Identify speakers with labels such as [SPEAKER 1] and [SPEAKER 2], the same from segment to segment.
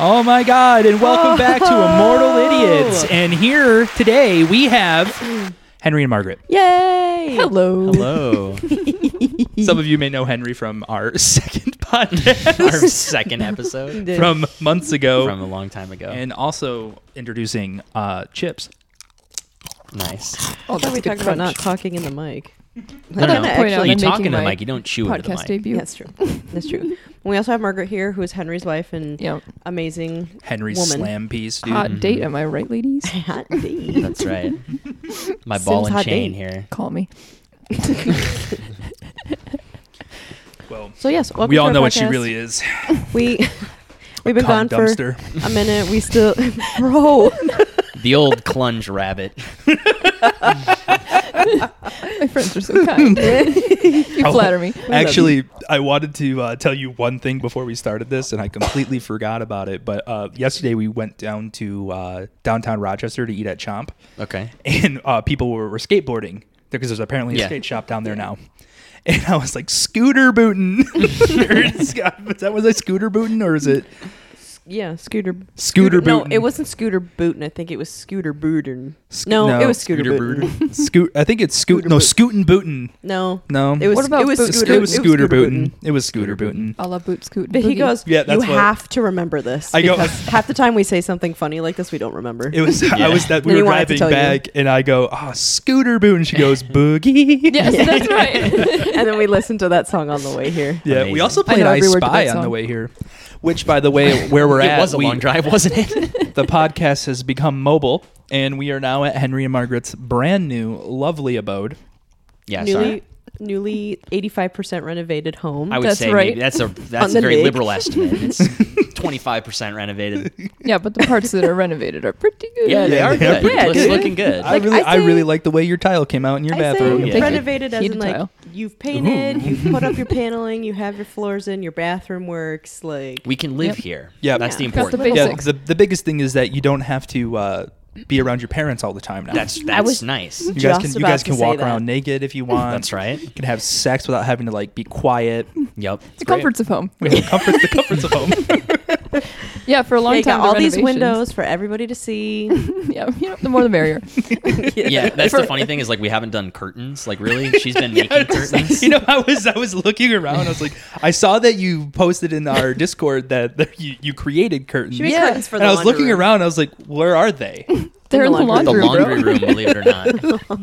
[SPEAKER 1] Oh my God! And welcome back to Immortal
[SPEAKER 2] Oh.
[SPEAKER 1] Idiots. And here today we have Henry and Margaret.
[SPEAKER 2] Yay!
[SPEAKER 3] Hello.
[SPEAKER 1] Hello. Some of you may know Henry from our second podcast
[SPEAKER 2] Our second episode
[SPEAKER 1] from months ago,
[SPEAKER 2] from a long time ago.
[SPEAKER 1] and also introducing uh, Chips.
[SPEAKER 2] nice.
[SPEAKER 3] Oh,
[SPEAKER 4] that's
[SPEAKER 3] we
[SPEAKER 4] a good
[SPEAKER 3] talked about not
[SPEAKER 4] crunch.
[SPEAKER 3] talking in the mic.
[SPEAKER 2] No,
[SPEAKER 3] That kinda
[SPEAKER 2] no, no.
[SPEAKER 3] actually-
[SPEAKER 4] Point out
[SPEAKER 2] you
[SPEAKER 4] I'm
[SPEAKER 2] talk into
[SPEAKER 4] making
[SPEAKER 2] the
[SPEAKER 4] my
[SPEAKER 2] mic. You don't chew into the
[SPEAKER 4] podcast
[SPEAKER 2] mic.
[SPEAKER 4] debut.
[SPEAKER 3] That's true. That's true. And we also have Margaret here, who is Henry's wife and
[SPEAKER 4] Yeah.
[SPEAKER 2] Mm-hmm.
[SPEAKER 3] amazing
[SPEAKER 1] Henry's
[SPEAKER 3] Woman.
[SPEAKER 1] slam piece, dude.
[SPEAKER 4] Hot
[SPEAKER 2] Mhm.
[SPEAKER 4] date, am I right, ladies?
[SPEAKER 3] hot date.
[SPEAKER 2] That's right. My
[SPEAKER 3] Sims
[SPEAKER 2] ball and
[SPEAKER 3] hot
[SPEAKER 2] chain
[SPEAKER 3] date.
[SPEAKER 2] here.
[SPEAKER 4] Call me.
[SPEAKER 1] Well,
[SPEAKER 3] So yes, welcome
[SPEAKER 1] we
[SPEAKER 3] to
[SPEAKER 1] all
[SPEAKER 3] our
[SPEAKER 1] know what she
[SPEAKER 3] podcast.
[SPEAKER 1] really is.
[SPEAKER 3] We we've been gone
[SPEAKER 1] Cunt
[SPEAKER 3] for
[SPEAKER 1] dumpster.
[SPEAKER 3] a minute. We still, bro.
[SPEAKER 2] The old clunge rabbit.
[SPEAKER 4] My friends are so kind. you
[SPEAKER 1] Oh.
[SPEAKER 4] flatter me.
[SPEAKER 1] Actually, I wanted to uh, tell you one thing before we started this, and I completely forgot about it. But uh, yesterday we went down to uh, downtown Rochester to eat at Chomp,
[SPEAKER 2] Okay.
[SPEAKER 1] and uh, people were, were skateboarding because there's apparently a
[SPEAKER 2] Yeah.
[SPEAKER 1] skate shop down there now. And I was like, scooter booting. Or is that was I scooter booting or is it
[SPEAKER 3] yeah, scooter.
[SPEAKER 1] Scooter
[SPEAKER 3] No,
[SPEAKER 1] bootin'.
[SPEAKER 3] it wasn't scooter bootin'. I think it was scooter bootin'. no, it was scooter, bootin'.
[SPEAKER 1] bootin'. Scoot. I think it's scoot.
[SPEAKER 3] Scooter
[SPEAKER 1] No,
[SPEAKER 3] boot.
[SPEAKER 1] scootin' bootin'.
[SPEAKER 3] No,
[SPEAKER 1] No,
[SPEAKER 3] it was.
[SPEAKER 4] What about
[SPEAKER 3] it was
[SPEAKER 4] boot-
[SPEAKER 3] scooter,
[SPEAKER 1] it was scooter bootin'.
[SPEAKER 3] bootin'.
[SPEAKER 1] It was scooter bootin'.
[SPEAKER 4] A la boot scoot. and
[SPEAKER 3] But he
[SPEAKER 4] boogie.
[SPEAKER 3] goes,
[SPEAKER 1] Yeah, that's
[SPEAKER 3] you
[SPEAKER 1] what-
[SPEAKER 3] have to remember this.
[SPEAKER 1] I go-
[SPEAKER 3] because half the time we say something funny like this, we don't remember.
[SPEAKER 1] It was I
[SPEAKER 2] Yeah.
[SPEAKER 1] was that we
[SPEAKER 3] And he
[SPEAKER 1] were
[SPEAKER 3] wanted to
[SPEAKER 1] driving
[SPEAKER 3] tell you.
[SPEAKER 1] back, and I go, "Ah, scooter boot," and she goes, "Boogie."
[SPEAKER 4] Yes, that's right.
[SPEAKER 3] and then we listened to that song on the way here.
[SPEAKER 1] Yeah, we
[SPEAKER 2] Amazing.
[SPEAKER 1] also
[SPEAKER 4] I
[SPEAKER 1] played
[SPEAKER 4] know
[SPEAKER 1] I,
[SPEAKER 4] every word to
[SPEAKER 1] Spy
[SPEAKER 4] that
[SPEAKER 1] on the
[SPEAKER 4] song.
[SPEAKER 1] way here, which, by the way, where we're
[SPEAKER 2] It
[SPEAKER 1] at,
[SPEAKER 2] was a
[SPEAKER 1] we-
[SPEAKER 2] long drive, wasn't it?
[SPEAKER 1] the podcast has become mobile, and we are now at Henry and Margaret's brand new, lovely abode.
[SPEAKER 2] yeah.
[SPEAKER 3] newly,
[SPEAKER 2] Sorry.
[SPEAKER 3] newly 85% renovated home.
[SPEAKER 2] I would
[SPEAKER 4] That's
[SPEAKER 2] say
[SPEAKER 4] right.
[SPEAKER 2] maybe that's a that's
[SPEAKER 3] the
[SPEAKER 2] a very
[SPEAKER 3] nig.
[SPEAKER 2] liberal estimate. It's twenty five percent renovated.
[SPEAKER 4] yeah, but the parts that are renovated are pretty good.
[SPEAKER 2] Yeah, they
[SPEAKER 1] Yeah,
[SPEAKER 2] are
[SPEAKER 1] they are
[SPEAKER 2] good.
[SPEAKER 1] pretty
[SPEAKER 2] It's
[SPEAKER 3] good.
[SPEAKER 2] looking good.
[SPEAKER 1] I
[SPEAKER 3] Like,
[SPEAKER 1] really, I,
[SPEAKER 3] I say-
[SPEAKER 1] really like the way your tile came out in your
[SPEAKER 3] I
[SPEAKER 1] bathroom.
[SPEAKER 3] say
[SPEAKER 2] Yeah.
[SPEAKER 3] renovated as
[SPEAKER 4] Heated
[SPEAKER 3] in like
[SPEAKER 4] tile.
[SPEAKER 3] you've painted, you've put up your paneling, you have your floors in, your bathroom works. Like
[SPEAKER 2] we can live
[SPEAKER 4] Yep.
[SPEAKER 2] here.
[SPEAKER 1] Yep.
[SPEAKER 2] That's the
[SPEAKER 3] Yeah.
[SPEAKER 4] Got the
[SPEAKER 2] important.
[SPEAKER 4] basics.
[SPEAKER 2] thing.
[SPEAKER 1] Yeah, the, the biggest thing is that you don't have to uh, be around your parents all the time now.
[SPEAKER 2] That's
[SPEAKER 3] I
[SPEAKER 2] that's
[SPEAKER 3] was-
[SPEAKER 2] nice.
[SPEAKER 1] you guys
[SPEAKER 3] just
[SPEAKER 1] can you
[SPEAKER 3] about
[SPEAKER 1] guys
[SPEAKER 3] to
[SPEAKER 1] can
[SPEAKER 3] say
[SPEAKER 1] walk
[SPEAKER 3] that.
[SPEAKER 1] around naked if you want.
[SPEAKER 2] That's right.
[SPEAKER 1] You can have sex without having to like be quiet.
[SPEAKER 2] Yep.
[SPEAKER 4] The comforts of home.
[SPEAKER 1] We have the comforts, the comforts of home.
[SPEAKER 4] Yeah, for a long
[SPEAKER 3] they
[SPEAKER 4] time.
[SPEAKER 3] got
[SPEAKER 4] the
[SPEAKER 3] all these
[SPEAKER 4] renovations-
[SPEAKER 3] windows for everybody to see.
[SPEAKER 4] Yeah, you know, the more the merrier.
[SPEAKER 2] Yeah, that's the funny thing is like we haven't done curtains. Like really, she's been making curtains.
[SPEAKER 1] you know, I was I was looking around. I was like, I saw that you posted in our Discord that, that you, you created curtains.
[SPEAKER 3] She makes
[SPEAKER 4] Yeah.
[SPEAKER 3] curtains for
[SPEAKER 1] and
[SPEAKER 3] the
[SPEAKER 1] I was looking
[SPEAKER 3] laundry room.
[SPEAKER 1] around. I was like, where are they?
[SPEAKER 4] They're in the
[SPEAKER 2] the
[SPEAKER 4] laundry room. bro.
[SPEAKER 2] laundry room, believe it or not.
[SPEAKER 1] The one,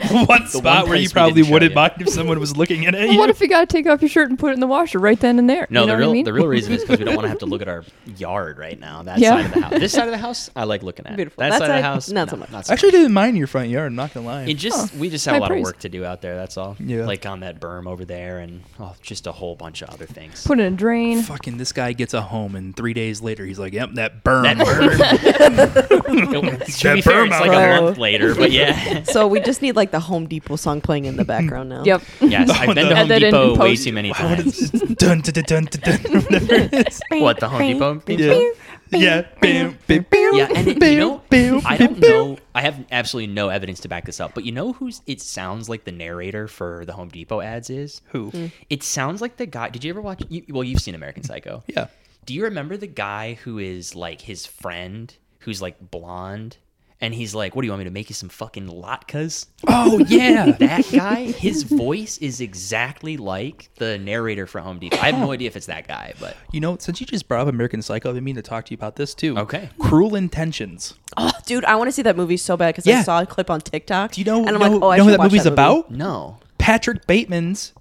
[SPEAKER 1] the one spot where
[SPEAKER 2] place
[SPEAKER 1] you
[SPEAKER 2] we
[SPEAKER 1] probably
[SPEAKER 2] didn't show
[SPEAKER 1] wouldn't
[SPEAKER 2] you.
[SPEAKER 1] mind if someone was looking at it.
[SPEAKER 4] Well, what if you got to take off your shirt and put it in the washer right then and there?
[SPEAKER 2] No,
[SPEAKER 4] you know
[SPEAKER 2] the
[SPEAKER 4] what
[SPEAKER 2] real
[SPEAKER 4] I mean?
[SPEAKER 2] the real reason is because we don't want to have to look at our yard right now. That
[SPEAKER 4] Yeah.
[SPEAKER 2] side of the house. This side of the house, I like looking at.
[SPEAKER 3] Beautiful.
[SPEAKER 2] That,
[SPEAKER 3] That
[SPEAKER 2] side, of
[SPEAKER 3] side,
[SPEAKER 2] the house,
[SPEAKER 3] not
[SPEAKER 2] no,
[SPEAKER 3] so much.
[SPEAKER 2] Not so
[SPEAKER 1] I actually didn't mind your front yard. I'm not gonna lie.
[SPEAKER 2] It just
[SPEAKER 4] Oh,
[SPEAKER 2] we just have a
[SPEAKER 4] high
[SPEAKER 2] lot
[SPEAKER 4] praise.
[SPEAKER 2] of work to do out there. That's all.
[SPEAKER 1] Yeah.
[SPEAKER 2] Like on that berm over there, and oh, just a whole bunch of other things.
[SPEAKER 4] Put it in a drain.
[SPEAKER 1] Fucking this guy gets a home, and three days later, he's like, "Yep, that burn."
[SPEAKER 2] That to be
[SPEAKER 1] That
[SPEAKER 2] fair,
[SPEAKER 1] berm
[SPEAKER 2] it's
[SPEAKER 1] out
[SPEAKER 2] like
[SPEAKER 3] there.
[SPEAKER 2] a month later, but yeah.
[SPEAKER 3] So we just need like the Home Depot song playing in the background now.
[SPEAKER 4] Yep.
[SPEAKER 2] Yes, I've been to
[SPEAKER 4] Add
[SPEAKER 2] Home
[SPEAKER 4] that in
[SPEAKER 2] Depot way
[SPEAKER 4] post.
[SPEAKER 2] too many
[SPEAKER 1] Wow, what
[SPEAKER 2] times.
[SPEAKER 1] is this? dun dun dun dun dun dun. Whatever it is.
[SPEAKER 2] What the Home Depot?
[SPEAKER 1] Yeah. Yeah. Bam, bam, bam,
[SPEAKER 2] Yeah, and it,
[SPEAKER 1] bam,
[SPEAKER 2] you know,
[SPEAKER 1] bam,
[SPEAKER 2] I
[SPEAKER 1] bam,
[SPEAKER 2] don't
[SPEAKER 1] bam.
[SPEAKER 2] know. I have absolutely no evidence to back this up, but you know who's? It sounds like the narrator for the Home Depot ads is
[SPEAKER 1] Who?
[SPEAKER 2] It sounds like the guy. Did you ever watch? You, well, you've seen American Psycho.
[SPEAKER 1] Yeah.
[SPEAKER 2] Do you remember the guy who is like his friend, who's like blonde, and he's like, "What do you want me to make you some fucking latkes?"
[SPEAKER 1] Oh yeah.
[SPEAKER 2] That guy, his voice is exactly like the narrator for Home Depot. I have no idea if it's that guy, but
[SPEAKER 1] You know, since you just brought up American Psycho, I mean to talk to you about this too.
[SPEAKER 2] Okay.
[SPEAKER 1] Cruel Intentions.
[SPEAKER 3] Oh, dude, I want to see that movie so bad because
[SPEAKER 1] Yeah.
[SPEAKER 3] I saw a clip on TikTok.
[SPEAKER 1] Do you know,
[SPEAKER 3] and I'm
[SPEAKER 1] know-
[SPEAKER 3] like, oh, I
[SPEAKER 1] know who
[SPEAKER 3] should
[SPEAKER 1] that
[SPEAKER 3] watch
[SPEAKER 1] movie's
[SPEAKER 3] that movie.
[SPEAKER 1] about?
[SPEAKER 2] no.
[SPEAKER 1] Patrick Bateman's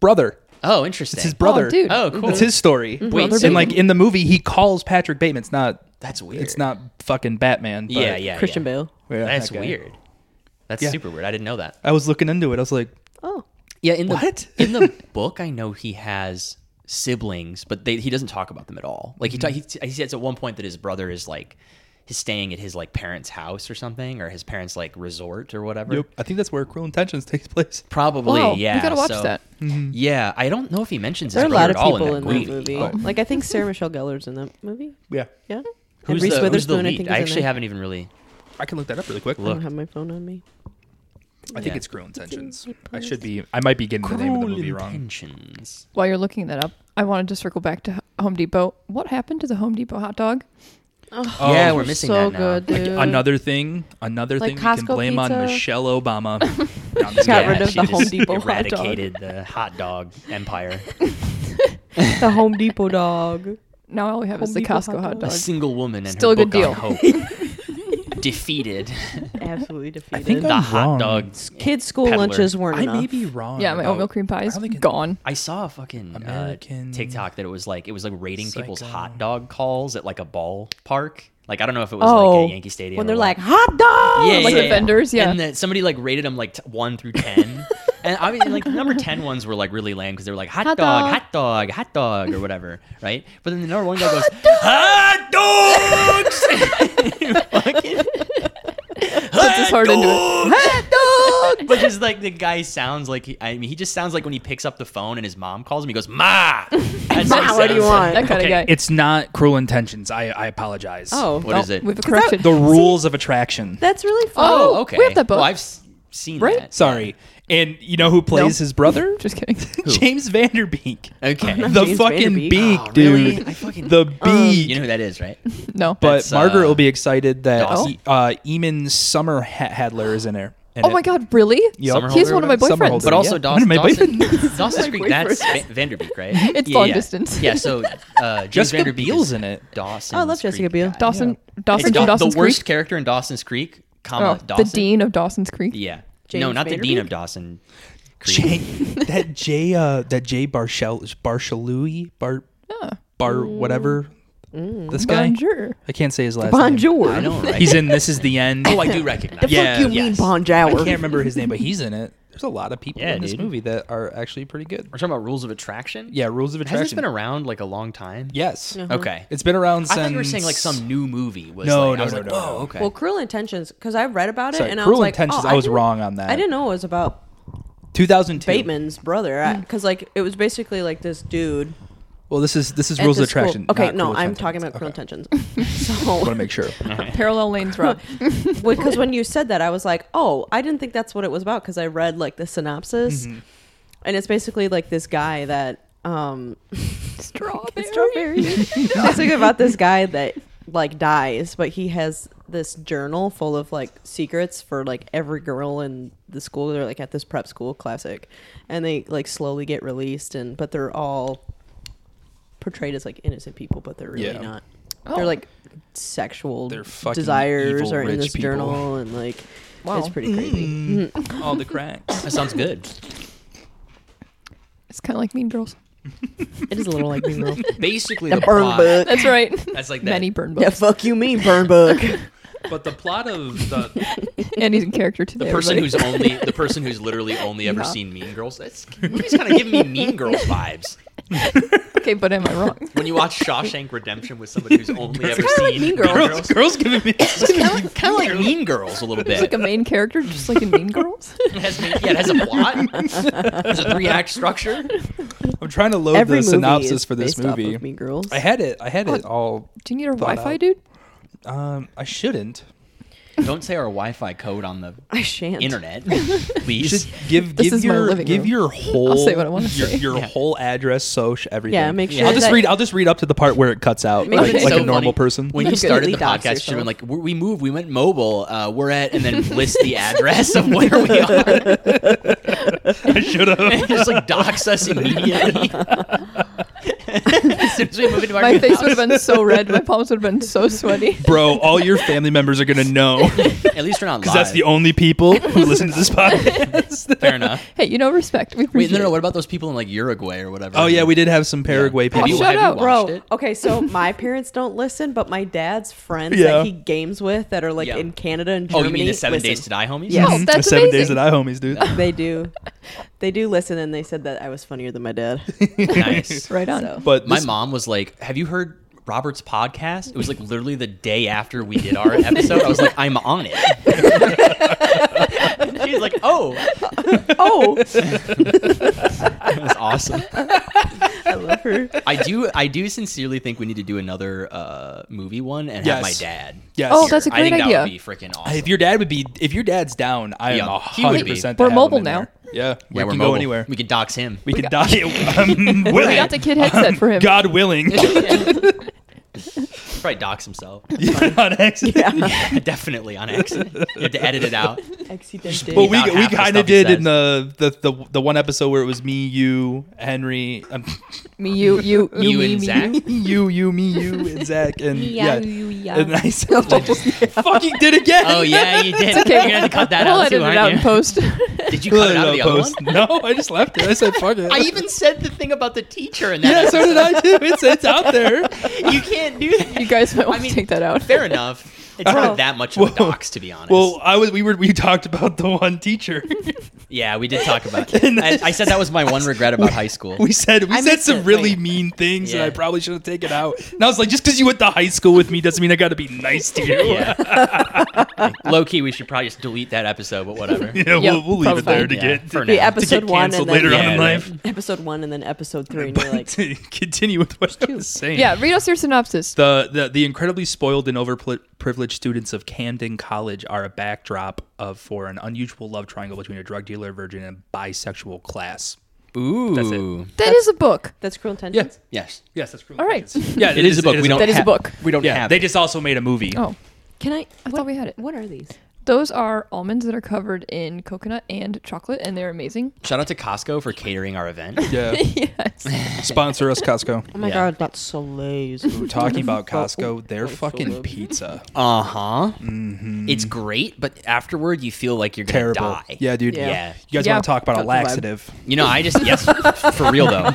[SPEAKER 1] brother.
[SPEAKER 2] Oh, interesting.
[SPEAKER 1] It's his brother.
[SPEAKER 4] Oh, dude.
[SPEAKER 2] Oh, cool.
[SPEAKER 1] It's his story.
[SPEAKER 2] Wait,
[SPEAKER 1] and
[SPEAKER 2] so-
[SPEAKER 1] like in the movie, he calls Patrick Bateman. It's not.
[SPEAKER 2] That's weird.
[SPEAKER 1] It's not fucking Batman. But
[SPEAKER 2] Yeah, yeah.
[SPEAKER 3] Christian
[SPEAKER 2] yeah.
[SPEAKER 3] Bale.
[SPEAKER 1] yeah,
[SPEAKER 2] That's
[SPEAKER 1] that guy.
[SPEAKER 2] weird. That's
[SPEAKER 1] Yeah.
[SPEAKER 2] super weird. I didn't know that.
[SPEAKER 1] I was looking into it. I was like,
[SPEAKER 3] Oh,
[SPEAKER 2] Yeah, in the
[SPEAKER 1] What?
[SPEAKER 2] in the book, I know he has siblings, but they, he doesn't talk about them at all. Like he, ta-
[SPEAKER 1] Mm-hmm.
[SPEAKER 2] he he says at one point that his brother is like he's staying at his like parents' house or something, or his parents' like resort or whatever.
[SPEAKER 1] yep. I think that's where Cruel Intentions takes place.
[SPEAKER 2] Probably,
[SPEAKER 3] Oh,
[SPEAKER 4] Wow, we
[SPEAKER 2] yeah.
[SPEAKER 4] gotta watch
[SPEAKER 2] so-
[SPEAKER 4] that.
[SPEAKER 1] Mm-hmm.
[SPEAKER 2] Yeah, I don't know if he mentions
[SPEAKER 3] there are
[SPEAKER 2] his
[SPEAKER 3] a lot
[SPEAKER 2] brother
[SPEAKER 3] of
[SPEAKER 2] at all in
[SPEAKER 3] people
[SPEAKER 2] that
[SPEAKER 3] in
[SPEAKER 2] movie.
[SPEAKER 3] that
[SPEAKER 2] Oh.
[SPEAKER 3] movie.
[SPEAKER 1] Oh.
[SPEAKER 2] but-
[SPEAKER 3] Like, I think Sarah Michelle Gellar's in that movie.
[SPEAKER 1] Yeah.
[SPEAKER 3] Yeah. And
[SPEAKER 2] Who's
[SPEAKER 3] Reese
[SPEAKER 2] the, who's the
[SPEAKER 3] Witherspoon, I
[SPEAKER 2] lead?
[SPEAKER 3] think,
[SPEAKER 2] I,
[SPEAKER 3] is in
[SPEAKER 2] actually
[SPEAKER 3] there.
[SPEAKER 2] haven't even really.
[SPEAKER 1] I can look that up really quick.
[SPEAKER 3] I
[SPEAKER 2] Look.
[SPEAKER 3] don't have my phone on me.
[SPEAKER 1] I think
[SPEAKER 2] Yeah.
[SPEAKER 1] it's Cruel Intentions. I should be. I might be getting the name of the movie wrong.
[SPEAKER 2] intentions.
[SPEAKER 4] While you're looking that up, I wanted to circle back to H- Home Depot. What happened to the Home Depot hot dog?
[SPEAKER 1] Oh,
[SPEAKER 2] yeah, we're missing
[SPEAKER 3] so
[SPEAKER 2] that now.
[SPEAKER 3] good, dude.
[SPEAKER 1] Another thing, another
[SPEAKER 3] Like
[SPEAKER 1] thing we can
[SPEAKER 3] Costco
[SPEAKER 1] blame on
[SPEAKER 3] pizza?
[SPEAKER 1] Michelle Obama. No, I'm just
[SPEAKER 4] Got
[SPEAKER 1] kidding.
[SPEAKER 4] rid of
[SPEAKER 2] she
[SPEAKER 4] the
[SPEAKER 2] just
[SPEAKER 4] Home Depot hot dog.
[SPEAKER 2] Eradicated the hot dog empire.
[SPEAKER 3] the Home Depot dog.
[SPEAKER 4] Now all we have is
[SPEAKER 3] Home
[SPEAKER 4] the
[SPEAKER 3] Depot
[SPEAKER 4] Costco
[SPEAKER 3] hot
[SPEAKER 4] hot
[SPEAKER 2] A
[SPEAKER 4] dog.
[SPEAKER 2] single woman and
[SPEAKER 4] Still a
[SPEAKER 2] her
[SPEAKER 4] good
[SPEAKER 2] book on hope. Defeated.
[SPEAKER 3] Absolutely defeated.
[SPEAKER 2] I think the
[SPEAKER 1] I'm
[SPEAKER 2] hot
[SPEAKER 1] wrong.
[SPEAKER 2] dogs.
[SPEAKER 3] kids' school
[SPEAKER 2] Peddler.
[SPEAKER 3] lunches weren't
[SPEAKER 1] I
[SPEAKER 3] enough.
[SPEAKER 1] may be
[SPEAKER 2] Oh,
[SPEAKER 1] wrong.
[SPEAKER 4] Yeah, my
[SPEAKER 1] about-
[SPEAKER 4] oatmeal cream pie
[SPEAKER 1] I
[SPEAKER 4] is
[SPEAKER 1] don't think it-
[SPEAKER 4] gone.
[SPEAKER 2] I saw a fucking uh,
[SPEAKER 1] American
[SPEAKER 2] TikTok that it was like it was like rating people's
[SPEAKER 1] Psycho.
[SPEAKER 2] hot dog calls at like a ballpark. Like I don't know if it was like
[SPEAKER 3] Oh,
[SPEAKER 2] at Yankee Stadium
[SPEAKER 3] when
[SPEAKER 2] or
[SPEAKER 3] they're
[SPEAKER 2] what.
[SPEAKER 3] like hot dog.
[SPEAKER 2] yeah,
[SPEAKER 4] Oh, like
[SPEAKER 2] yeah,
[SPEAKER 4] the vendors, yeah.
[SPEAKER 2] And then somebody like rated them like t- one through ten, and obviously like the number ten ones were like really lame because they were like hot,
[SPEAKER 3] Hot
[SPEAKER 2] dog,
[SPEAKER 3] dog.
[SPEAKER 2] hot dog, hot dog, or whatever, right? But then the number one guy goes hot dogs, Fucking
[SPEAKER 4] Puts his heart into it.
[SPEAKER 2] dogs!
[SPEAKER 3] Hot dog.
[SPEAKER 2] Which is like the guy sounds like he, I mean he just sounds like when he picks up the phone and his mom calls him he goes ma. That's
[SPEAKER 3] Ma,
[SPEAKER 2] it
[SPEAKER 3] what do you
[SPEAKER 2] sounds like.
[SPEAKER 4] That kind
[SPEAKER 2] Okay,
[SPEAKER 4] of guy.
[SPEAKER 1] It's not Cruel Intentions. I, I apologize.
[SPEAKER 3] Oh,
[SPEAKER 2] What is it?
[SPEAKER 4] We have a correction.
[SPEAKER 1] The rules of attraction.
[SPEAKER 3] that's really funny.
[SPEAKER 2] Oh,
[SPEAKER 4] Oh,
[SPEAKER 2] okay.
[SPEAKER 4] we have that book.
[SPEAKER 2] Well, I've s- seen
[SPEAKER 4] Right?
[SPEAKER 2] that.
[SPEAKER 1] Sorry. And you know who plays his brother?
[SPEAKER 4] Just kidding.
[SPEAKER 1] James Vanderbeek.
[SPEAKER 2] Okay.
[SPEAKER 1] The
[SPEAKER 3] James
[SPEAKER 1] fucking
[SPEAKER 3] Vanderbeek.
[SPEAKER 1] beak,
[SPEAKER 2] Oh, really?
[SPEAKER 1] dude.
[SPEAKER 2] I fucking-
[SPEAKER 1] the beak.
[SPEAKER 2] You know who that is, right?
[SPEAKER 4] No.
[SPEAKER 1] but
[SPEAKER 2] That's,
[SPEAKER 1] Margaret
[SPEAKER 2] uh,
[SPEAKER 1] will be excited that
[SPEAKER 2] Dawson.
[SPEAKER 1] e- uh, Eamon Summer ha- Hadler is in there. in
[SPEAKER 4] oh
[SPEAKER 1] it.
[SPEAKER 4] my God! Really?
[SPEAKER 1] Yep.
[SPEAKER 2] Summerholder
[SPEAKER 4] He's one of my
[SPEAKER 1] or whatever?
[SPEAKER 4] boyfriends.
[SPEAKER 1] Summerholder,
[SPEAKER 2] But also
[SPEAKER 1] yeah.
[SPEAKER 2] Dawson,
[SPEAKER 1] One of my
[SPEAKER 2] Dawson,
[SPEAKER 1] boyfriends.
[SPEAKER 2] Dawson's Creek, that's
[SPEAKER 4] boyfriends.
[SPEAKER 2] Va- Vanderbeek, right?
[SPEAKER 4] It's
[SPEAKER 2] yeah,
[SPEAKER 4] long
[SPEAKER 2] yeah.
[SPEAKER 4] distance.
[SPEAKER 2] Yeah, so uh, James
[SPEAKER 1] Jessica
[SPEAKER 2] Vanderbeek
[SPEAKER 1] Biel's
[SPEAKER 2] is
[SPEAKER 1] in it.
[SPEAKER 2] Dawson.
[SPEAKER 3] Oh, I love Jessica Biel.
[SPEAKER 4] Dawson.
[SPEAKER 2] It's
[SPEAKER 4] Dawson
[SPEAKER 2] Daw-
[SPEAKER 4] from Dawson's
[SPEAKER 2] the worst
[SPEAKER 4] Creek.
[SPEAKER 2] character in Dawson's Creek,
[SPEAKER 4] Oh,
[SPEAKER 2] comma
[SPEAKER 4] the
[SPEAKER 2] Dawson.
[SPEAKER 4] dean of Dawson's Creek.
[SPEAKER 2] Yeah.
[SPEAKER 3] James
[SPEAKER 2] no, not the dean of
[SPEAKER 3] Vanderbeek?
[SPEAKER 2] Dawson. Creek.
[SPEAKER 1] Jay, that Jay uh, that Jay Barshel Barshalui Bar
[SPEAKER 4] Oh,
[SPEAKER 1] Bar whatever this guy.
[SPEAKER 4] bonjour.
[SPEAKER 1] I can't say his last name.
[SPEAKER 3] Bonjour.
[SPEAKER 2] I know, right?
[SPEAKER 1] He's in This Is the End.
[SPEAKER 2] oh, I do recognize.
[SPEAKER 3] The
[SPEAKER 2] him.
[SPEAKER 1] Yeah,
[SPEAKER 3] fuck you mean
[SPEAKER 2] yes.
[SPEAKER 1] I
[SPEAKER 3] Bonjour?
[SPEAKER 1] can't remember his name, but he's in it. There's a lot of people
[SPEAKER 2] Yeah,
[SPEAKER 1] in this
[SPEAKER 2] dude.
[SPEAKER 1] movie that are actually pretty good.
[SPEAKER 2] We're talking about rules of attraction.
[SPEAKER 1] Yeah, Rules of
[SPEAKER 2] Has this
[SPEAKER 1] Attraction.
[SPEAKER 2] been around like a long time?
[SPEAKER 1] Yes.
[SPEAKER 2] Okay.
[SPEAKER 1] It's been around
[SPEAKER 2] I
[SPEAKER 1] since
[SPEAKER 2] thought you were saying like some new movie was.
[SPEAKER 1] No,
[SPEAKER 2] like,
[SPEAKER 1] no,
[SPEAKER 2] I was
[SPEAKER 1] no,
[SPEAKER 2] like,
[SPEAKER 1] no,
[SPEAKER 2] Whoa,
[SPEAKER 1] no.
[SPEAKER 2] okay.
[SPEAKER 3] Well, Cruel Intentions, because I read about it
[SPEAKER 1] Sorry,
[SPEAKER 3] and I
[SPEAKER 1] Cruel
[SPEAKER 3] was like,
[SPEAKER 1] Intentions,
[SPEAKER 3] oh,
[SPEAKER 1] I was
[SPEAKER 3] didn't-
[SPEAKER 1] wrong on that.
[SPEAKER 3] I didn't know it was about
[SPEAKER 1] 2002.
[SPEAKER 3] Bateman's
[SPEAKER 1] Hmm.
[SPEAKER 3] brother, because like it was basically like this dude.
[SPEAKER 1] Well, this is this is
[SPEAKER 3] at
[SPEAKER 1] Rules of
[SPEAKER 3] this school-
[SPEAKER 1] Attraction.
[SPEAKER 3] Okay,
[SPEAKER 1] not
[SPEAKER 3] no,
[SPEAKER 1] Cruel
[SPEAKER 3] I'm
[SPEAKER 1] Intentions.
[SPEAKER 3] talking about Cruel
[SPEAKER 1] Okay.
[SPEAKER 3] Intentions.
[SPEAKER 1] I want
[SPEAKER 3] so,
[SPEAKER 1] to make sure.
[SPEAKER 4] Parallel lanes, Rob.
[SPEAKER 3] because when you said that, I was like, oh, I didn't think that's what it was about because I read like the synopsis,
[SPEAKER 1] Mm-hmm.
[SPEAKER 3] and it's basically like this guy that um,
[SPEAKER 4] Strawberry.
[SPEAKER 3] strawberry. it's basically about this guy that like dies, but he has this journal full of like secrets for like every girl in the school. They're like at this prep school classic, and they like slowly get released, and but they're all portrayed as like innocent people, but they're really
[SPEAKER 1] Yeah.
[SPEAKER 3] not.
[SPEAKER 4] Oh.
[SPEAKER 3] They're like sexual
[SPEAKER 1] They're fucking
[SPEAKER 3] desires
[SPEAKER 1] evil
[SPEAKER 3] are in
[SPEAKER 1] rich
[SPEAKER 3] this
[SPEAKER 1] people. Mm.
[SPEAKER 3] journal, and like
[SPEAKER 4] Wow.
[SPEAKER 3] it's pretty Mm-hmm. creepy.
[SPEAKER 1] All the cracks.
[SPEAKER 2] That sounds good.
[SPEAKER 4] It's kind of like Mean Girls.
[SPEAKER 3] It is a little like Mean Girls.
[SPEAKER 2] Basically,
[SPEAKER 3] The
[SPEAKER 2] the,
[SPEAKER 3] burn
[SPEAKER 2] plot-
[SPEAKER 3] book.
[SPEAKER 4] That's right.
[SPEAKER 2] That's like that.
[SPEAKER 4] Many burn
[SPEAKER 3] Yeah,
[SPEAKER 4] books.
[SPEAKER 3] fuck you, mean burn book.
[SPEAKER 1] But the plot of the
[SPEAKER 4] And he's in character today.
[SPEAKER 2] The person who's
[SPEAKER 4] everybody.
[SPEAKER 2] only the person who's literally only ever
[SPEAKER 4] Yeah.
[SPEAKER 2] seen Mean Girls. That's he's kind of giving me Mean Girls vibes.
[SPEAKER 4] okay, but am I wrong?
[SPEAKER 2] When you watch Shawshank Redemption with somebody who's only ever
[SPEAKER 3] kinda
[SPEAKER 2] seen
[SPEAKER 3] like Mean Girls.
[SPEAKER 1] girls, girls giving me
[SPEAKER 2] kind of like Mean Girls a little
[SPEAKER 4] It's
[SPEAKER 2] bit.
[SPEAKER 4] like a main character, just like in Mean Girls.
[SPEAKER 2] it has, yeah, it has a plot. There's a three act structure.
[SPEAKER 1] I'm trying to load
[SPEAKER 3] Every
[SPEAKER 1] the
[SPEAKER 3] movie
[SPEAKER 1] synopsis
[SPEAKER 3] is
[SPEAKER 1] for this
[SPEAKER 3] based off
[SPEAKER 1] movie.
[SPEAKER 3] of Oh. Mean Girls.
[SPEAKER 1] I had it. I had it all.
[SPEAKER 4] Do you need our
[SPEAKER 1] Thought
[SPEAKER 4] Wi-Fi,
[SPEAKER 1] out.
[SPEAKER 4] dude?
[SPEAKER 1] Um, I shouldn't.
[SPEAKER 2] Don't say our Wi-Fi code on the
[SPEAKER 3] I shan't.
[SPEAKER 2] internet,
[SPEAKER 1] You should
[SPEAKER 2] please.
[SPEAKER 1] give
[SPEAKER 4] This
[SPEAKER 1] give
[SPEAKER 4] is my
[SPEAKER 1] your
[SPEAKER 4] living
[SPEAKER 1] give
[SPEAKER 4] room.
[SPEAKER 1] your whole
[SPEAKER 4] say what I wanna
[SPEAKER 1] your,
[SPEAKER 4] say.
[SPEAKER 1] your
[SPEAKER 2] Yeah.
[SPEAKER 1] whole address, social, everything.
[SPEAKER 3] Yeah, make sure
[SPEAKER 1] I'll just
[SPEAKER 3] that-
[SPEAKER 1] read. I'll just read up to the part where it cuts out,
[SPEAKER 3] Make
[SPEAKER 1] like,
[SPEAKER 3] sure that-
[SPEAKER 1] like
[SPEAKER 3] So
[SPEAKER 1] a normal
[SPEAKER 2] funny.
[SPEAKER 1] person.
[SPEAKER 2] When you
[SPEAKER 3] Completely
[SPEAKER 2] started the
[SPEAKER 3] dox
[SPEAKER 2] podcast, you were
[SPEAKER 3] yourself.
[SPEAKER 2] like, "We we moved, we went mobile. Uh, we're at," and then list the address of where we are.
[SPEAKER 1] I should have.
[SPEAKER 2] Just like dox us immediately. as soon as we move into our
[SPEAKER 4] My
[SPEAKER 2] new
[SPEAKER 4] face
[SPEAKER 2] house.
[SPEAKER 4] would have been so red. My palms would have been so sweaty.
[SPEAKER 1] Bro, all your family members are gonna know because
[SPEAKER 2] At least we're not live.
[SPEAKER 1] that's the only people who listen to this podcast.
[SPEAKER 2] Fair enough.
[SPEAKER 4] Hey, you know, respect. We
[SPEAKER 2] Wait,
[SPEAKER 4] appreciate
[SPEAKER 2] no, no.
[SPEAKER 4] it.
[SPEAKER 2] What about those people in like Uruguay or whatever?
[SPEAKER 1] oh yeah, we did have some Paraguay
[SPEAKER 2] Have you,
[SPEAKER 1] people.
[SPEAKER 4] shut
[SPEAKER 2] have
[SPEAKER 4] up,
[SPEAKER 2] you
[SPEAKER 3] Oh, Bro,
[SPEAKER 2] watched it?
[SPEAKER 3] okay, so my parents don't listen, but my dad's friends
[SPEAKER 1] Yeah.
[SPEAKER 3] that he games with that are like
[SPEAKER 2] Yeah.
[SPEAKER 3] in Canada and
[SPEAKER 2] Oh,
[SPEAKER 3] Germany.
[SPEAKER 2] you mean the Seven
[SPEAKER 3] listen.
[SPEAKER 2] Days to Die homies?
[SPEAKER 3] Yes.
[SPEAKER 4] Oh, that's
[SPEAKER 1] Seven days
[SPEAKER 4] amazing.
[SPEAKER 1] at I homies, dude.
[SPEAKER 3] They do, they do listen, and they said that I was funnier than my dad.
[SPEAKER 2] Oh, nice.
[SPEAKER 4] Right on.
[SPEAKER 3] So
[SPEAKER 1] But
[SPEAKER 2] My
[SPEAKER 1] this-
[SPEAKER 2] mom was like, "Have you heard Robert's podcast?" It was like literally the day after we did our episode. I was like, "I'm on it." she was like, "Oh,
[SPEAKER 3] oh,
[SPEAKER 2] that was awesome."
[SPEAKER 3] I I love her.
[SPEAKER 2] I do. I do sincerely think we need to do another uh, movie one and have my
[SPEAKER 1] Yes.
[SPEAKER 2] dad.
[SPEAKER 1] Yes. Uh,
[SPEAKER 4] Oh, that's a
[SPEAKER 2] I think
[SPEAKER 4] great
[SPEAKER 2] that would
[SPEAKER 4] idea.
[SPEAKER 2] be freaking awesome.
[SPEAKER 1] If your dad would be, if your dad's down, I am
[SPEAKER 2] Yeah, he would
[SPEAKER 1] hundred
[SPEAKER 2] be.
[SPEAKER 1] percent.
[SPEAKER 4] We're mobile now.
[SPEAKER 1] Yeah, we
[SPEAKER 2] yeah,
[SPEAKER 1] can
[SPEAKER 2] we're
[SPEAKER 1] go
[SPEAKER 2] mobile.
[SPEAKER 1] anywhere.
[SPEAKER 2] We could dox him.
[SPEAKER 1] We, could die. um, willing.
[SPEAKER 4] We got the kid headset for him.
[SPEAKER 1] God willing,
[SPEAKER 2] Probably dox himself.
[SPEAKER 1] on accident.
[SPEAKER 2] Definitely on accident. You have to edit it out.
[SPEAKER 3] Accidentally.
[SPEAKER 1] Well, we
[SPEAKER 2] About
[SPEAKER 1] we
[SPEAKER 2] half the
[SPEAKER 1] kind of
[SPEAKER 2] stuff he
[SPEAKER 1] did
[SPEAKER 2] says.
[SPEAKER 1] in the, the the the one episode where it was me, you, Henry, um,
[SPEAKER 4] Me, you, you, you,
[SPEAKER 2] You,
[SPEAKER 4] me,
[SPEAKER 2] and
[SPEAKER 4] me,
[SPEAKER 2] Zach.
[SPEAKER 4] you.
[SPEAKER 1] you, you, me, you, and Zach, and yeah,
[SPEAKER 4] you, yeah.
[SPEAKER 1] and I still just fucking did again.
[SPEAKER 2] Oh yeah, you did.
[SPEAKER 4] Okay.
[SPEAKER 2] You're gonna have to cut that
[SPEAKER 4] we'll
[SPEAKER 2] out
[SPEAKER 4] edit
[SPEAKER 2] too,
[SPEAKER 4] it
[SPEAKER 2] aren't
[SPEAKER 4] out
[SPEAKER 2] you?
[SPEAKER 4] in post.
[SPEAKER 2] Did you cut it out of the other one?
[SPEAKER 1] post. No, I just left it. I said fuck it.
[SPEAKER 2] I even said the thing about the teacher in that.
[SPEAKER 1] yeah, so did
[SPEAKER 2] episode.
[SPEAKER 1] I too. It's it's out there.
[SPEAKER 2] You can't do that.
[SPEAKER 4] you guys might want
[SPEAKER 2] mean,
[SPEAKER 4] to take that out.
[SPEAKER 2] Fair enough. It's
[SPEAKER 1] Well-
[SPEAKER 2] not that much of a
[SPEAKER 1] Well-
[SPEAKER 2] dox, to be honest.
[SPEAKER 1] Well, I was we were we talked about the one teacher.
[SPEAKER 2] yeah, we did talk about
[SPEAKER 1] And
[SPEAKER 2] it. I, I said that was my one regret about high school.
[SPEAKER 1] We said we
[SPEAKER 3] I
[SPEAKER 1] said
[SPEAKER 3] missed
[SPEAKER 1] some
[SPEAKER 3] it,
[SPEAKER 1] really
[SPEAKER 3] wait.
[SPEAKER 1] mean things, and I
[SPEAKER 2] Yeah.
[SPEAKER 1] probably should have taken out. And I was like, just because you went to high school with me doesn't mean I got to be nice to you.
[SPEAKER 2] yeah. Low key, we should probably just delete that episode, but whatever.
[SPEAKER 1] Yeah, we'll,
[SPEAKER 4] Yep,
[SPEAKER 1] we'll leave it there to
[SPEAKER 4] probably.
[SPEAKER 2] Yeah,
[SPEAKER 1] get to,
[SPEAKER 2] for now.
[SPEAKER 3] The
[SPEAKER 2] To get
[SPEAKER 3] episode one and
[SPEAKER 1] canceled
[SPEAKER 3] then
[SPEAKER 1] later on in
[SPEAKER 2] Yeah,
[SPEAKER 1] life.
[SPEAKER 3] Episode one and then episode three, and
[SPEAKER 1] But
[SPEAKER 3] you're like,
[SPEAKER 1] to continue with what I was saying.
[SPEAKER 4] Yeah, read us your synopsis.
[SPEAKER 1] The, the, the incredibly spoiled and overprivileged students of Camden College are a backdrop of for an unusual love triangle between a drug dealer, virgin, and bisexual class.
[SPEAKER 2] Ooh.
[SPEAKER 1] That's it.
[SPEAKER 4] That is a book.
[SPEAKER 3] that's cruel intentions.
[SPEAKER 1] Yeah.
[SPEAKER 2] Yes.
[SPEAKER 1] Yes, that's true.
[SPEAKER 4] All right.
[SPEAKER 1] Yeah,
[SPEAKER 2] It is a book. We don't
[SPEAKER 4] That is a
[SPEAKER 2] have-
[SPEAKER 4] book.
[SPEAKER 2] We don't
[SPEAKER 1] Yeah,
[SPEAKER 2] have
[SPEAKER 1] they
[SPEAKER 2] it.
[SPEAKER 1] just also made a movie.
[SPEAKER 4] Oh,
[SPEAKER 3] Can I?
[SPEAKER 4] I thought we had it.
[SPEAKER 3] What are these?
[SPEAKER 4] Those are almonds that are covered in coconut and chocolate, and they're amazing.
[SPEAKER 2] Shout out to Costco for catering our event.
[SPEAKER 1] Yeah.
[SPEAKER 4] yes.
[SPEAKER 1] Sponsor us, Costco.
[SPEAKER 3] Oh my
[SPEAKER 2] Yeah.
[SPEAKER 3] god, that's so lazy.
[SPEAKER 1] We're talking about Costco.
[SPEAKER 3] Costco,
[SPEAKER 1] Their fucking pizza.
[SPEAKER 2] Uh huh. It's great, but afterward you feel like you're
[SPEAKER 1] Mm-hmm. Terrible.
[SPEAKER 2] gonna die.
[SPEAKER 1] Yeah, dude.
[SPEAKER 3] Yeah.
[SPEAKER 2] Yeah.
[SPEAKER 1] You guys
[SPEAKER 4] Yeah.
[SPEAKER 1] want to talk about a
[SPEAKER 3] That's the vibe.
[SPEAKER 1] laxative?
[SPEAKER 2] You know, I just yes for real though.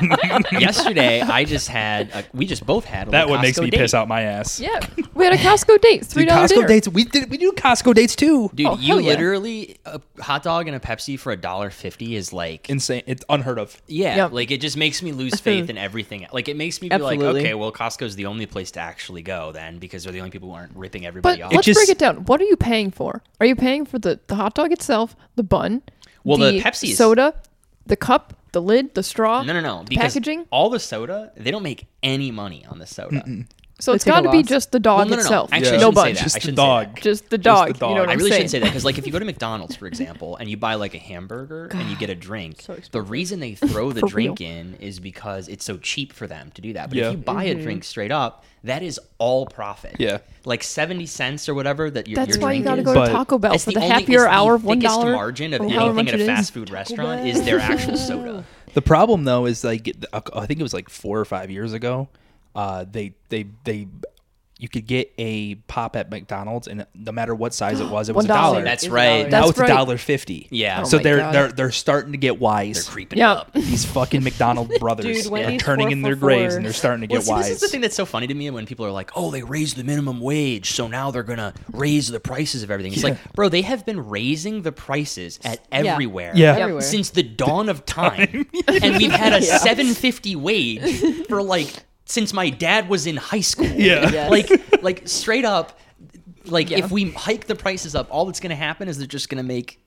[SPEAKER 2] Yesterday, I just had a, we just both had a
[SPEAKER 1] That
[SPEAKER 2] little
[SPEAKER 1] one makes
[SPEAKER 2] Costco
[SPEAKER 1] me
[SPEAKER 2] date.
[SPEAKER 1] piss out my ass.
[SPEAKER 4] Yeah. We had a Costco date. Three
[SPEAKER 1] Dude,
[SPEAKER 4] dollars.
[SPEAKER 1] Costco dates. We did. We do Costco dates too.
[SPEAKER 2] Dude,
[SPEAKER 4] Oh,
[SPEAKER 2] you
[SPEAKER 4] hell yeah.
[SPEAKER 2] literally a hot dog and a Pepsi for a dollar fifty is like
[SPEAKER 1] Insane. It's unheard of.
[SPEAKER 2] yeah,
[SPEAKER 4] Yep.
[SPEAKER 2] like it just makes me lose faith in everything. Like it makes me be like,
[SPEAKER 3] Absolutely.
[SPEAKER 2] okay, well, Costco's the only place to actually go then because they're the only people who aren't ripping everybody
[SPEAKER 4] But
[SPEAKER 2] off.
[SPEAKER 4] let's
[SPEAKER 1] just-
[SPEAKER 4] break it down. What are you paying for? Are you paying for the, the hot dog itself, the bun,
[SPEAKER 2] Well, the Pepsi is-
[SPEAKER 4] soda, the cup, the lid, the straw?
[SPEAKER 2] no, no, no.
[SPEAKER 4] the
[SPEAKER 2] Because
[SPEAKER 4] packaging.
[SPEAKER 2] all the soda, they don't make any money on the soda.
[SPEAKER 4] So it's
[SPEAKER 3] take a
[SPEAKER 4] got to be
[SPEAKER 3] loss.
[SPEAKER 4] just the dog
[SPEAKER 2] Well, no, no, no.
[SPEAKER 4] itself.
[SPEAKER 2] Actually, I
[SPEAKER 4] no
[SPEAKER 2] shouldn't say
[SPEAKER 4] bun.
[SPEAKER 1] Just
[SPEAKER 2] that. I
[SPEAKER 1] the
[SPEAKER 2] shouldn't say
[SPEAKER 1] dog.
[SPEAKER 2] that.
[SPEAKER 4] Just the dog.
[SPEAKER 1] the
[SPEAKER 4] You
[SPEAKER 1] dog.
[SPEAKER 4] know what
[SPEAKER 1] I
[SPEAKER 4] I'm
[SPEAKER 2] I really
[SPEAKER 4] saying?
[SPEAKER 2] shouldn't say that because, like, if you go to McDonald's, for example, and you buy like a hamburger and you get a drink, the reason they throw the
[SPEAKER 4] For
[SPEAKER 2] drink in is because it's so cheap for them to do that. But
[SPEAKER 1] Yeah.
[SPEAKER 2] if you buy
[SPEAKER 4] Mm-hmm.
[SPEAKER 2] a drink straight up, that is all profit.
[SPEAKER 1] Yeah.
[SPEAKER 2] like seventy cents or whatever that your
[SPEAKER 4] That's
[SPEAKER 2] your
[SPEAKER 4] why you
[SPEAKER 2] drink
[SPEAKER 4] got to
[SPEAKER 2] is.
[SPEAKER 4] go
[SPEAKER 1] But-
[SPEAKER 4] to Taco Bell
[SPEAKER 2] It's
[SPEAKER 4] for the,
[SPEAKER 2] only-
[SPEAKER 4] happier
[SPEAKER 2] it's
[SPEAKER 4] hour
[SPEAKER 2] the
[SPEAKER 4] of one
[SPEAKER 2] thickest
[SPEAKER 4] dollar.
[SPEAKER 2] margin of
[SPEAKER 4] or however
[SPEAKER 2] anything
[SPEAKER 4] much
[SPEAKER 2] at a
[SPEAKER 4] it is.
[SPEAKER 2] fast food restaurant is their actual soda.
[SPEAKER 1] The problem though is like uh, I think it was like four or five years ago. Uh, they they they you could get a pop at McDonald's and no matter what size it was, it was a
[SPEAKER 4] $1.
[SPEAKER 1] dollar.
[SPEAKER 2] That's
[SPEAKER 3] It's
[SPEAKER 2] right.
[SPEAKER 3] dollars.
[SPEAKER 1] now
[SPEAKER 4] That's
[SPEAKER 1] it's a
[SPEAKER 4] right.
[SPEAKER 1] dollar fifty.
[SPEAKER 2] Yeah. Oh
[SPEAKER 1] so
[SPEAKER 4] my
[SPEAKER 1] they're
[SPEAKER 4] God.
[SPEAKER 1] they're they're starting to get
[SPEAKER 2] They're
[SPEAKER 1] wise.
[SPEAKER 2] creeping
[SPEAKER 4] Yeah.
[SPEAKER 2] up.
[SPEAKER 1] These fucking McDonald brothers
[SPEAKER 3] Dude,
[SPEAKER 1] are
[SPEAKER 3] Wendy's
[SPEAKER 1] turning
[SPEAKER 3] four
[SPEAKER 1] in
[SPEAKER 3] for
[SPEAKER 1] their graves
[SPEAKER 3] four.
[SPEAKER 1] and they're starting to
[SPEAKER 2] Well,
[SPEAKER 1] get
[SPEAKER 2] see,
[SPEAKER 1] wise.
[SPEAKER 2] This is the thing that's so funny to me when people are like, "Oh, they raised the minimum wage, so now they're gonna raise the prices of everything." It's like, bro, they have been raising the prices at everywhere,
[SPEAKER 1] Yeah.
[SPEAKER 3] Everywhere.
[SPEAKER 2] since the dawn of time, and we've had a seven fifty wage for like since my dad was in high school.
[SPEAKER 1] Yeah.
[SPEAKER 3] Yes.
[SPEAKER 2] like like straight up, like if we hike the prices up, all that's gonna happen is they're just gonna make.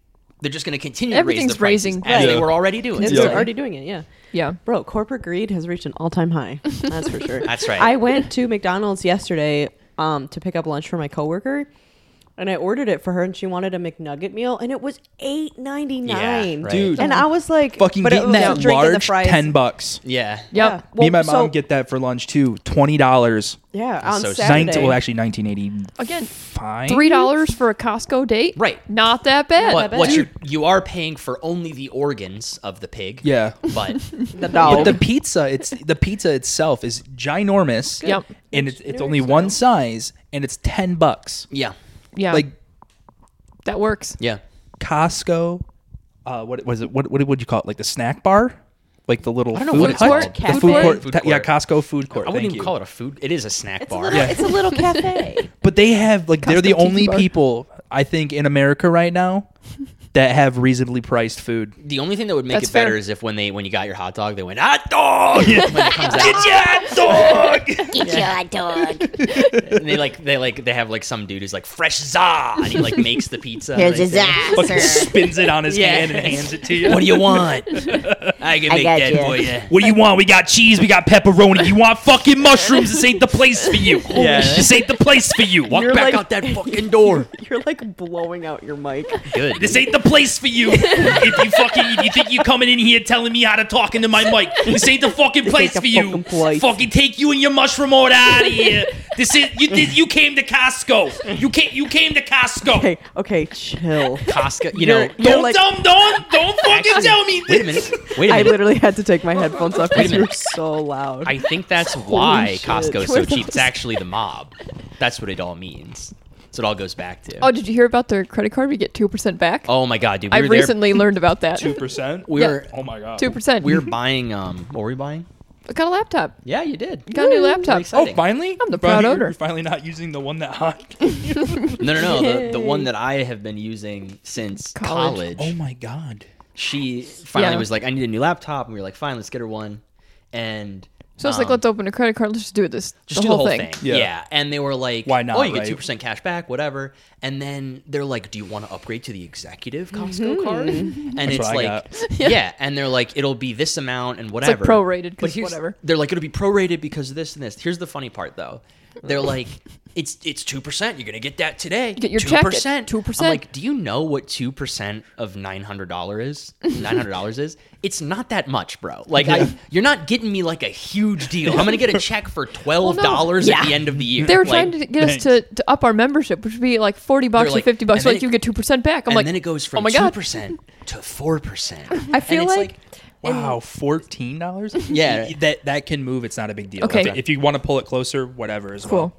[SPEAKER 2] They're just going to continue to raise the
[SPEAKER 4] Everything's
[SPEAKER 2] prices
[SPEAKER 4] raising
[SPEAKER 2] as they
[SPEAKER 1] prices.
[SPEAKER 2] were already doing.
[SPEAKER 3] It's
[SPEAKER 1] Yeah.
[SPEAKER 3] already doing it, yeah.
[SPEAKER 4] Yeah.
[SPEAKER 3] Bro, corporate greed has reached an all-time high. That's for sure.
[SPEAKER 2] That's right.
[SPEAKER 3] I went to McDonald's yesterday um, to pick up lunch for my coworker, and I ordered it for her, and she wanted a McNugget meal, and it was eight ninety nine,
[SPEAKER 2] Yeah, right.
[SPEAKER 1] Dude.
[SPEAKER 3] And I was like,
[SPEAKER 1] fucking
[SPEAKER 3] but it
[SPEAKER 1] getting
[SPEAKER 3] was
[SPEAKER 1] that
[SPEAKER 3] the drink and the
[SPEAKER 1] large
[SPEAKER 3] fries.
[SPEAKER 1] ten bucks.
[SPEAKER 2] Yeah.
[SPEAKER 3] Yeah,
[SPEAKER 4] Yep.
[SPEAKER 1] Me and my
[SPEAKER 3] well,
[SPEAKER 1] mom
[SPEAKER 3] so-
[SPEAKER 1] get that for lunch too. Twenty dollars.
[SPEAKER 3] yeah
[SPEAKER 2] That's
[SPEAKER 3] on
[SPEAKER 2] so sad.
[SPEAKER 1] Nine,
[SPEAKER 3] Saturday.
[SPEAKER 1] well, actually, nineteen eighty.
[SPEAKER 4] Again,
[SPEAKER 1] Fine.
[SPEAKER 4] Three dollars for a Costco date?
[SPEAKER 2] Right.
[SPEAKER 4] Not that bad.
[SPEAKER 2] But
[SPEAKER 3] bet.
[SPEAKER 2] what you you are paying for only the organs of the pig.
[SPEAKER 1] Yeah.
[SPEAKER 2] But
[SPEAKER 3] the dog.
[SPEAKER 1] But the pizza, it's the pizza itself is ginormous.
[SPEAKER 4] Yep.
[SPEAKER 1] And it's, it's only one size, and it's ten bucks.
[SPEAKER 2] yeah.
[SPEAKER 4] yeah.
[SPEAKER 1] Like
[SPEAKER 4] that works.
[SPEAKER 2] Yeah.
[SPEAKER 1] Costco. Uh, what was it? What what would you call it? Like the snack bar, like the little
[SPEAKER 2] know
[SPEAKER 1] food
[SPEAKER 2] what it's
[SPEAKER 1] hut?
[SPEAKER 2] called.
[SPEAKER 1] The
[SPEAKER 3] Cafe?
[SPEAKER 1] food court.
[SPEAKER 2] Food
[SPEAKER 1] Ta- Yeah,
[SPEAKER 2] court.
[SPEAKER 1] Costco food court.
[SPEAKER 2] I wouldn't
[SPEAKER 1] thank
[SPEAKER 2] even
[SPEAKER 1] you.
[SPEAKER 2] call it a food. It is a snack
[SPEAKER 3] it's, a
[SPEAKER 2] bar.
[SPEAKER 3] little, it's a little cafe.
[SPEAKER 1] But they have like they're the
[SPEAKER 4] Costco tiki
[SPEAKER 1] only
[SPEAKER 4] bar.
[SPEAKER 1] people I think in America right now that have reasonably priced food.
[SPEAKER 2] The only thing that would make
[SPEAKER 4] That's
[SPEAKER 2] it better
[SPEAKER 4] fair.
[SPEAKER 2] is if when they when you got your hot dog, they went hot dog when it comes out,
[SPEAKER 5] Get your hot dog.
[SPEAKER 2] and they like they like they have like some dude who's like fresh za, and he like makes the pizza.
[SPEAKER 5] Here's
[SPEAKER 2] right
[SPEAKER 5] his
[SPEAKER 2] there.
[SPEAKER 5] ass,
[SPEAKER 1] Fucking
[SPEAKER 5] sir.
[SPEAKER 1] spins it on his
[SPEAKER 2] Yeah.
[SPEAKER 1] hand and hands it to you.
[SPEAKER 2] What do you want? I can
[SPEAKER 5] I
[SPEAKER 2] make
[SPEAKER 5] got
[SPEAKER 2] that
[SPEAKER 5] you.
[SPEAKER 2] for you.
[SPEAKER 1] What do you want? We got cheese. We got pepperoni. You want fucking mushrooms? This ain't the place for you.
[SPEAKER 2] Yeah.
[SPEAKER 1] This ain't the place for you. Walk
[SPEAKER 3] You're
[SPEAKER 1] back
[SPEAKER 3] like-
[SPEAKER 1] up.
[SPEAKER 2] out that fucking door.
[SPEAKER 3] You're like blowing out your mic.
[SPEAKER 2] Good.
[SPEAKER 1] This ain't the place for you. If you fucking, if you think you coming in here telling me how to talk into my mic, this ain't the fucking place
[SPEAKER 3] the
[SPEAKER 1] for you.
[SPEAKER 3] fucking place.
[SPEAKER 1] Fucking take you and your mushroom order out of here. This is you. Did, you came to Costco. You came. You came to Costco.
[SPEAKER 3] Okay, okay, chill.
[SPEAKER 2] Costco, you
[SPEAKER 3] You're-
[SPEAKER 2] know.
[SPEAKER 3] you're
[SPEAKER 1] Don't,
[SPEAKER 3] like-
[SPEAKER 1] dumb, don't, don't fucking tell me.
[SPEAKER 2] Wait a minute. Wait a
[SPEAKER 3] I
[SPEAKER 2] minute.
[SPEAKER 3] literally had to take my headphones off
[SPEAKER 2] Wait a
[SPEAKER 3] because you were
[SPEAKER 2] minute.
[SPEAKER 3] so loud.
[SPEAKER 2] I think that's why
[SPEAKER 3] shit.
[SPEAKER 2] Costco is
[SPEAKER 3] Where
[SPEAKER 2] so cheap.
[SPEAKER 3] those-
[SPEAKER 2] It's actually the mob. That's what it all means. That's what it all goes back to.
[SPEAKER 4] Oh, did you hear about their credit card? We get two percent back.
[SPEAKER 2] Oh my god, dude. We
[SPEAKER 4] I
[SPEAKER 2] were there-
[SPEAKER 4] recently learned about that.
[SPEAKER 1] percent.
[SPEAKER 2] We
[SPEAKER 4] Yeah.
[SPEAKER 2] were.
[SPEAKER 1] Oh my god.
[SPEAKER 4] Two percent.
[SPEAKER 2] We were buying. Um, what were we buying?
[SPEAKER 4] got a laptop.
[SPEAKER 2] Yeah, you did.
[SPEAKER 4] Got a new laptop.
[SPEAKER 2] exciting. Oh,
[SPEAKER 1] finally!
[SPEAKER 4] I'm the proud Finally- owner. you're
[SPEAKER 1] finally not using the one that hot.
[SPEAKER 2] No, no, no. The, the one that I have been using since
[SPEAKER 4] College.
[SPEAKER 2] college.
[SPEAKER 1] Oh my god.
[SPEAKER 2] She finally
[SPEAKER 4] Yeah.
[SPEAKER 2] was like, "I need a new laptop," and we were like, "Fine, let's get her one." And
[SPEAKER 4] So it's like,
[SPEAKER 2] um,
[SPEAKER 4] let's open a credit card. Let's just do this. the
[SPEAKER 2] just do
[SPEAKER 4] whole
[SPEAKER 2] the whole
[SPEAKER 4] thing.
[SPEAKER 2] thing.
[SPEAKER 1] Yeah.
[SPEAKER 2] Yeah. And they were like,
[SPEAKER 1] Why not,
[SPEAKER 2] Oh, you
[SPEAKER 1] right?
[SPEAKER 2] get two percent cash back, whatever. And then they're like, Do you want to upgrade to the executive Costco card? And it's
[SPEAKER 1] what I
[SPEAKER 2] like, yeah. And they're like, It'll be this amount and whatever.
[SPEAKER 4] prorated 'cause
[SPEAKER 2] But here's-
[SPEAKER 4] whatever.
[SPEAKER 2] They're like, It'll be prorated because of this and this. Here's the funny part though. They're like, It's it's two percent. You're gonna get that today.
[SPEAKER 4] get your check at
[SPEAKER 2] 2%.
[SPEAKER 4] 2%.
[SPEAKER 2] I'm like, do you know what two percent of nine hundred dollars, nine hundred dollars is? It's not that much, bro. Like, I, you're not getting me like a huge deal. I'm gonna get a check for twelve dollars at the end of the year.
[SPEAKER 4] They were
[SPEAKER 2] Like,
[SPEAKER 4] trying to get us to, to up our membership, which would be like forty bucks
[SPEAKER 2] They're
[SPEAKER 4] or
[SPEAKER 2] like-
[SPEAKER 4] fifty bucks.
[SPEAKER 2] and
[SPEAKER 4] So
[SPEAKER 2] then
[SPEAKER 4] like
[SPEAKER 2] it-
[SPEAKER 4] you get two percent back. I'm
[SPEAKER 2] and
[SPEAKER 4] like,
[SPEAKER 2] then it goes
[SPEAKER 4] oh
[SPEAKER 2] from
[SPEAKER 4] my
[SPEAKER 2] two
[SPEAKER 4] god.
[SPEAKER 2] percent to four percent.
[SPEAKER 4] I feel like,
[SPEAKER 1] Wow, fourteen dollars.
[SPEAKER 2] Yeah.
[SPEAKER 1] that that can move. It's not a big deal.
[SPEAKER 4] Okay.
[SPEAKER 1] If, if you want to pull it closer, whatever is
[SPEAKER 4] cool.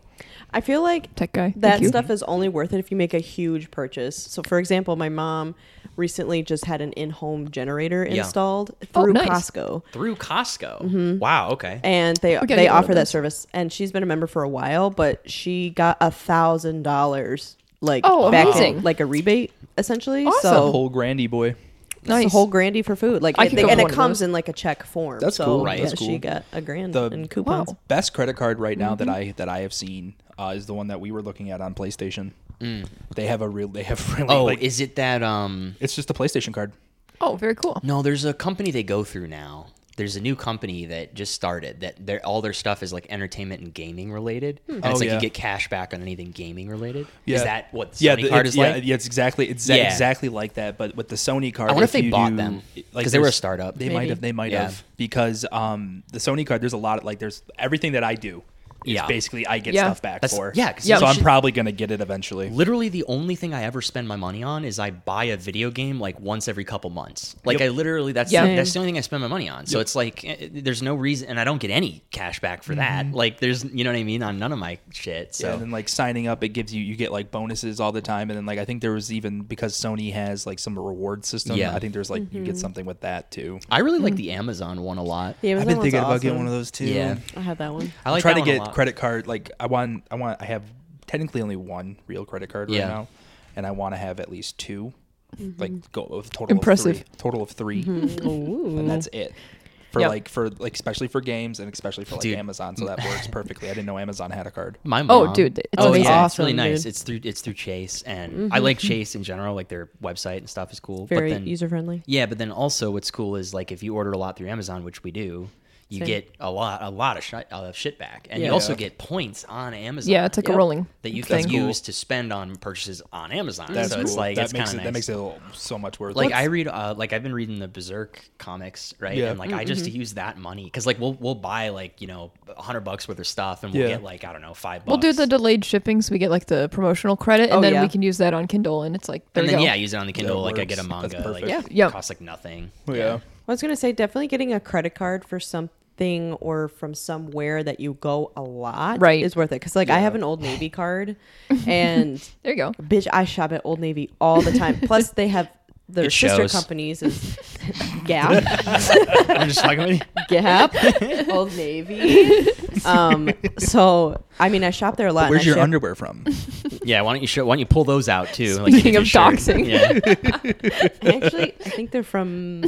[SPEAKER 3] I feel like
[SPEAKER 4] Tech guy. Thank
[SPEAKER 3] that
[SPEAKER 4] you.
[SPEAKER 3] stuff is only worth it if you make a huge purchase. So, for example, my mom recently just had an in-home generator
[SPEAKER 2] Yeah.
[SPEAKER 3] installed
[SPEAKER 4] Oh,
[SPEAKER 3] through
[SPEAKER 4] nice.
[SPEAKER 3] Costco,
[SPEAKER 2] through Costco.
[SPEAKER 4] Mm-hmm.
[SPEAKER 2] Wow. Okay.
[SPEAKER 3] and they
[SPEAKER 4] gotta
[SPEAKER 3] they
[SPEAKER 4] get one of
[SPEAKER 3] offer that
[SPEAKER 4] those.
[SPEAKER 3] service. And she's been a member for a while, but she got a thousand dollars like
[SPEAKER 4] Oh,
[SPEAKER 3] back
[SPEAKER 4] amazing.
[SPEAKER 3] in, like a rebate essentially.
[SPEAKER 4] Awesome.
[SPEAKER 1] A
[SPEAKER 3] So
[SPEAKER 1] whole grandy boy.
[SPEAKER 3] it's
[SPEAKER 4] Nice.
[SPEAKER 3] a whole grandy for food, like
[SPEAKER 4] I
[SPEAKER 3] it,
[SPEAKER 4] could
[SPEAKER 3] they-
[SPEAKER 4] go
[SPEAKER 3] and
[SPEAKER 4] for
[SPEAKER 3] it
[SPEAKER 4] one of
[SPEAKER 3] comes
[SPEAKER 4] those.
[SPEAKER 3] in like a check form.
[SPEAKER 1] That's
[SPEAKER 3] so,
[SPEAKER 1] cool.
[SPEAKER 2] Right.
[SPEAKER 3] yeah,
[SPEAKER 1] That's
[SPEAKER 3] She
[SPEAKER 1] cool.
[SPEAKER 3] got a grand
[SPEAKER 1] The-
[SPEAKER 3] in coupons.
[SPEAKER 4] Wow.
[SPEAKER 1] Best credit card right now that I that I have seen uh, is the one that we were looking at on PlayStation. They have a real. They have really.
[SPEAKER 2] Mm. Oh,
[SPEAKER 1] like,
[SPEAKER 2] is it that um?
[SPEAKER 1] it's just a PlayStation card.
[SPEAKER 4] oh, very cool.
[SPEAKER 2] No, there's a company they go through now. There's a new company that just started that their all their stuff is like entertainment and gaming related, and it's
[SPEAKER 1] Oh,
[SPEAKER 2] like
[SPEAKER 1] yeah.
[SPEAKER 2] you get cash back on anything gaming related. Is that what the
[SPEAKER 1] yeah,
[SPEAKER 2] Sony
[SPEAKER 1] the-
[SPEAKER 2] card
[SPEAKER 1] it's,
[SPEAKER 2] is
[SPEAKER 1] yeah,
[SPEAKER 2] like?
[SPEAKER 1] yeah, it's exactly it's
[SPEAKER 2] Yeah.
[SPEAKER 1] exactly like that. But with the Sony card,
[SPEAKER 2] I wonder if they
[SPEAKER 1] you
[SPEAKER 2] bought
[SPEAKER 1] do-
[SPEAKER 2] them,
[SPEAKER 1] like,
[SPEAKER 2] 'cause they were a
[SPEAKER 1] there's-
[SPEAKER 2] startup.
[SPEAKER 1] They might
[SPEAKER 4] Maybe.
[SPEAKER 1] have. They might
[SPEAKER 2] Yeah.
[SPEAKER 1] have because um, the Sony card. There's a lot of like there's everything that I do. is
[SPEAKER 2] Yeah.
[SPEAKER 1] basically I get
[SPEAKER 4] Yeah.
[SPEAKER 1] stuff back
[SPEAKER 2] That's-
[SPEAKER 1] for.
[SPEAKER 2] yeah, 'cause
[SPEAKER 4] you
[SPEAKER 1] so I'm
[SPEAKER 2] should-
[SPEAKER 1] probably gonna get it eventually.
[SPEAKER 2] Literally, the only thing I ever spend my money on is I buy a video game like once every couple months. Like
[SPEAKER 1] Yep.
[SPEAKER 2] I literally that's
[SPEAKER 4] Yeah.
[SPEAKER 2] the, that's the only thing I spend my money on. So it's like eh, eh, there's no reason, and I don't get any cash back for that. Like there's you know what I mean on none of my shit. So
[SPEAKER 1] and Mm-hmm. then like signing up, it gives you you get like bonuses all the time, and then like I think there was even because Sony has like some reward system.
[SPEAKER 2] Yeah.
[SPEAKER 1] I think there's like you get something with that too.
[SPEAKER 2] I really like the Amazon one a lot.
[SPEAKER 3] The
[SPEAKER 1] I've
[SPEAKER 3] Amazon
[SPEAKER 1] been
[SPEAKER 3] one's
[SPEAKER 1] thinking about
[SPEAKER 3] awesome.
[SPEAKER 1] getting one of those too.
[SPEAKER 2] Yeah.
[SPEAKER 3] I had that one.
[SPEAKER 2] I like
[SPEAKER 1] trying to
[SPEAKER 2] that one a
[SPEAKER 1] get
[SPEAKER 2] lot.
[SPEAKER 1] credit card. Like I want, I want, I have technically only one real credit card right
[SPEAKER 2] Yeah.
[SPEAKER 1] now, and I want to have at least 2
[SPEAKER 3] Mm-hmm.
[SPEAKER 1] Like go of total
[SPEAKER 4] Impressive.
[SPEAKER 1] Of three, total of 3 and that's it. For
[SPEAKER 4] Yep.
[SPEAKER 1] like for like especially for games and especially for like
[SPEAKER 2] Dude.
[SPEAKER 1] Amazon, so that works perfectly. I didn't know Amazon had a card.
[SPEAKER 2] My
[SPEAKER 4] Oh,
[SPEAKER 2] mom.
[SPEAKER 4] dude, it's
[SPEAKER 2] oh,
[SPEAKER 4] amazing. Mm-hmm.
[SPEAKER 2] yeah, it's really
[SPEAKER 3] Awesome,
[SPEAKER 2] nice.
[SPEAKER 3] dude.
[SPEAKER 2] It's through it's through Chase, and I like Chase in general. Like their website and stuff is cool.
[SPEAKER 3] Very
[SPEAKER 2] but then,
[SPEAKER 3] user friendly.
[SPEAKER 2] Yeah, but then also what's cool is like if you order a lot through Amazon, which we do, you
[SPEAKER 3] Same.
[SPEAKER 2] get a lot a lot of shit of shit back, and
[SPEAKER 3] Yeah.
[SPEAKER 2] you also
[SPEAKER 1] Yeah.
[SPEAKER 2] get points on Amazon.
[SPEAKER 4] Yeah, it's like
[SPEAKER 3] Yep.
[SPEAKER 4] a rolling
[SPEAKER 2] that you
[SPEAKER 4] thing.
[SPEAKER 2] can use to spend on purchases on Amazon.
[SPEAKER 1] That's
[SPEAKER 2] so
[SPEAKER 1] cool.
[SPEAKER 2] it's like
[SPEAKER 1] that
[SPEAKER 2] it's kind
[SPEAKER 1] makes
[SPEAKER 2] of
[SPEAKER 1] it
[SPEAKER 2] nice.
[SPEAKER 1] that makes it all so much worth.
[SPEAKER 2] like
[SPEAKER 1] it.
[SPEAKER 2] I read, uh, like I've been reading the Berserk comics, right?
[SPEAKER 1] Yeah.
[SPEAKER 2] And like
[SPEAKER 4] Mm-hmm.
[SPEAKER 2] I just use that money because like we'll we'll buy like you know a hundred bucks worth of stuff, and we'll
[SPEAKER 1] Yeah.
[SPEAKER 2] get like I don't know five. bucks.
[SPEAKER 4] We'll do the delayed shipping, so we get like the promotional credit, and
[SPEAKER 3] Oh,
[SPEAKER 4] then
[SPEAKER 3] yeah.
[SPEAKER 4] we can use that on Kindle, and it's like there
[SPEAKER 2] and
[SPEAKER 4] we
[SPEAKER 2] then
[SPEAKER 4] go.
[SPEAKER 2] yeah, I use it on the Kindle. like I get a
[SPEAKER 1] works. That's
[SPEAKER 2] manga. Like
[SPEAKER 1] perfect.
[SPEAKER 4] Yeah.
[SPEAKER 2] it costs like nothing.
[SPEAKER 1] yeah.
[SPEAKER 3] I was gonna say definitely getting a credit card for something or from somewhere that you go a lot
[SPEAKER 4] Right.
[SPEAKER 3] is worth it. Cause like I have an old Navy card, and
[SPEAKER 4] there you go.
[SPEAKER 3] bitch, I shop at Old Navy all the time. Plus they have their
[SPEAKER 2] It
[SPEAKER 3] sister
[SPEAKER 2] shows.
[SPEAKER 3] companies is Gap,
[SPEAKER 2] I'm just talking about
[SPEAKER 3] Gap, Old Navy. Um, so I mean I shop there a lot. and
[SPEAKER 1] Where's
[SPEAKER 3] I
[SPEAKER 1] your
[SPEAKER 3] shop- Mm-hmm.
[SPEAKER 1] underwear from?
[SPEAKER 2] Yeah, why don't you show? Why don't you pull those out too? Like,
[SPEAKER 4] Speaking
[SPEAKER 2] you
[SPEAKER 4] of
[SPEAKER 2] did your shirt.
[SPEAKER 4] doxing.
[SPEAKER 2] Yeah.
[SPEAKER 3] Actually, I think they're from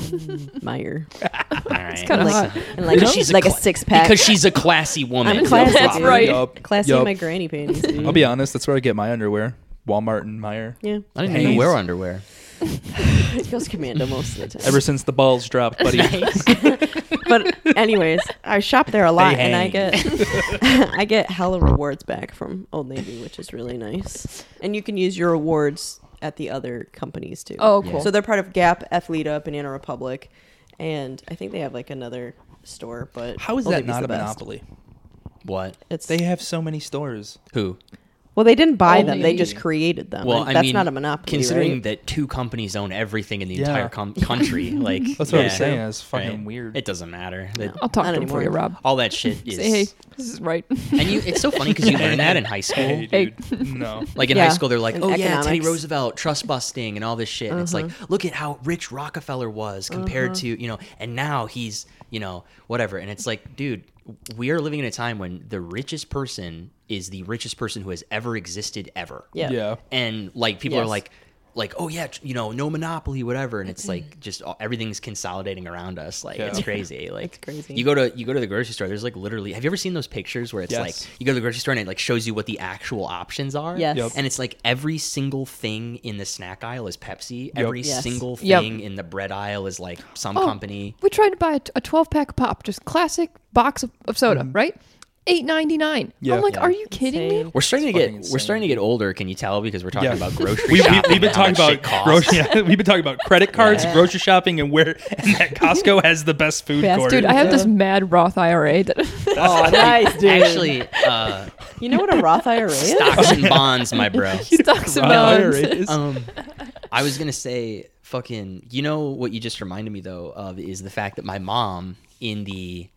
[SPEAKER 3] Meyer.
[SPEAKER 2] All right.
[SPEAKER 4] kinda
[SPEAKER 3] like,
[SPEAKER 4] hot.
[SPEAKER 3] And like,
[SPEAKER 2] she's a
[SPEAKER 3] like a,
[SPEAKER 2] cla-
[SPEAKER 3] six pack.
[SPEAKER 2] Because she's a classy woman.
[SPEAKER 3] I'm classy.
[SPEAKER 4] That's
[SPEAKER 3] dude.
[SPEAKER 4] right.
[SPEAKER 1] Yup,
[SPEAKER 3] Classy
[SPEAKER 1] yup.
[SPEAKER 3] my granny panties. dude.
[SPEAKER 1] I'll be honest. That's where I get my underwear. Walmart and Meyer.
[SPEAKER 3] Yeah.
[SPEAKER 2] I didn't even
[SPEAKER 1] Nice.
[SPEAKER 2] wear underwear.
[SPEAKER 3] It goes commando most of the time.
[SPEAKER 1] Ever since the balls dropped, buddy.
[SPEAKER 3] but anyways, I shop there a lot
[SPEAKER 1] They
[SPEAKER 3] and I
[SPEAKER 1] hang.
[SPEAKER 3] get I get hella rewards back from Old Navy, which is really nice. And you can use your rewards at the other companies too.
[SPEAKER 4] Oh, cool.
[SPEAKER 3] So they're part of Gap, Athleta, Banana Republic, and I think they have like another store, but
[SPEAKER 1] How is
[SPEAKER 3] Old
[SPEAKER 1] that
[SPEAKER 3] Navy's
[SPEAKER 1] not
[SPEAKER 3] the
[SPEAKER 1] a
[SPEAKER 3] best.
[SPEAKER 1] monopoly?
[SPEAKER 2] What?
[SPEAKER 3] It's
[SPEAKER 1] They have so many stores.
[SPEAKER 2] Who?
[SPEAKER 3] well, they didn't buy
[SPEAKER 4] Old
[SPEAKER 3] them; they just
[SPEAKER 4] Navy.
[SPEAKER 3] created them.
[SPEAKER 2] Well,
[SPEAKER 3] And
[SPEAKER 2] I
[SPEAKER 3] that's
[SPEAKER 2] mean,
[SPEAKER 3] not a monopoly.
[SPEAKER 2] Considering
[SPEAKER 3] right?
[SPEAKER 2] that two companies own everything in the
[SPEAKER 1] Yeah.
[SPEAKER 2] entire com- country, like
[SPEAKER 1] That's what I'm
[SPEAKER 2] yeah,
[SPEAKER 1] saying, it's fucking
[SPEAKER 2] right.
[SPEAKER 1] weird.
[SPEAKER 2] It doesn't matter. That-
[SPEAKER 4] I'll talk
[SPEAKER 3] Not
[SPEAKER 4] to him for
[SPEAKER 3] anymore.
[SPEAKER 4] you, Rob.
[SPEAKER 2] All that shit is.
[SPEAKER 4] Say, hey, this is right.
[SPEAKER 2] And you, it's so funny because you learn that in high school.
[SPEAKER 4] Hey.
[SPEAKER 1] dude. No.
[SPEAKER 2] Like in
[SPEAKER 3] Yeah.
[SPEAKER 2] high school, they're like,
[SPEAKER 3] In
[SPEAKER 2] "Oh yeah, Teddy
[SPEAKER 3] economics.
[SPEAKER 2] Roosevelt, trust busting, and all this shit." And it's
[SPEAKER 3] Uh-huh.
[SPEAKER 2] like, look at how rich Rockefeller was compared to you know, and now he's you know whatever. And it's like, dude, we are living in a time when the richest person is the richest person who has ever existed ever.
[SPEAKER 3] yeah,
[SPEAKER 1] yeah.
[SPEAKER 2] And like people are
[SPEAKER 3] Yes.
[SPEAKER 2] like, like oh yeah, tr- you know, no monopoly, whatever. And it's like just all, everything's consolidating around us. Like
[SPEAKER 1] Mm-hmm.
[SPEAKER 2] it's
[SPEAKER 1] Yeah.
[SPEAKER 2] crazy. Like
[SPEAKER 3] crazy.
[SPEAKER 2] You go to you go to the grocery store. There's like literally. Have you ever seen those pictures where it's
[SPEAKER 1] Yes.
[SPEAKER 2] like you go to the grocery store and it like shows you what the actual options are?
[SPEAKER 3] Yes. Yep.
[SPEAKER 2] And it's like every single thing in the snack aisle is Pepsi. Every
[SPEAKER 3] Yes.
[SPEAKER 2] single
[SPEAKER 4] Yep.
[SPEAKER 2] thing in the bread aisle is like some
[SPEAKER 4] Oh,
[SPEAKER 2] company.
[SPEAKER 4] We tried to buy a t- a 12 pack of pop, just classic box of, of soda, right? Eight ninety nine.
[SPEAKER 1] Yeah.
[SPEAKER 4] I'm like,
[SPEAKER 1] Yeah.
[SPEAKER 4] are you kidding me?
[SPEAKER 3] Insane.
[SPEAKER 2] We're starting
[SPEAKER 1] It's
[SPEAKER 2] to get
[SPEAKER 1] fucking
[SPEAKER 2] we're
[SPEAKER 1] insane.
[SPEAKER 2] starting to get older. Can you tell? Because we're talking
[SPEAKER 1] Yeah.
[SPEAKER 2] about grocery
[SPEAKER 1] We, we,
[SPEAKER 2] shopping.
[SPEAKER 1] we've been
[SPEAKER 2] and how
[SPEAKER 1] talking
[SPEAKER 2] much shit
[SPEAKER 1] about
[SPEAKER 2] costs.
[SPEAKER 1] grocery. Yeah, we've been talking about credit cards, grocery shopping, and where and that Costco has the best food
[SPEAKER 3] Best
[SPEAKER 1] court.
[SPEAKER 4] Dude, I have this mad Roth IRA that
[SPEAKER 3] Oh, nice, dude.
[SPEAKER 2] Actually, uh,
[SPEAKER 3] you know what a Roth IRA is?
[SPEAKER 2] stocks and bonds, my bro.
[SPEAKER 4] stocks and
[SPEAKER 1] Roth
[SPEAKER 4] bonds.
[SPEAKER 1] IRA is-
[SPEAKER 2] Um, I was gonna say, fucking. You know what you just reminded me though of is the fact that my mom in the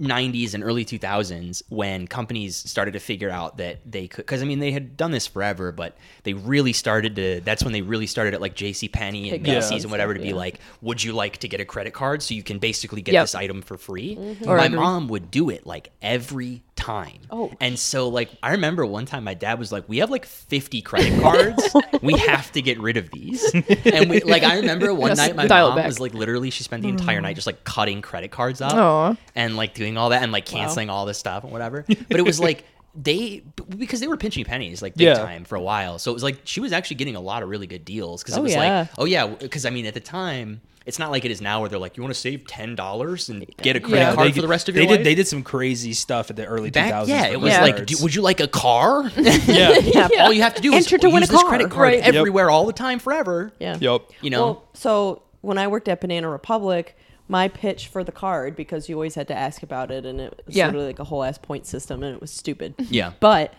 [SPEAKER 2] 90s and early 2000s when companies started to figure out that they could because i mean they had done this forever but they really started to that's when they really started at like jc penney and
[SPEAKER 3] Pick
[SPEAKER 1] up
[SPEAKER 2] macy's
[SPEAKER 1] on
[SPEAKER 2] and whatever to be like would you like to get a credit card so you can basically get
[SPEAKER 4] Yep.
[SPEAKER 2] this item for free
[SPEAKER 4] Or
[SPEAKER 2] my
[SPEAKER 4] agree.
[SPEAKER 2] mom would do it like every time
[SPEAKER 3] Oh.
[SPEAKER 2] and so like i remember one time my dad was like we have like 50 credit
[SPEAKER 4] Oh
[SPEAKER 2] cards we have to get rid of these and we like i remember one
[SPEAKER 4] Yes,
[SPEAKER 2] night my
[SPEAKER 4] dial it
[SPEAKER 2] mom
[SPEAKER 4] back. Mm.
[SPEAKER 2] was like literally she spent the entire night just like cutting credit cards up
[SPEAKER 4] Aw.
[SPEAKER 2] and like doing all that and like canceling all this stuff and whatever. But it was like they because they were pinching pennies like big
[SPEAKER 1] Yeah.
[SPEAKER 2] time for a while. So it was like she was actually getting a lot of really good deals because it
[SPEAKER 3] Oh,
[SPEAKER 2] was
[SPEAKER 3] yeah.
[SPEAKER 2] like oh yeah because I mean at the time it's not like it is now where they're like you want to save ten dollars and get a credit
[SPEAKER 4] Yeah.
[SPEAKER 2] card for the rest of
[SPEAKER 1] they
[SPEAKER 2] your
[SPEAKER 1] did,
[SPEAKER 2] life.
[SPEAKER 1] They did some crazy stuff at the early
[SPEAKER 2] Back,
[SPEAKER 1] 2000s.
[SPEAKER 2] yeah,
[SPEAKER 1] for
[SPEAKER 2] it was
[SPEAKER 1] credit
[SPEAKER 2] like,
[SPEAKER 1] cards.
[SPEAKER 2] do, would you like a car?
[SPEAKER 1] yeah,
[SPEAKER 3] Yeah.
[SPEAKER 2] All you have to do is
[SPEAKER 3] Enter to win a
[SPEAKER 2] use this
[SPEAKER 3] car.
[SPEAKER 2] credit card
[SPEAKER 4] Right.
[SPEAKER 1] Yep.
[SPEAKER 2] everywhere, all the time, forever.
[SPEAKER 3] Yeah.
[SPEAKER 1] Yup.
[SPEAKER 2] You know,
[SPEAKER 3] Well, so when I worked at Banana Republic, my pitch for the card because you always had to ask about it, and it was
[SPEAKER 4] Yeah.
[SPEAKER 3] literally like a whole ass point system, and it was stupid.
[SPEAKER 2] Yeah.
[SPEAKER 3] But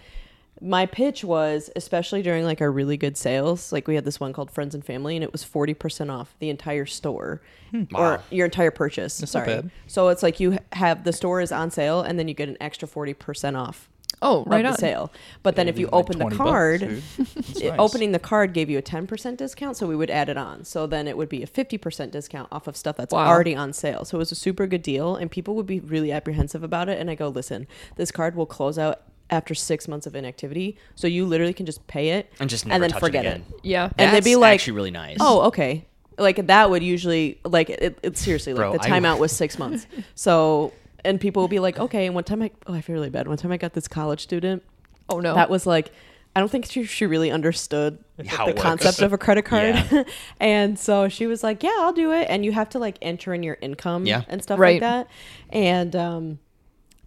[SPEAKER 3] my pitch was, especially during like our really good sales, like we had this one called Friends and Family, and it was forty percent off the entire store
[SPEAKER 2] Hmm. Wow.
[SPEAKER 3] or your entire purchase.
[SPEAKER 1] not
[SPEAKER 3] sorry.
[SPEAKER 1] bad.
[SPEAKER 3] So it's like you ha- have the store is on sale, and then you get an extra forty percent off.
[SPEAKER 4] Oh,
[SPEAKER 3] of
[SPEAKER 4] right
[SPEAKER 3] the
[SPEAKER 4] on.
[SPEAKER 3] sale, but then if you
[SPEAKER 1] Like
[SPEAKER 3] open the
[SPEAKER 1] 20 bucks,
[SPEAKER 3] card,
[SPEAKER 1] dude. That's
[SPEAKER 3] it-
[SPEAKER 1] nice.
[SPEAKER 3] opening the card gave you a 10% discount so we would add it on so then it would be a 50% discount off of stuff that's
[SPEAKER 4] Wow.
[SPEAKER 3] already on sale so it was a super good deal and people would be really apprehensive about it and i go listen this card will close out after six months of inactivity so you literally can just pay it
[SPEAKER 2] and just never touch it again.
[SPEAKER 4] Yeah.
[SPEAKER 3] And they'd
[SPEAKER 2] That's
[SPEAKER 3] be like,
[SPEAKER 2] actually really nice.
[SPEAKER 3] oh okay like that would usually like it, it seriously like
[SPEAKER 2] Bro,
[SPEAKER 3] the
[SPEAKER 2] I-
[SPEAKER 3] timeout was six months so and people would be like okay and one time i oh i feel really bad one time i got this college student
[SPEAKER 4] Oh no.
[SPEAKER 3] that was like I don't think she, she really understood
[SPEAKER 2] How
[SPEAKER 3] the
[SPEAKER 2] it works.
[SPEAKER 3] concept of a credit card.
[SPEAKER 2] Yeah.
[SPEAKER 3] and so she was like, "Yeah, I'll do it." And you have to like enter in your income
[SPEAKER 2] Yeah.
[SPEAKER 3] and stuff
[SPEAKER 4] Right.
[SPEAKER 3] like that. And um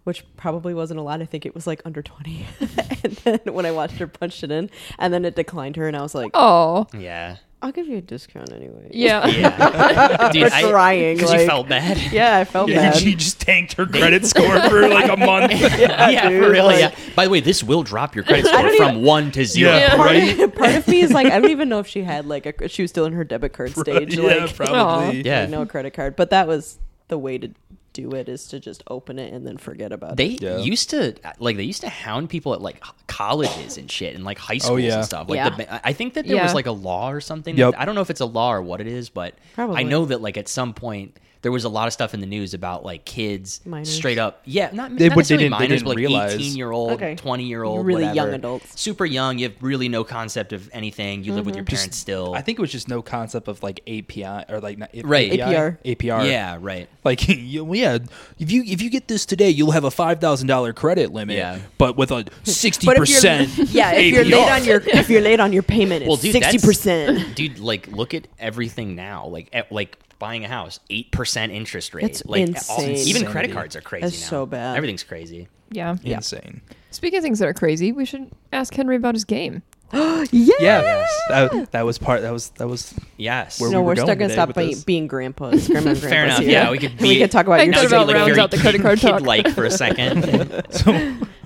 [SPEAKER 3] which probably wasn't a lot. I think it was like under 20. and then when I watched her punch it in and then it declined her and I was like,
[SPEAKER 4] Oh.
[SPEAKER 2] yeah,
[SPEAKER 3] "I'll give you a discount anyway."
[SPEAKER 4] Yeah.
[SPEAKER 2] yeah, dude,
[SPEAKER 3] For trying,
[SPEAKER 2] because you
[SPEAKER 3] like-
[SPEAKER 2] felt bad.
[SPEAKER 3] Yeah, I felt
[SPEAKER 1] Yeah,
[SPEAKER 3] bad.
[SPEAKER 1] she just tanked her credit score for like a month.
[SPEAKER 2] yeah,
[SPEAKER 3] dude,
[SPEAKER 2] for real.
[SPEAKER 3] like-
[SPEAKER 2] yeah. By the way, this will drop your credit score from one to zero.
[SPEAKER 1] Yeah,
[SPEAKER 3] Part,
[SPEAKER 1] right.
[SPEAKER 3] of, part of me is like, I don't even know if she had like a, she was still in her debit card stage.
[SPEAKER 1] yeah,
[SPEAKER 3] like,
[SPEAKER 1] probably.
[SPEAKER 2] Yeah.
[SPEAKER 3] like, no credit card. But that was the way to do it is to just open it and then forget about
[SPEAKER 2] They
[SPEAKER 3] it.
[SPEAKER 1] Yeah.
[SPEAKER 2] used to like they used to hound people at like h- colleges and shit and like high schools
[SPEAKER 1] Oh, yeah.
[SPEAKER 2] and stuff. Like
[SPEAKER 3] Yeah.
[SPEAKER 2] the, I think that there
[SPEAKER 4] Yeah.
[SPEAKER 2] was like a law or something.
[SPEAKER 1] Yep.
[SPEAKER 2] I don't know if it's a law or what it is, but
[SPEAKER 3] Probably.
[SPEAKER 2] I know that like at some point there was a lot of stuff in the news about like kids
[SPEAKER 3] Minors.
[SPEAKER 2] straight up. Yeah, not,
[SPEAKER 1] They-
[SPEAKER 2] not
[SPEAKER 1] but they
[SPEAKER 2] necessarily
[SPEAKER 1] didn't- they
[SPEAKER 2] minors,
[SPEAKER 1] didn't
[SPEAKER 2] but like
[SPEAKER 1] realize.
[SPEAKER 2] eighteen year old,
[SPEAKER 3] Okay.
[SPEAKER 2] twenty year old,
[SPEAKER 3] Really
[SPEAKER 2] whatever.
[SPEAKER 3] young adults. Mm-hmm.
[SPEAKER 2] super young. You have really no concept of anything. You live with your parents still.
[SPEAKER 1] I think it was just no concept of like API or like not,
[SPEAKER 2] Right.
[SPEAKER 1] API,
[SPEAKER 3] APR.
[SPEAKER 1] APR.
[SPEAKER 2] yeah, right.
[SPEAKER 1] Like you- well, yeah, if you if you get this today, you'll have a five thousand dollar credit limit.
[SPEAKER 2] Yeah.
[SPEAKER 1] But with a sixty
[SPEAKER 3] But if you're,
[SPEAKER 1] percent.
[SPEAKER 3] yeah, if you're late on your if you're late on your payment,
[SPEAKER 2] Well,
[SPEAKER 3] it's
[SPEAKER 2] dude,
[SPEAKER 3] sixty
[SPEAKER 2] that's-
[SPEAKER 3] percent.
[SPEAKER 2] Dude, like look at everything now. Like at, like buying a house, eight percent interest rate.
[SPEAKER 3] It's
[SPEAKER 2] like
[SPEAKER 3] insane.
[SPEAKER 2] even
[SPEAKER 1] Insanity.
[SPEAKER 2] credit cards are crazy
[SPEAKER 3] That's
[SPEAKER 2] now.
[SPEAKER 3] so bad.
[SPEAKER 2] Everything's crazy.
[SPEAKER 4] Yeah.
[SPEAKER 1] insane.
[SPEAKER 4] Speaking of things that are crazy, we should ask Henry about his game.
[SPEAKER 3] yeah.
[SPEAKER 1] Yeah. That, that was part. That was that was.
[SPEAKER 2] Yes.
[SPEAKER 1] Where
[SPEAKER 3] No,
[SPEAKER 1] we were
[SPEAKER 3] we're still
[SPEAKER 1] going
[SPEAKER 3] gonna
[SPEAKER 1] today
[SPEAKER 3] stop
[SPEAKER 1] with
[SPEAKER 3] by,
[SPEAKER 1] this.
[SPEAKER 3] being grandpas. Grandma and grandpa's
[SPEAKER 2] Fair enough.
[SPEAKER 3] Here.
[SPEAKER 2] Yeah, we could be.
[SPEAKER 3] we could talk about
[SPEAKER 4] I
[SPEAKER 3] your
[SPEAKER 4] thought
[SPEAKER 3] game.
[SPEAKER 4] about rounds out the credit card talk.
[SPEAKER 2] like for a second.
[SPEAKER 1] So,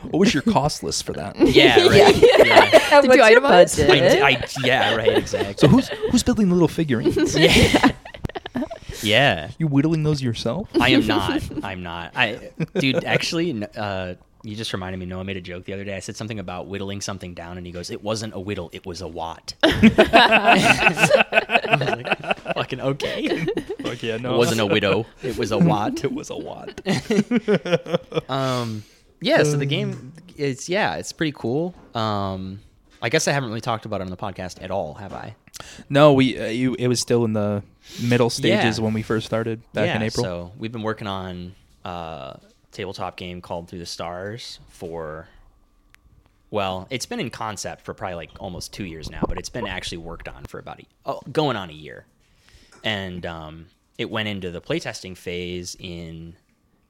[SPEAKER 1] what was your cost list for that?
[SPEAKER 2] yeah. Right. yeah.
[SPEAKER 4] Did you
[SPEAKER 3] What's your
[SPEAKER 4] itemize?
[SPEAKER 2] I,
[SPEAKER 3] budget?
[SPEAKER 2] I- yeah. Right. Exactly.
[SPEAKER 1] So who's who's building the little figurines?
[SPEAKER 2] yeah. yeah.
[SPEAKER 1] You whittling those yourself?
[SPEAKER 2] I am not. I'm not. I, dude. Actually, n- uh, you just reminded me. Noah made a joke the other day. I said something about whittling something down, and he goes, "It wasn't a whittle. It was a watt." I was like, Fucking okay. It
[SPEAKER 1] Like, yeah, no.
[SPEAKER 2] wasn't a widow. It was a watt.
[SPEAKER 1] It was a lot.
[SPEAKER 2] Um, yeah. So the game, it's yeah, it's pretty cool. Um, I guess I haven't really talked about it on the podcast at all, have I?
[SPEAKER 1] No, we uh, you, it was still in the middle stages
[SPEAKER 2] Yeah.
[SPEAKER 1] when we first started back
[SPEAKER 2] yeah,
[SPEAKER 1] in April.
[SPEAKER 2] So we've been working on uh, tabletop game called Through the Stars for, well, it's been in concept for probably like almost two years now, but it's been actually worked on for about a, oh, going on a year, and um, it went into the playtesting phase in,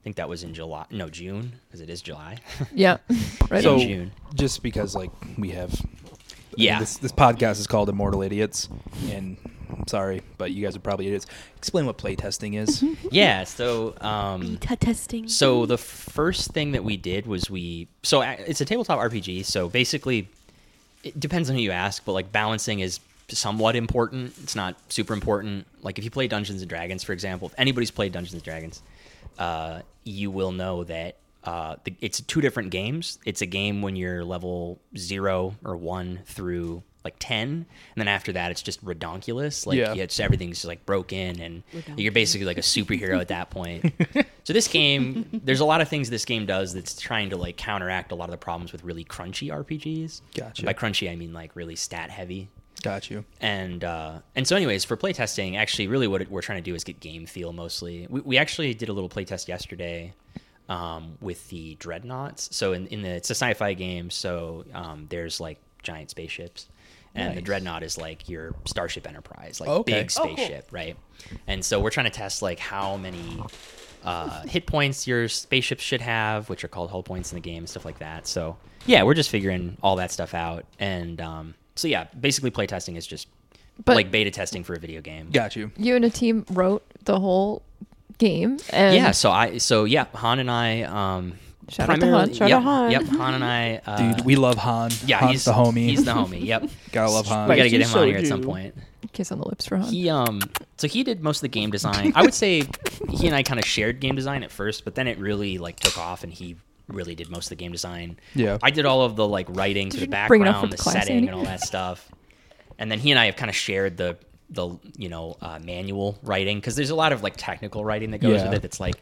[SPEAKER 2] I think that was in July, no June, because it is July.
[SPEAKER 4] Yeah. Right.
[SPEAKER 1] So,
[SPEAKER 4] on.
[SPEAKER 2] June.
[SPEAKER 1] just because like we have, I mean,
[SPEAKER 2] Yeah.
[SPEAKER 1] this, this podcast is called Immortal Idiots, and I'm sorry, but you guys are probably idiots. Explain what playtesting is.
[SPEAKER 2] yeah. So um,
[SPEAKER 3] testing.
[SPEAKER 2] So the first thing that we did was we so a- it's a tabletop RPG. So basically, it depends on who you ask, but like balancing is somewhat important. It's not super important. Like if you play Dungeons and Dragons, for example, if anybody's played Dungeons and Dragons, uh, you will know that. Uh, the, it's two different games. It's a game when you're level zero or one through like ten, and then after that, it's just redonkulous. Like
[SPEAKER 1] Yeah.
[SPEAKER 2] yeah, it's everything's like broken, and you're basically like a superhero at that point. So this game, there's a lot of things this game does that's trying to like counteract a lot of the problems with really crunchy RPGs.
[SPEAKER 1] Gotcha.
[SPEAKER 2] By crunchy, I mean like really stat heavy.
[SPEAKER 1] Got you.
[SPEAKER 2] And uh, and so, anyways, for playtesting, actually, really what it, we're trying to do is get game feel mostly. We, we actually did a little playtest yesterday um, with the dreadnoughts. So in, in the it's a sci-fi game, so um, there's like giant spaceships, and the
[SPEAKER 1] Nice. Oh,
[SPEAKER 2] dreadnought is like your Starship Enterprise, like
[SPEAKER 1] Okay.
[SPEAKER 2] big spaceship, right? And so we're trying to test like how many uh, hit points your spaceship should have, which are called hull points in the game, stuff like that. So yeah, we're just figuring all that stuff out. And um, so yeah, basically playtesting is just
[SPEAKER 4] But-
[SPEAKER 2] like beta testing for a video game.
[SPEAKER 1] Got you.
[SPEAKER 4] You and a team wrote the whole game. And
[SPEAKER 2] yeah. So I so yeah, Han and I. Um,
[SPEAKER 4] Shout out to
[SPEAKER 2] primarily-
[SPEAKER 4] Han. Shout out
[SPEAKER 2] yep,
[SPEAKER 3] Han.
[SPEAKER 2] Yep, Han and I. Uh,
[SPEAKER 1] Dude, we love Han.
[SPEAKER 2] yeah,
[SPEAKER 1] Han's
[SPEAKER 2] he's
[SPEAKER 1] the homie.
[SPEAKER 2] He's the homie. Yep.
[SPEAKER 1] Gotta love Han.
[SPEAKER 2] We gotta
[SPEAKER 3] Right,
[SPEAKER 2] get
[SPEAKER 3] you
[SPEAKER 2] him
[SPEAKER 3] so
[SPEAKER 2] on here at some
[SPEAKER 3] do.
[SPEAKER 2] point.
[SPEAKER 4] kiss on the lips for Han.
[SPEAKER 2] He um so he did most of the game design. I would say he and I kind of shared game design at first, but then it really like took off and he really did most of the game design.
[SPEAKER 1] Yeah.
[SPEAKER 2] I did all of the like writing to the
[SPEAKER 4] you bring it up for
[SPEAKER 2] background, the
[SPEAKER 4] the class,
[SPEAKER 2] setting
[SPEAKER 4] Andy?
[SPEAKER 2] and all that stuff. And then he and I have kind of shared the the you know uh, manual writing because there's a lot of like technical writing that goes
[SPEAKER 1] Yeah.
[SPEAKER 2] with it that's like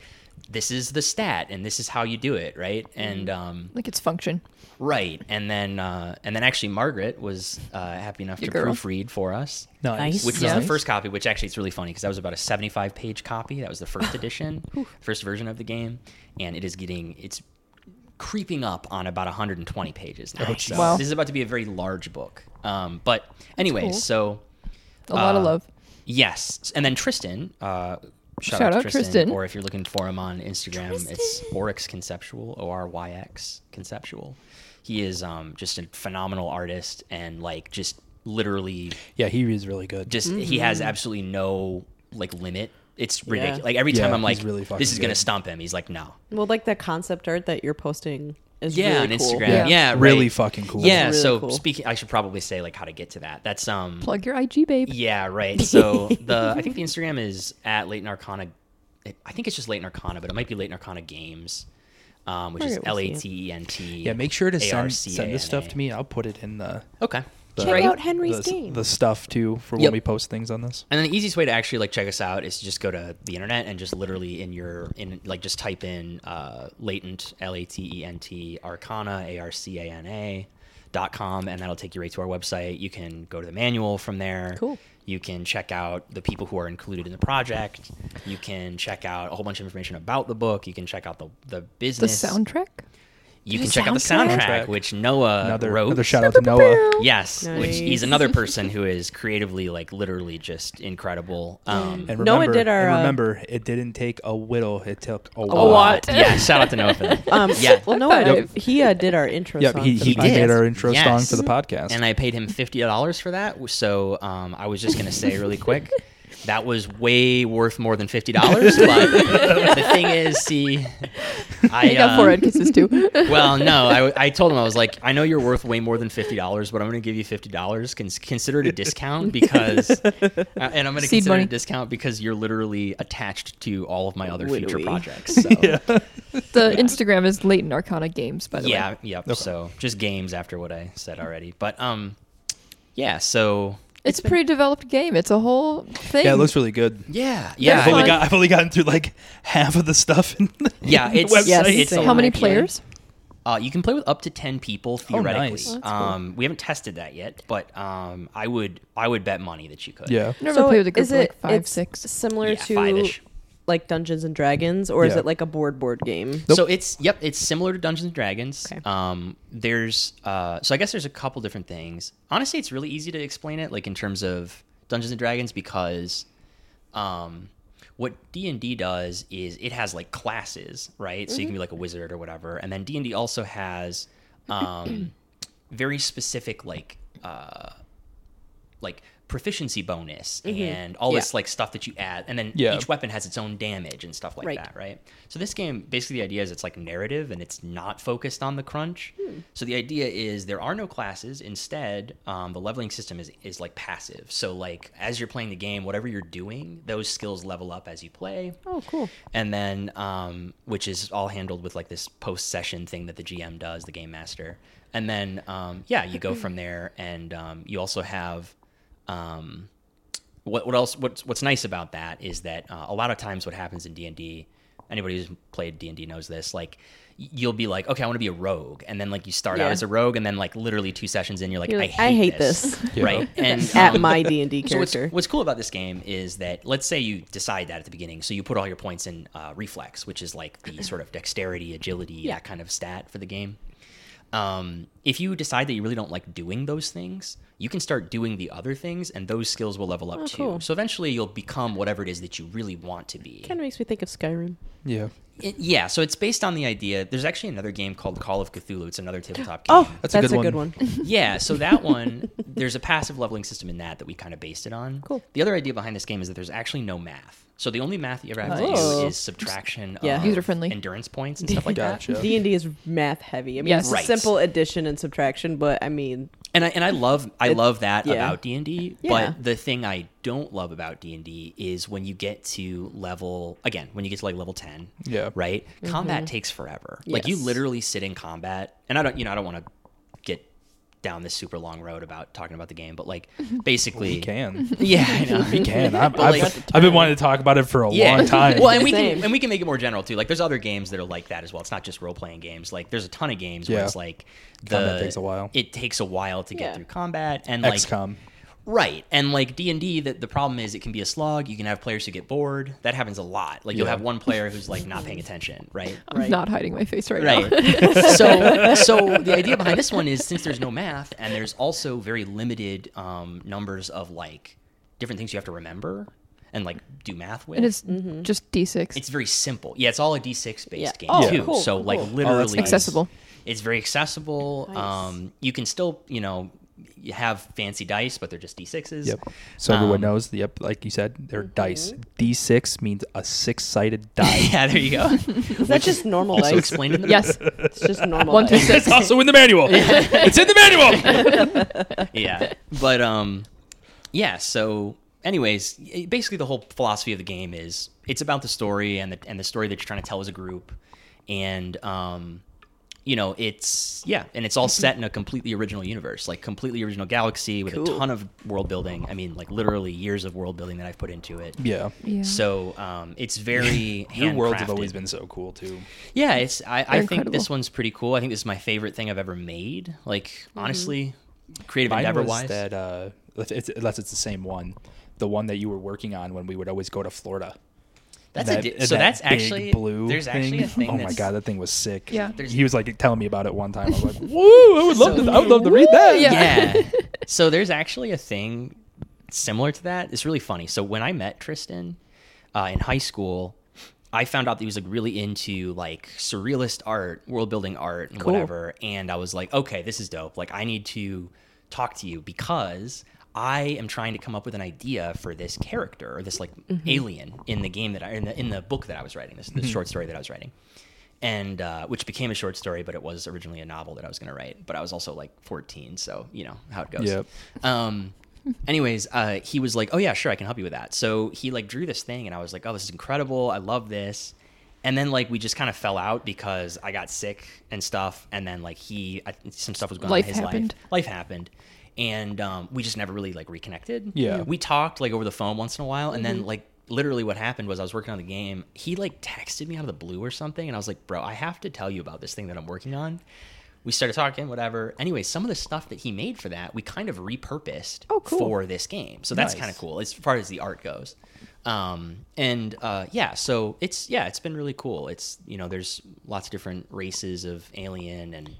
[SPEAKER 2] this is the stat and this is how you do it right and
[SPEAKER 4] Mm.
[SPEAKER 2] um
[SPEAKER 4] Like its function.
[SPEAKER 2] right and then uh and then actually margaret was uh happy enough
[SPEAKER 4] Your
[SPEAKER 2] to
[SPEAKER 4] girl.
[SPEAKER 2] proofread for us
[SPEAKER 1] nice.
[SPEAKER 3] Nice.
[SPEAKER 2] which was
[SPEAKER 4] Yes.
[SPEAKER 2] the first copy which actually it's really funny because that was about a 75 page copy that was the first edition first version of the game and it is getting it's creeping up on about 120 pages now so
[SPEAKER 4] Wow.
[SPEAKER 2] this is about to be a very large book um, but anyways
[SPEAKER 4] cool.
[SPEAKER 2] so
[SPEAKER 4] A lot of
[SPEAKER 2] Uh,
[SPEAKER 4] love.
[SPEAKER 2] yes and then tristan uh, shout, out, to tristan, or if you're looking for him on instagram it's oryx conceptual o-r-y-x conceptual he is um, just a phenomenal artist and like just literally
[SPEAKER 1] Yeah, he is really good.
[SPEAKER 2] just he has
[SPEAKER 3] Mm-hmm.
[SPEAKER 2] absolutely no like limit. It's ridiculous. Like every time
[SPEAKER 1] Yeah,
[SPEAKER 2] I'm
[SPEAKER 1] he's
[SPEAKER 2] like,
[SPEAKER 1] really fucking
[SPEAKER 2] this is gonna
[SPEAKER 1] good.
[SPEAKER 2] stump him. He's like, no.
[SPEAKER 3] well, like that concept art that you're posting is really
[SPEAKER 2] Yeah,
[SPEAKER 3] cool.
[SPEAKER 2] on Instagram. Yeah,
[SPEAKER 4] Yeah.
[SPEAKER 2] right.
[SPEAKER 1] Really fucking cool.
[SPEAKER 2] Yeah.
[SPEAKER 3] Really
[SPEAKER 2] so
[SPEAKER 3] cool.
[SPEAKER 2] speaking, I should probably say like how to get to that. That's um.
[SPEAKER 4] Plug your IG, babe.
[SPEAKER 2] Yeah, right. So the I think the Instagram is at Late Narcana. I think it's just Late Narcana, but it might be Late Narcana Games, um, which is
[SPEAKER 3] Margaret
[SPEAKER 2] L
[SPEAKER 3] will see
[SPEAKER 2] A
[SPEAKER 3] it.
[SPEAKER 2] T E N T.
[SPEAKER 1] Yeah, make sure to send, send this stuff to me. I'll put it in the
[SPEAKER 2] Okay.
[SPEAKER 1] the,
[SPEAKER 4] Check out
[SPEAKER 1] the,
[SPEAKER 4] Henry's
[SPEAKER 1] s-
[SPEAKER 4] game.
[SPEAKER 1] the stuff too for
[SPEAKER 2] Yep.
[SPEAKER 1] when we post things on this.
[SPEAKER 2] And then the easiest way to actually like check us out is to just go to the internet and just literally in your in like just type in uh, latent l a t e n t arcana a r c a n a dot com and that'll take you right to our website. You can go to the manual from there.
[SPEAKER 4] Cool.
[SPEAKER 2] You can check out the people who are included in the project. You can check out a whole bunch of information about the book. You can check out the the
[SPEAKER 4] The
[SPEAKER 2] business.
[SPEAKER 4] soundtrack?
[SPEAKER 2] You
[SPEAKER 4] the
[SPEAKER 2] can check out the
[SPEAKER 4] soundtrack?
[SPEAKER 2] soundtrack, which Noah
[SPEAKER 1] Another
[SPEAKER 2] wrote.
[SPEAKER 1] another shout out to Noah.
[SPEAKER 2] Yes, which
[SPEAKER 3] Nice.
[SPEAKER 2] he's another person who is creatively, like, literally just incredible. Um,
[SPEAKER 1] And
[SPEAKER 3] Noah
[SPEAKER 1] remember,
[SPEAKER 3] did our,
[SPEAKER 1] and
[SPEAKER 3] uh,
[SPEAKER 1] remember, it didn't take a whittle; it took a,
[SPEAKER 2] Oh,
[SPEAKER 4] lot.
[SPEAKER 2] Yeah, shout out to Noah for that.
[SPEAKER 3] Um,
[SPEAKER 2] yeah.
[SPEAKER 3] Well, no, I-
[SPEAKER 4] Yep.
[SPEAKER 3] he uh, did our intro
[SPEAKER 1] Yep,
[SPEAKER 3] song.
[SPEAKER 1] he,
[SPEAKER 3] for
[SPEAKER 1] he
[SPEAKER 3] the
[SPEAKER 2] did.
[SPEAKER 1] made
[SPEAKER 3] podcast.
[SPEAKER 1] our intro
[SPEAKER 2] Yes.
[SPEAKER 1] song for the podcast.
[SPEAKER 2] and I paid him fifty dollars for that. So um, I was just gonna say really quick, that was way worth more than fifty dollars. But the thing is, see, I
[SPEAKER 4] He got
[SPEAKER 2] uh,
[SPEAKER 4] four red kisses too.
[SPEAKER 2] Well, no, I, I told him I was like, I know you're worth way more than fifty dollars, but I'm going to give you fifty dollars. Cons- consider it a discount because, uh, and I'm going to
[SPEAKER 4] Seed
[SPEAKER 2] consider it
[SPEAKER 4] money.
[SPEAKER 2] a discount because you're literally attached to all of my other future
[SPEAKER 3] Widowy.
[SPEAKER 2] projects. So.
[SPEAKER 4] the Instagram is Leighton Arcana Games, by the
[SPEAKER 2] yeah,
[SPEAKER 4] way.
[SPEAKER 2] yep. So just games after what I said already, but um, yeah. So
[SPEAKER 4] It's a pretty developed game. It's a whole thing.
[SPEAKER 1] yeah, it looks really good.
[SPEAKER 2] yeah,
[SPEAKER 1] I've only
[SPEAKER 4] fun.
[SPEAKER 2] yeah,
[SPEAKER 1] got I've only gotten through like half of the stuff. In the
[SPEAKER 2] yeah. It's
[SPEAKER 1] website.
[SPEAKER 3] Yes,
[SPEAKER 2] it's a
[SPEAKER 3] same.
[SPEAKER 4] How
[SPEAKER 2] lot.
[SPEAKER 4] many
[SPEAKER 3] actually.
[SPEAKER 4] players?
[SPEAKER 2] Uh, you can play with up to ten people theoretically.
[SPEAKER 1] nice. Oh,
[SPEAKER 4] that's cool.
[SPEAKER 2] um, we haven't tested that yet, but um, I would I would bet money that you could.
[SPEAKER 1] yeah.
[SPEAKER 4] I never played with a group
[SPEAKER 3] is
[SPEAKER 4] of like
[SPEAKER 3] it-
[SPEAKER 4] five,
[SPEAKER 3] it's
[SPEAKER 4] six.
[SPEAKER 3] Similar
[SPEAKER 2] Yeah,
[SPEAKER 3] to
[SPEAKER 2] five-ish.
[SPEAKER 3] like Dungeons and Dragons, or is
[SPEAKER 1] Yeah.
[SPEAKER 3] it like a board board game?
[SPEAKER 1] Nope.
[SPEAKER 2] So it's yep, it's similar to Dungeons and Dragons.
[SPEAKER 3] Okay.
[SPEAKER 2] Um, there's uh, so I guess there's a couple different things. Honestly, it's really easy to explain it, like in terms of Dungeons and Dragons, because um, what D and D does is it has like classes, right?
[SPEAKER 3] Mm-hmm.
[SPEAKER 2] So you can be like a wizard or whatever, and then D and D also has um, very specific like uh, like proficiency bonus and all this
[SPEAKER 3] Mm-hmm. Yeah.
[SPEAKER 2] like stuff that you add, and then
[SPEAKER 1] Yeah.
[SPEAKER 2] each weapon has its own damage and stuff like
[SPEAKER 3] Right.
[SPEAKER 2] that, right? So this game, basically, the idea is it's like narrative and it's not focused on the crunch.
[SPEAKER 3] Hmm.
[SPEAKER 2] So the idea is there are no classes. Instead, um, the leveling system is is like passive. So like as you're playing the game, whatever you're doing, those skills level up as you play
[SPEAKER 3] Oh, cool.
[SPEAKER 2] and then um, which is all handled with like this post session thing that the GM does, the game master, and then um, yeah, you go from there, and um, you also have um, what what else? What's what's nice about that is that uh, a lot of times what happens in D and D, anybody who's played D and D knows this, like. y- You'll be like, okay, I want to be a rogue, and then like you start out
[SPEAKER 3] Yeah.
[SPEAKER 2] as a rogue, and then like literally two sessions in, you're like,
[SPEAKER 3] You're
[SPEAKER 2] I
[SPEAKER 3] like,
[SPEAKER 2] hate,
[SPEAKER 3] I hate
[SPEAKER 2] this,
[SPEAKER 3] this.
[SPEAKER 1] Yeah.
[SPEAKER 2] right? And
[SPEAKER 3] At
[SPEAKER 2] um,
[SPEAKER 3] my D and D
[SPEAKER 2] so
[SPEAKER 3] character.
[SPEAKER 2] what's, what's cool about this game is that let's say you decide that at the beginning, so you put all your points in uh, reflex, which is like the sort of dexterity, agility, that kind of stat for the game. Um, if you decide that you really don't like doing those things, you can start doing the other things, and those skills will level up too.
[SPEAKER 3] Oh, cool.
[SPEAKER 2] So eventually, you'll become whatever it is that you really want to be.
[SPEAKER 3] kind of makes me think of Skyrim.
[SPEAKER 1] Yeah.
[SPEAKER 2] It- yeah. So it's based on the idea. There's actually another game called Call of Cthulhu. It's another tabletop game.
[SPEAKER 3] Oh,
[SPEAKER 1] That's
[SPEAKER 3] that's,
[SPEAKER 1] a
[SPEAKER 3] a,
[SPEAKER 1] good
[SPEAKER 3] good
[SPEAKER 1] one.
[SPEAKER 3] one.
[SPEAKER 2] yeah, so that one, there's a passive leveling system in that that we kind of based it on.
[SPEAKER 3] Cool.
[SPEAKER 2] The other idea behind this game is that there's actually no math. So the only math you ever have to
[SPEAKER 3] Nice.
[SPEAKER 2] do is subtraction
[SPEAKER 3] Oh. Yeah.
[SPEAKER 2] of
[SPEAKER 4] User-friendly.
[SPEAKER 2] endurance points and stuff like that.
[SPEAKER 1] Gotcha.
[SPEAKER 3] D and D is math heavy. I mean,
[SPEAKER 4] Yes.
[SPEAKER 3] it's
[SPEAKER 2] Right.
[SPEAKER 3] simple addition and subtraction, but I mean,
[SPEAKER 2] And I and I love I
[SPEAKER 3] It-
[SPEAKER 2] love that
[SPEAKER 3] yeah.
[SPEAKER 2] about D and D.
[SPEAKER 3] Yeah.
[SPEAKER 2] But the thing I don't love about D and D is when you get to level again when you get to like level ten.
[SPEAKER 1] Yeah.
[SPEAKER 2] Right. Combat takes forever. Like you
[SPEAKER 3] Mm-hmm. Yes.
[SPEAKER 2] literally sit in combat, and I don't you know I don't want to get down this super long road about talking about the game, but like basically
[SPEAKER 1] We can.
[SPEAKER 2] Yeah, I know.
[SPEAKER 1] We can. I'm,
[SPEAKER 2] Well,
[SPEAKER 1] I've,
[SPEAKER 2] like-
[SPEAKER 1] I've been wanting to talk about it for a long time.
[SPEAKER 2] Well, and we can
[SPEAKER 3] Same.
[SPEAKER 2] and we can make it more general too. Like there's other games that are like that as well. It's not just role playing games. Like there's a ton of games
[SPEAKER 1] Yeah.
[SPEAKER 2] where it's like the
[SPEAKER 1] Combat takes a while.
[SPEAKER 2] It takes a while to get
[SPEAKER 3] Yeah.
[SPEAKER 2] through combat and like
[SPEAKER 1] XCOM.
[SPEAKER 2] right and like D and D. That the problem is it can be a slog. You can have players who get bored. That happens a lot. Like you'll
[SPEAKER 1] Yeah.
[SPEAKER 2] have one player who's like not paying attention. Right.
[SPEAKER 4] I'm not hiding my face right, now.
[SPEAKER 2] Right. so, so the idea behind this one is since there's no math and there's also very limited um, numbers of like different things you have to remember and like do math with.
[SPEAKER 4] And it's
[SPEAKER 3] Mm-hmm.
[SPEAKER 4] just D6.
[SPEAKER 2] It's very simple. Yeah, it's all a D6 based
[SPEAKER 3] Yeah.
[SPEAKER 2] game
[SPEAKER 3] Oh,
[SPEAKER 2] too.
[SPEAKER 3] cool,
[SPEAKER 2] so
[SPEAKER 3] cool,
[SPEAKER 2] like
[SPEAKER 3] cool. Oh, that's
[SPEAKER 2] literally
[SPEAKER 1] nice.
[SPEAKER 4] Accessible.
[SPEAKER 2] It's very accessible.
[SPEAKER 3] Nice.
[SPEAKER 2] Um, you can still you know you have fancy dice, but they're just D6s.
[SPEAKER 1] Yep. So everyone
[SPEAKER 2] Um,
[SPEAKER 1] knows. Yep. Like you said, they're dice. D6 means a six-sided die.
[SPEAKER 2] Yeah, there you go.
[SPEAKER 3] is that just normal
[SPEAKER 2] also
[SPEAKER 3] dice?
[SPEAKER 2] explained in the
[SPEAKER 4] yes.
[SPEAKER 3] It's just normal.
[SPEAKER 4] One through
[SPEAKER 3] dice.
[SPEAKER 4] six.
[SPEAKER 1] it's also in the manual. it's in the manual.
[SPEAKER 2] yeah. But um yeah, so anyways, y- basically the whole philosophy of the game is it's about the story and the and the story that you're trying to tell as a group and um you know, it's yeah, and it's all set in a completely original universe, like completely original galaxy with a
[SPEAKER 3] Cool.
[SPEAKER 2] ton of world building. I mean, like literally years of world building that I've put into it.
[SPEAKER 1] Yeah.
[SPEAKER 4] Yeah.
[SPEAKER 2] So um, it's very
[SPEAKER 1] Your worlds have
[SPEAKER 2] handcrafted.
[SPEAKER 1] always been so cool too.
[SPEAKER 2] Yeah, it's. I, I
[SPEAKER 4] They're
[SPEAKER 2] think this
[SPEAKER 4] incredible.
[SPEAKER 2] one's pretty cool. I think this is my favorite thing I've ever made. Like honestly, creative
[SPEAKER 1] Mm-hmm. Mine
[SPEAKER 2] endeavor
[SPEAKER 1] was
[SPEAKER 2] wise.
[SPEAKER 1] that uh, if it's, unless it's the same one, the one that you were working on when we would always go to Florida.
[SPEAKER 2] That's
[SPEAKER 1] that,
[SPEAKER 2] a di- so
[SPEAKER 1] that
[SPEAKER 2] that's
[SPEAKER 1] big
[SPEAKER 2] actually
[SPEAKER 1] blue.
[SPEAKER 2] there's
[SPEAKER 1] thing.
[SPEAKER 2] actually a thing.
[SPEAKER 1] Oh my
[SPEAKER 2] that's-
[SPEAKER 1] god, that thing was sick.
[SPEAKER 4] Yeah.
[SPEAKER 2] There's-
[SPEAKER 1] he was like telling me about it one time. I was like, "Whoa, I would love
[SPEAKER 2] So-
[SPEAKER 1] to. I would love to read that."
[SPEAKER 4] Yeah.
[SPEAKER 2] yeah. so there's actually a thing similar to that. It's really funny. So when I met Tristan uh, in high school, I found out that he was like really into like surrealist art, world building art, and whatever. And I was like, okay, this is dope. Like I need to talk to you because. I am trying to come up with an idea for this character or this like alien in the game that I in the in the book that I was writing this this short story that I was writing and uh, which became a short story, but it was originally a novel that I was going to write. But I was also like 14, so you know how it goes.
[SPEAKER 1] Yep.
[SPEAKER 2] Um, anyways, uh, he was like, "Oh yeah, sure, I can help you with that." So he like drew this thing, and I was like, "Oh, this is incredible! I love this." And then like we just kind of fell out because I got sick and stuff, and then like he I, some stuff was going
[SPEAKER 4] Life
[SPEAKER 2] on in his
[SPEAKER 4] happened.
[SPEAKER 2] life. Life happened. And um, we just never really like reconnected.
[SPEAKER 1] Yeah.
[SPEAKER 2] we talked like over the phone once in a while, and then like literally what happened was I was working on the game. He like texted me out of the blue or something, and I was like, "Bro, I have to tell you about this thing that I'm working on." We started talking, whatever. Anyway, some of the stuff that he made for that we kind of repurposed
[SPEAKER 4] Oh, cool.
[SPEAKER 2] for this game, so that's
[SPEAKER 1] Nice.
[SPEAKER 2] kind of cool as far as the art goes. Um, and uh, yeah, so it's yeah, it's been really cool. It's you know, there's lots of different races of alien and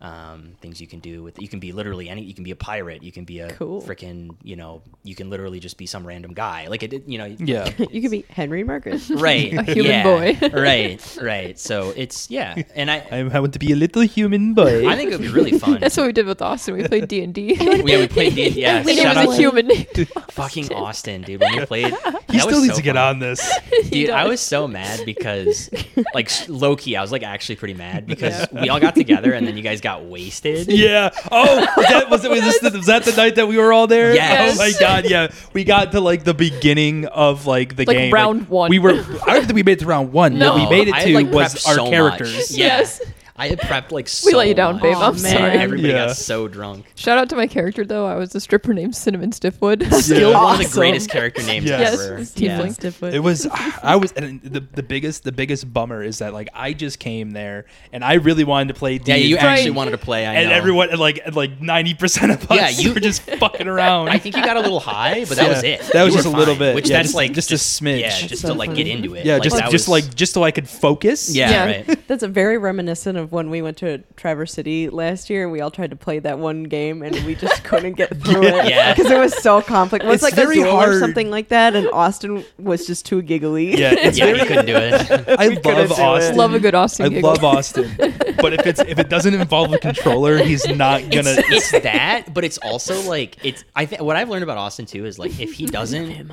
[SPEAKER 2] um, things you can do with. You can be literally any. You can be a pirate. You can be a
[SPEAKER 3] Cool.
[SPEAKER 2] freaking. You know, you can literally just be some random guy. Like it. did- You know.
[SPEAKER 1] Yeah.
[SPEAKER 3] You could be Henry Marcus.
[SPEAKER 2] Right.
[SPEAKER 4] A human
[SPEAKER 2] yeah,
[SPEAKER 4] boy.
[SPEAKER 2] right. Right. So it's yeah, and I.
[SPEAKER 1] I want to be a little human boy.
[SPEAKER 2] I think it would be really fun.
[SPEAKER 4] That's what we did with Austin. We played D and D.
[SPEAKER 2] yeah, we played D. Yeah,
[SPEAKER 4] And it
[SPEAKER 2] shout
[SPEAKER 4] was
[SPEAKER 2] out
[SPEAKER 4] a
[SPEAKER 2] to
[SPEAKER 4] human.
[SPEAKER 2] fucking Austin, dude. When we played,
[SPEAKER 1] he still needs to get on this.
[SPEAKER 2] Dude, I was so mad because, like, low key, I was like actually pretty mad because we all got together and then you guys got wasted.
[SPEAKER 1] Yeah. Oh, was that was, it, was, this, was that the night that we were all there?
[SPEAKER 2] Yes.
[SPEAKER 1] Oh my god. Yeah. We got to like the beginning of like the
[SPEAKER 4] Like,
[SPEAKER 1] game.
[SPEAKER 4] round one.
[SPEAKER 1] We were. I don't think we made it to round one.
[SPEAKER 4] No.
[SPEAKER 1] What we made it
[SPEAKER 2] I had,
[SPEAKER 1] to
[SPEAKER 2] like,
[SPEAKER 1] was
[SPEAKER 2] prepped
[SPEAKER 1] our
[SPEAKER 2] so much.
[SPEAKER 1] characters.
[SPEAKER 2] Yeah.
[SPEAKER 4] Yes.
[SPEAKER 2] I had prepped like so
[SPEAKER 4] We let you down,
[SPEAKER 2] much.
[SPEAKER 4] babe. I'm
[SPEAKER 3] Aw,
[SPEAKER 4] sorry.
[SPEAKER 3] man.
[SPEAKER 2] Everybody
[SPEAKER 1] Yeah.
[SPEAKER 2] got so drunk.
[SPEAKER 4] Shout out to my character though. I was a stripper named Cinnamon Stiffwood.
[SPEAKER 2] Still one of the
[SPEAKER 3] Awesome.
[SPEAKER 2] greatest character names
[SPEAKER 1] Yes.
[SPEAKER 2] ever.
[SPEAKER 4] Yes,
[SPEAKER 2] yeah.
[SPEAKER 4] Tiefling.
[SPEAKER 1] It was I was and the the biggest the biggest bummer is that like I just came there and I really wanted to play D.
[SPEAKER 2] Yeah, you actually
[SPEAKER 4] Right.
[SPEAKER 2] wanted to play. I
[SPEAKER 1] and
[SPEAKER 2] know.
[SPEAKER 1] everyone and like and, like ninety percent of us
[SPEAKER 2] Yeah, you-
[SPEAKER 1] were just fucking around.
[SPEAKER 2] I think you got a little high, but that was
[SPEAKER 1] Yeah.
[SPEAKER 2] it.
[SPEAKER 1] That was
[SPEAKER 2] You
[SPEAKER 1] just
[SPEAKER 2] were
[SPEAKER 1] a little
[SPEAKER 2] fine,
[SPEAKER 1] bit.
[SPEAKER 2] Which
[SPEAKER 1] Yeah,
[SPEAKER 2] that's
[SPEAKER 1] just-
[SPEAKER 2] like
[SPEAKER 1] just a smidge.
[SPEAKER 2] Yeah, just
[SPEAKER 3] So
[SPEAKER 2] to like get
[SPEAKER 3] funny.
[SPEAKER 2] into it.
[SPEAKER 1] yeah,
[SPEAKER 2] like,
[SPEAKER 1] just
[SPEAKER 2] that
[SPEAKER 1] just
[SPEAKER 2] was-
[SPEAKER 1] like just so I could focus.
[SPEAKER 2] yeah,
[SPEAKER 4] Yeah.
[SPEAKER 2] right.
[SPEAKER 3] That's a very reminiscent of when we went to Traverse City last year and we all tried to play that one game and we just couldn't get through it
[SPEAKER 2] Yeah.
[SPEAKER 3] because it was so complex. It was
[SPEAKER 1] It's
[SPEAKER 3] like
[SPEAKER 1] very
[SPEAKER 3] a duel
[SPEAKER 1] hard.
[SPEAKER 3] or something like that, and Austin was just too giggly.
[SPEAKER 1] Yeah, it's
[SPEAKER 2] Yeah,
[SPEAKER 1] very-
[SPEAKER 2] you couldn't do it.
[SPEAKER 1] I
[SPEAKER 3] couldn't
[SPEAKER 1] love
[SPEAKER 3] do it.
[SPEAKER 1] Austin.
[SPEAKER 4] Love a good Austin.
[SPEAKER 1] I
[SPEAKER 4] giggle.
[SPEAKER 1] love Austin, but if it's if it doesn't involve a controller, he's not gonna.
[SPEAKER 2] it's that, but it's also like it's. I think what I've learned about Austin too is like if he doesn't,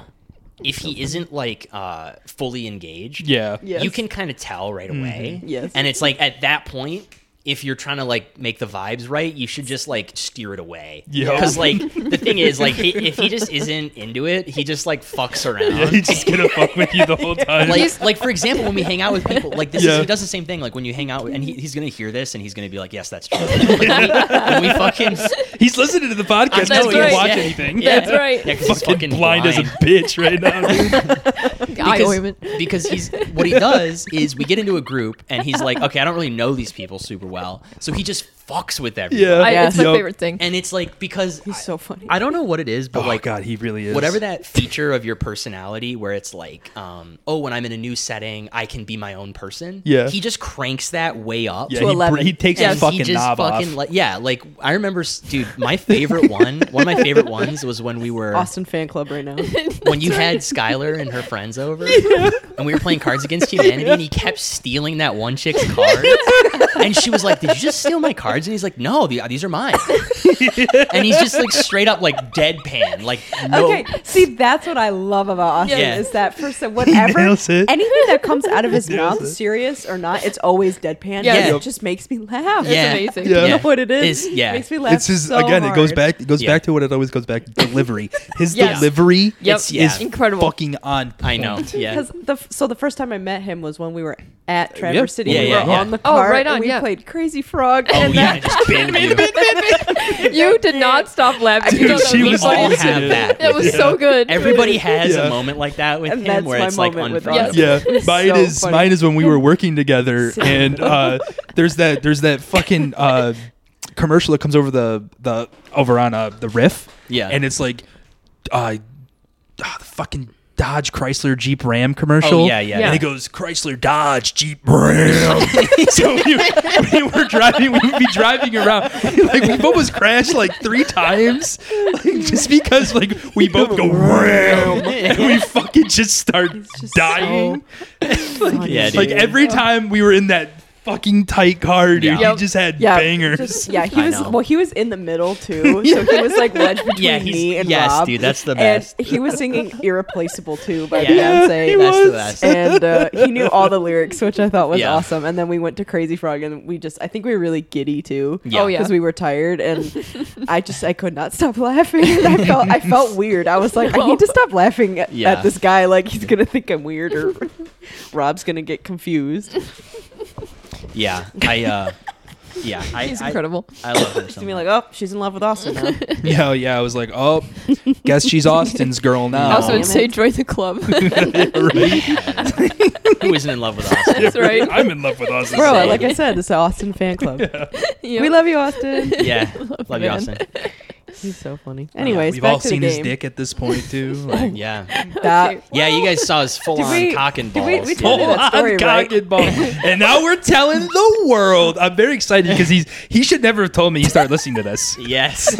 [SPEAKER 2] if he isn't like uh fully engaged,
[SPEAKER 1] yeah. Mm-hmm.
[SPEAKER 3] Yes.
[SPEAKER 2] you can kind of tell right away.
[SPEAKER 3] Yes.
[SPEAKER 2] and it's like at that point. If you're trying to like make the vibes right, you should just like steer it away.
[SPEAKER 1] Yeah.
[SPEAKER 2] Because like the thing is, like he, if he just isn't into it, he just like fucks around.
[SPEAKER 1] Yeah, he's just gonna fuck with you the whole time.
[SPEAKER 2] like, like for example, when we hang out with people, like this,
[SPEAKER 1] Yeah.
[SPEAKER 2] is, he does the same thing. Like when you hang out, with- and he, he's gonna hear this, and he's gonna be like, "Yes, that's true." Like, when, we, when we fucking,
[SPEAKER 1] he's listening to the podcast.
[SPEAKER 2] I
[SPEAKER 1] He
[SPEAKER 2] know,
[SPEAKER 1] can't
[SPEAKER 4] right.
[SPEAKER 1] watch
[SPEAKER 2] yeah.
[SPEAKER 1] anything.
[SPEAKER 2] Yeah.
[SPEAKER 4] That's right.
[SPEAKER 2] yeah, 'cause he's
[SPEAKER 1] Fucking, blind, as a bitch right now. dude.
[SPEAKER 4] Eye
[SPEAKER 2] because,
[SPEAKER 4] ointment.
[SPEAKER 2] because he's what he does is we get into a group and he's like, okay, I don't really know these people super well, so he just fucks with everyone.
[SPEAKER 1] Yeah.
[SPEAKER 4] I, It's my
[SPEAKER 1] Yup.
[SPEAKER 4] favorite thing.
[SPEAKER 2] And it's like because
[SPEAKER 3] He's so funny.
[SPEAKER 2] I, I don't know what it is, but
[SPEAKER 1] Oh
[SPEAKER 2] like
[SPEAKER 1] god, he really is.
[SPEAKER 2] whatever that feature of your personality where it's like, um, oh, when I'm in a new setting, I can be my own person.
[SPEAKER 1] Yeah.
[SPEAKER 2] he just cranks that way up.
[SPEAKER 1] Yeah,
[SPEAKER 3] to
[SPEAKER 1] he,
[SPEAKER 3] 11.
[SPEAKER 1] he takes
[SPEAKER 2] Yeah,
[SPEAKER 1] his fucking knob off.
[SPEAKER 2] li- yeah, like I remember, s- dude. My favorite one, one of my favorite ones was when we were
[SPEAKER 3] Austin fan club right now.
[SPEAKER 2] when you had Skylar and her friends over, and we were playing Cards Against Humanity, and he kept stealing that one chick's cards, and she was like, "Did you just steal my cards?" And he's like, "No, the, these are mine." and he's just like straight up like deadpan, like no.
[SPEAKER 3] Okay, see, that's what I love about Austin
[SPEAKER 2] Yeah.
[SPEAKER 3] is that for so whatever
[SPEAKER 1] nails it.
[SPEAKER 3] anything that comes out of his
[SPEAKER 1] nails
[SPEAKER 3] mouth,
[SPEAKER 1] it.
[SPEAKER 3] serious or not, it's always deadpan.
[SPEAKER 4] Yeah.
[SPEAKER 3] Yeah,
[SPEAKER 2] Yeah.
[SPEAKER 3] it just makes me laugh.
[SPEAKER 2] Yeah.
[SPEAKER 4] amazing.
[SPEAKER 1] Yeah.
[SPEAKER 3] I don't know what it is.
[SPEAKER 2] It's- yeah.
[SPEAKER 3] makes me laugh.
[SPEAKER 1] It's his
[SPEAKER 3] so
[SPEAKER 1] again. It goes
[SPEAKER 3] hard.
[SPEAKER 1] back. It goes
[SPEAKER 2] Yeah.
[SPEAKER 1] back to what it always goes back: delivery. His
[SPEAKER 4] Yes.
[SPEAKER 1] delivery
[SPEAKER 4] Yep.
[SPEAKER 1] is
[SPEAKER 2] Yeah.
[SPEAKER 4] Incredible.
[SPEAKER 1] fucking on.
[SPEAKER 2] I know.
[SPEAKER 1] point.
[SPEAKER 2] Yeah.
[SPEAKER 3] Because the f- so the first time I met him was when we were at Traverse
[SPEAKER 1] Yep.
[SPEAKER 3] City.
[SPEAKER 2] Yeah,
[SPEAKER 3] we
[SPEAKER 2] yeah,
[SPEAKER 3] were
[SPEAKER 2] yeah.
[SPEAKER 3] on the
[SPEAKER 4] Oh,
[SPEAKER 3] cart.
[SPEAKER 4] right
[SPEAKER 3] and
[SPEAKER 4] on,
[SPEAKER 3] we
[SPEAKER 4] yeah.
[SPEAKER 3] played Crazy Frog.
[SPEAKER 2] Oh
[SPEAKER 3] and
[SPEAKER 2] yeah,
[SPEAKER 3] that-
[SPEAKER 2] just banned you.
[SPEAKER 4] You did not stop laughing.
[SPEAKER 1] Dude,
[SPEAKER 4] until that
[SPEAKER 1] she
[SPEAKER 2] we
[SPEAKER 1] was
[SPEAKER 4] meatball.
[SPEAKER 2] all
[SPEAKER 1] awesome.
[SPEAKER 2] have that.
[SPEAKER 4] That was so good.
[SPEAKER 2] Everybody has
[SPEAKER 1] Yeah.
[SPEAKER 2] a moment like that with
[SPEAKER 3] And
[SPEAKER 2] him
[SPEAKER 3] that's
[SPEAKER 2] where
[SPEAKER 3] my
[SPEAKER 2] it's like
[SPEAKER 3] moment with
[SPEAKER 2] unforgettable.
[SPEAKER 3] Ross.
[SPEAKER 1] Yeah,
[SPEAKER 3] It's
[SPEAKER 1] mine
[SPEAKER 3] so
[SPEAKER 1] is
[SPEAKER 3] funny.
[SPEAKER 1] mine is when we were working together, and uh, there's that there's that fucking uh, commercial that comes over the the over on uh, the riff.
[SPEAKER 2] Yeah.
[SPEAKER 1] and it's like, uh, ah, the fucking Dodge Chrysler Jeep Ram commercial.
[SPEAKER 2] Oh, yeah, yeah.
[SPEAKER 1] And it goes Chrysler Dodge Jeep Ram. so we, we were driving, we would be driving around, like we almost crashed like three times, like, just because like we both go Ram and we fucking just start
[SPEAKER 3] just Oh.
[SPEAKER 1] dying.
[SPEAKER 2] Yeah, dude.
[SPEAKER 1] Like every time we were in that fucking tight car, dude,
[SPEAKER 2] Yeah.
[SPEAKER 1] he
[SPEAKER 4] Yep.
[SPEAKER 1] just had
[SPEAKER 3] yeah,
[SPEAKER 1] bangers.
[SPEAKER 3] just- yeah, he
[SPEAKER 2] I
[SPEAKER 3] was
[SPEAKER 2] know.
[SPEAKER 3] well. He was in the middle too, so he was like wedged between
[SPEAKER 2] Yeah, he's-
[SPEAKER 3] me and
[SPEAKER 2] yes,
[SPEAKER 3] Rob.
[SPEAKER 2] dude, that's the best.
[SPEAKER 3] And he was singing "Irreplaceable" too by
[SPEAKER 2] Yeah.
[SPEAKER 3] Beyonce.
[SPEAKER 1] he
[SPEAKER 2] That's
[SPEAKER 1] was.
[SPEAKER 2] the best.
[SPEAKER 3] and uh, he knew all the lyrics, which I thought was
[SPEAKER 2] Yeah.
[SPEAKER 3] awesome. And then we went to Crazy Frog, and we just—I think we were really giddy too.
[SPEAKER 2] Yeah. Oh,
[SPEAKER 4] yeah.
[SPEAKER 3] because we were tired, and I just—I could not stop laughing. And I felt—I felt weird. I was like, I need to stop laughing at,
[SPEAKER 2] Yeah.
[SPEAKER 3] at this guy. Like he's gonna think I'm weird, or Rob's gonna get confused.
[SPEAKER 2] Yeah, I. Uh, yeah, I,
[SPEAKER 4] He's
[SPEAKER 2] I-
[SPEAKER 4] incredible.
[SPEAKER 2] I, love her.
[SPEAKER 3] He's
[SPEAKER 2] So
[SPEAKER 3] gonna be
[SPEAKER 2] much.
[SPEAKER 3] like, oh, she's in love with Austin. Now.
[SPEAKER 1] yeah, yeah. I was like, oh, guess she's Austin's girl now.
[SPEAKER 4] also,
[SPEAKER 3] Damn
[SPEAKER 4] would say
[SPEAKER 3] it.
[SPEAKER 4] join the club.
[SPEAKER 1] Right?
[SPEAKER 2] who isn't in love with us?
[SPEAKER 4] That's right.
[SPEAKER 1] I'm in love with Austin.
[SPEAKER 3] Bro,
[SPEAKER 2] Insane.
[SPEAKER 3] like I said, it's an Austin fan club.
[SPEAKER 4] Yep.
[SPEAKER 3] We love you, Austin.
[SPEAKER 2] Yeah, love, you,
[SPEAKER 4] man.
[SPEAKER 2] Austin.
[SPEAKER 3] He's so funny. Anyways,
[SPEAKER 1] we've
[SPEAKER 3] back
[SPEAKER 1] all
[SPEAKER 3] to the
[SPEAKER 1] seen his
[SPEAKER 3] game.
[SPEAKER 1] dick at this point too. Like,
[SPEAKER 2] Yeah,
[SPEAKER 3] That-
[SPEAKER 4] Okay.
[SPEAKER 2] yeah. You guys saw his full-on
[SPEAKER 3] we-
[SPEAKER 2] cock and
[SPEAKER 3] did
[SPEAKER 2] balls.
[SPEAKER 3] we- we
[SPEAKER 2] yeah.
[SPEAKER 3] told you that story,
[SPEAKER 1] I'm cock
[SPEAKER 3] right?
[SPEAKER 1] and ball. And now we're telling the world. I'm very excited because he's he should never have told me he started listening to this.
[SPEAKER 2] Yes.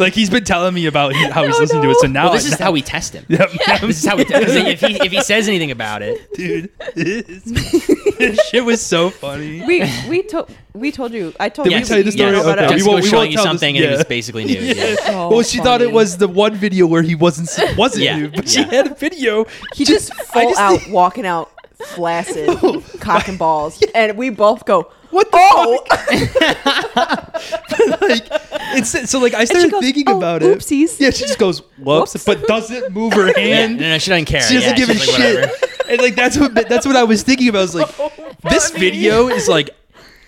[SPEAKER 1] Like he's been telling me about he- how he's
[SPEAKER 3] Oh,
[SPEAKER 4] No,
[SPEAKER 1] listening to it. So now
[SPEAKER 2] well, this
[SPEAKER 1] I-
[SPEAKER 2] is how we test him.
[SPEAKER 1] Yep.
[SPEAKER 2] This is how we test him. If he, if he says anything about it,
[SPEAKER 1] dude. This, this shit was so funny.
[SPEAKER 3] We we told we told you. I told
[SPEAKER 1] Did
[SPEAKER 3] you.
[SPEAKER 1] we tell you the story?
[SPEAKER 2] Yes.
[SPEAKER 1] Okay,
[SPEAKER 2] Jessica
[SPEAKER 1] we won't-
[SPEAKER 2] was
[SPEAKER 1] we
[SPEAKER 2] showing
[SPEAKER 1] won't
[SPEAKER 2] you
[SPEAKER 1] tell this-
[SPEAKER 2] something, and
[SPEAKER 1] yeah.
[SPEAKER 2] it was basically nude. Yeah.
[SPEAKER 3] So
[SPEAKER 1] well, she thought it
[SPEAKER 3] funny.
[SPEAKER 1] was the one video where he wasn't s- wasn't
[SPEAKER 2] Yeah.
[SPEAKER 1] nude, but
[SPEAKER 2] Yeah.
[SPEAKER 1] she had a video.
[SPEAKER 3] He just,
[SPEAKER 1] I
[SPEAKER 3] full
[SPEAKER 1] just
[SPEAKER 3] out
[SPEAKER 1] think-
[SPEAKER 3] walking out flaccid, cock and balls, and we both go,
[SPEAKER 1] What the
[SPEAKER 3] "Oh!"
[SPEAKER 1] fuck? like, it's so like I started
[SPEAKER 3] goes,
[SPEAKER 1] thinking
[SPEAKER 3] "Oh,
[SPEAKER 1] about
[SPEAKER 3] oopsies."
[SPEAKER 1] it. Yeah, she just goes whoops,
[SPEAKER 3] Whoops.
[SPEAKER 1] but doesn't move her
[SPEAKER 2] Yeah,
[SPEAKER 1] hand.
[SPEAKER 2] no, no, she doesn't care.
[SPEAKER 1] She doesn't
[SPEAKER 2] yeah,
[SPEAKER 1] give a
[SPEAKER 2] she's like,
[SPEAKER 1] shit.
[SPEAKER 2] whatever.
[SPEAKER 1] and like that's what that's what I was thinking about. I was like, this video is like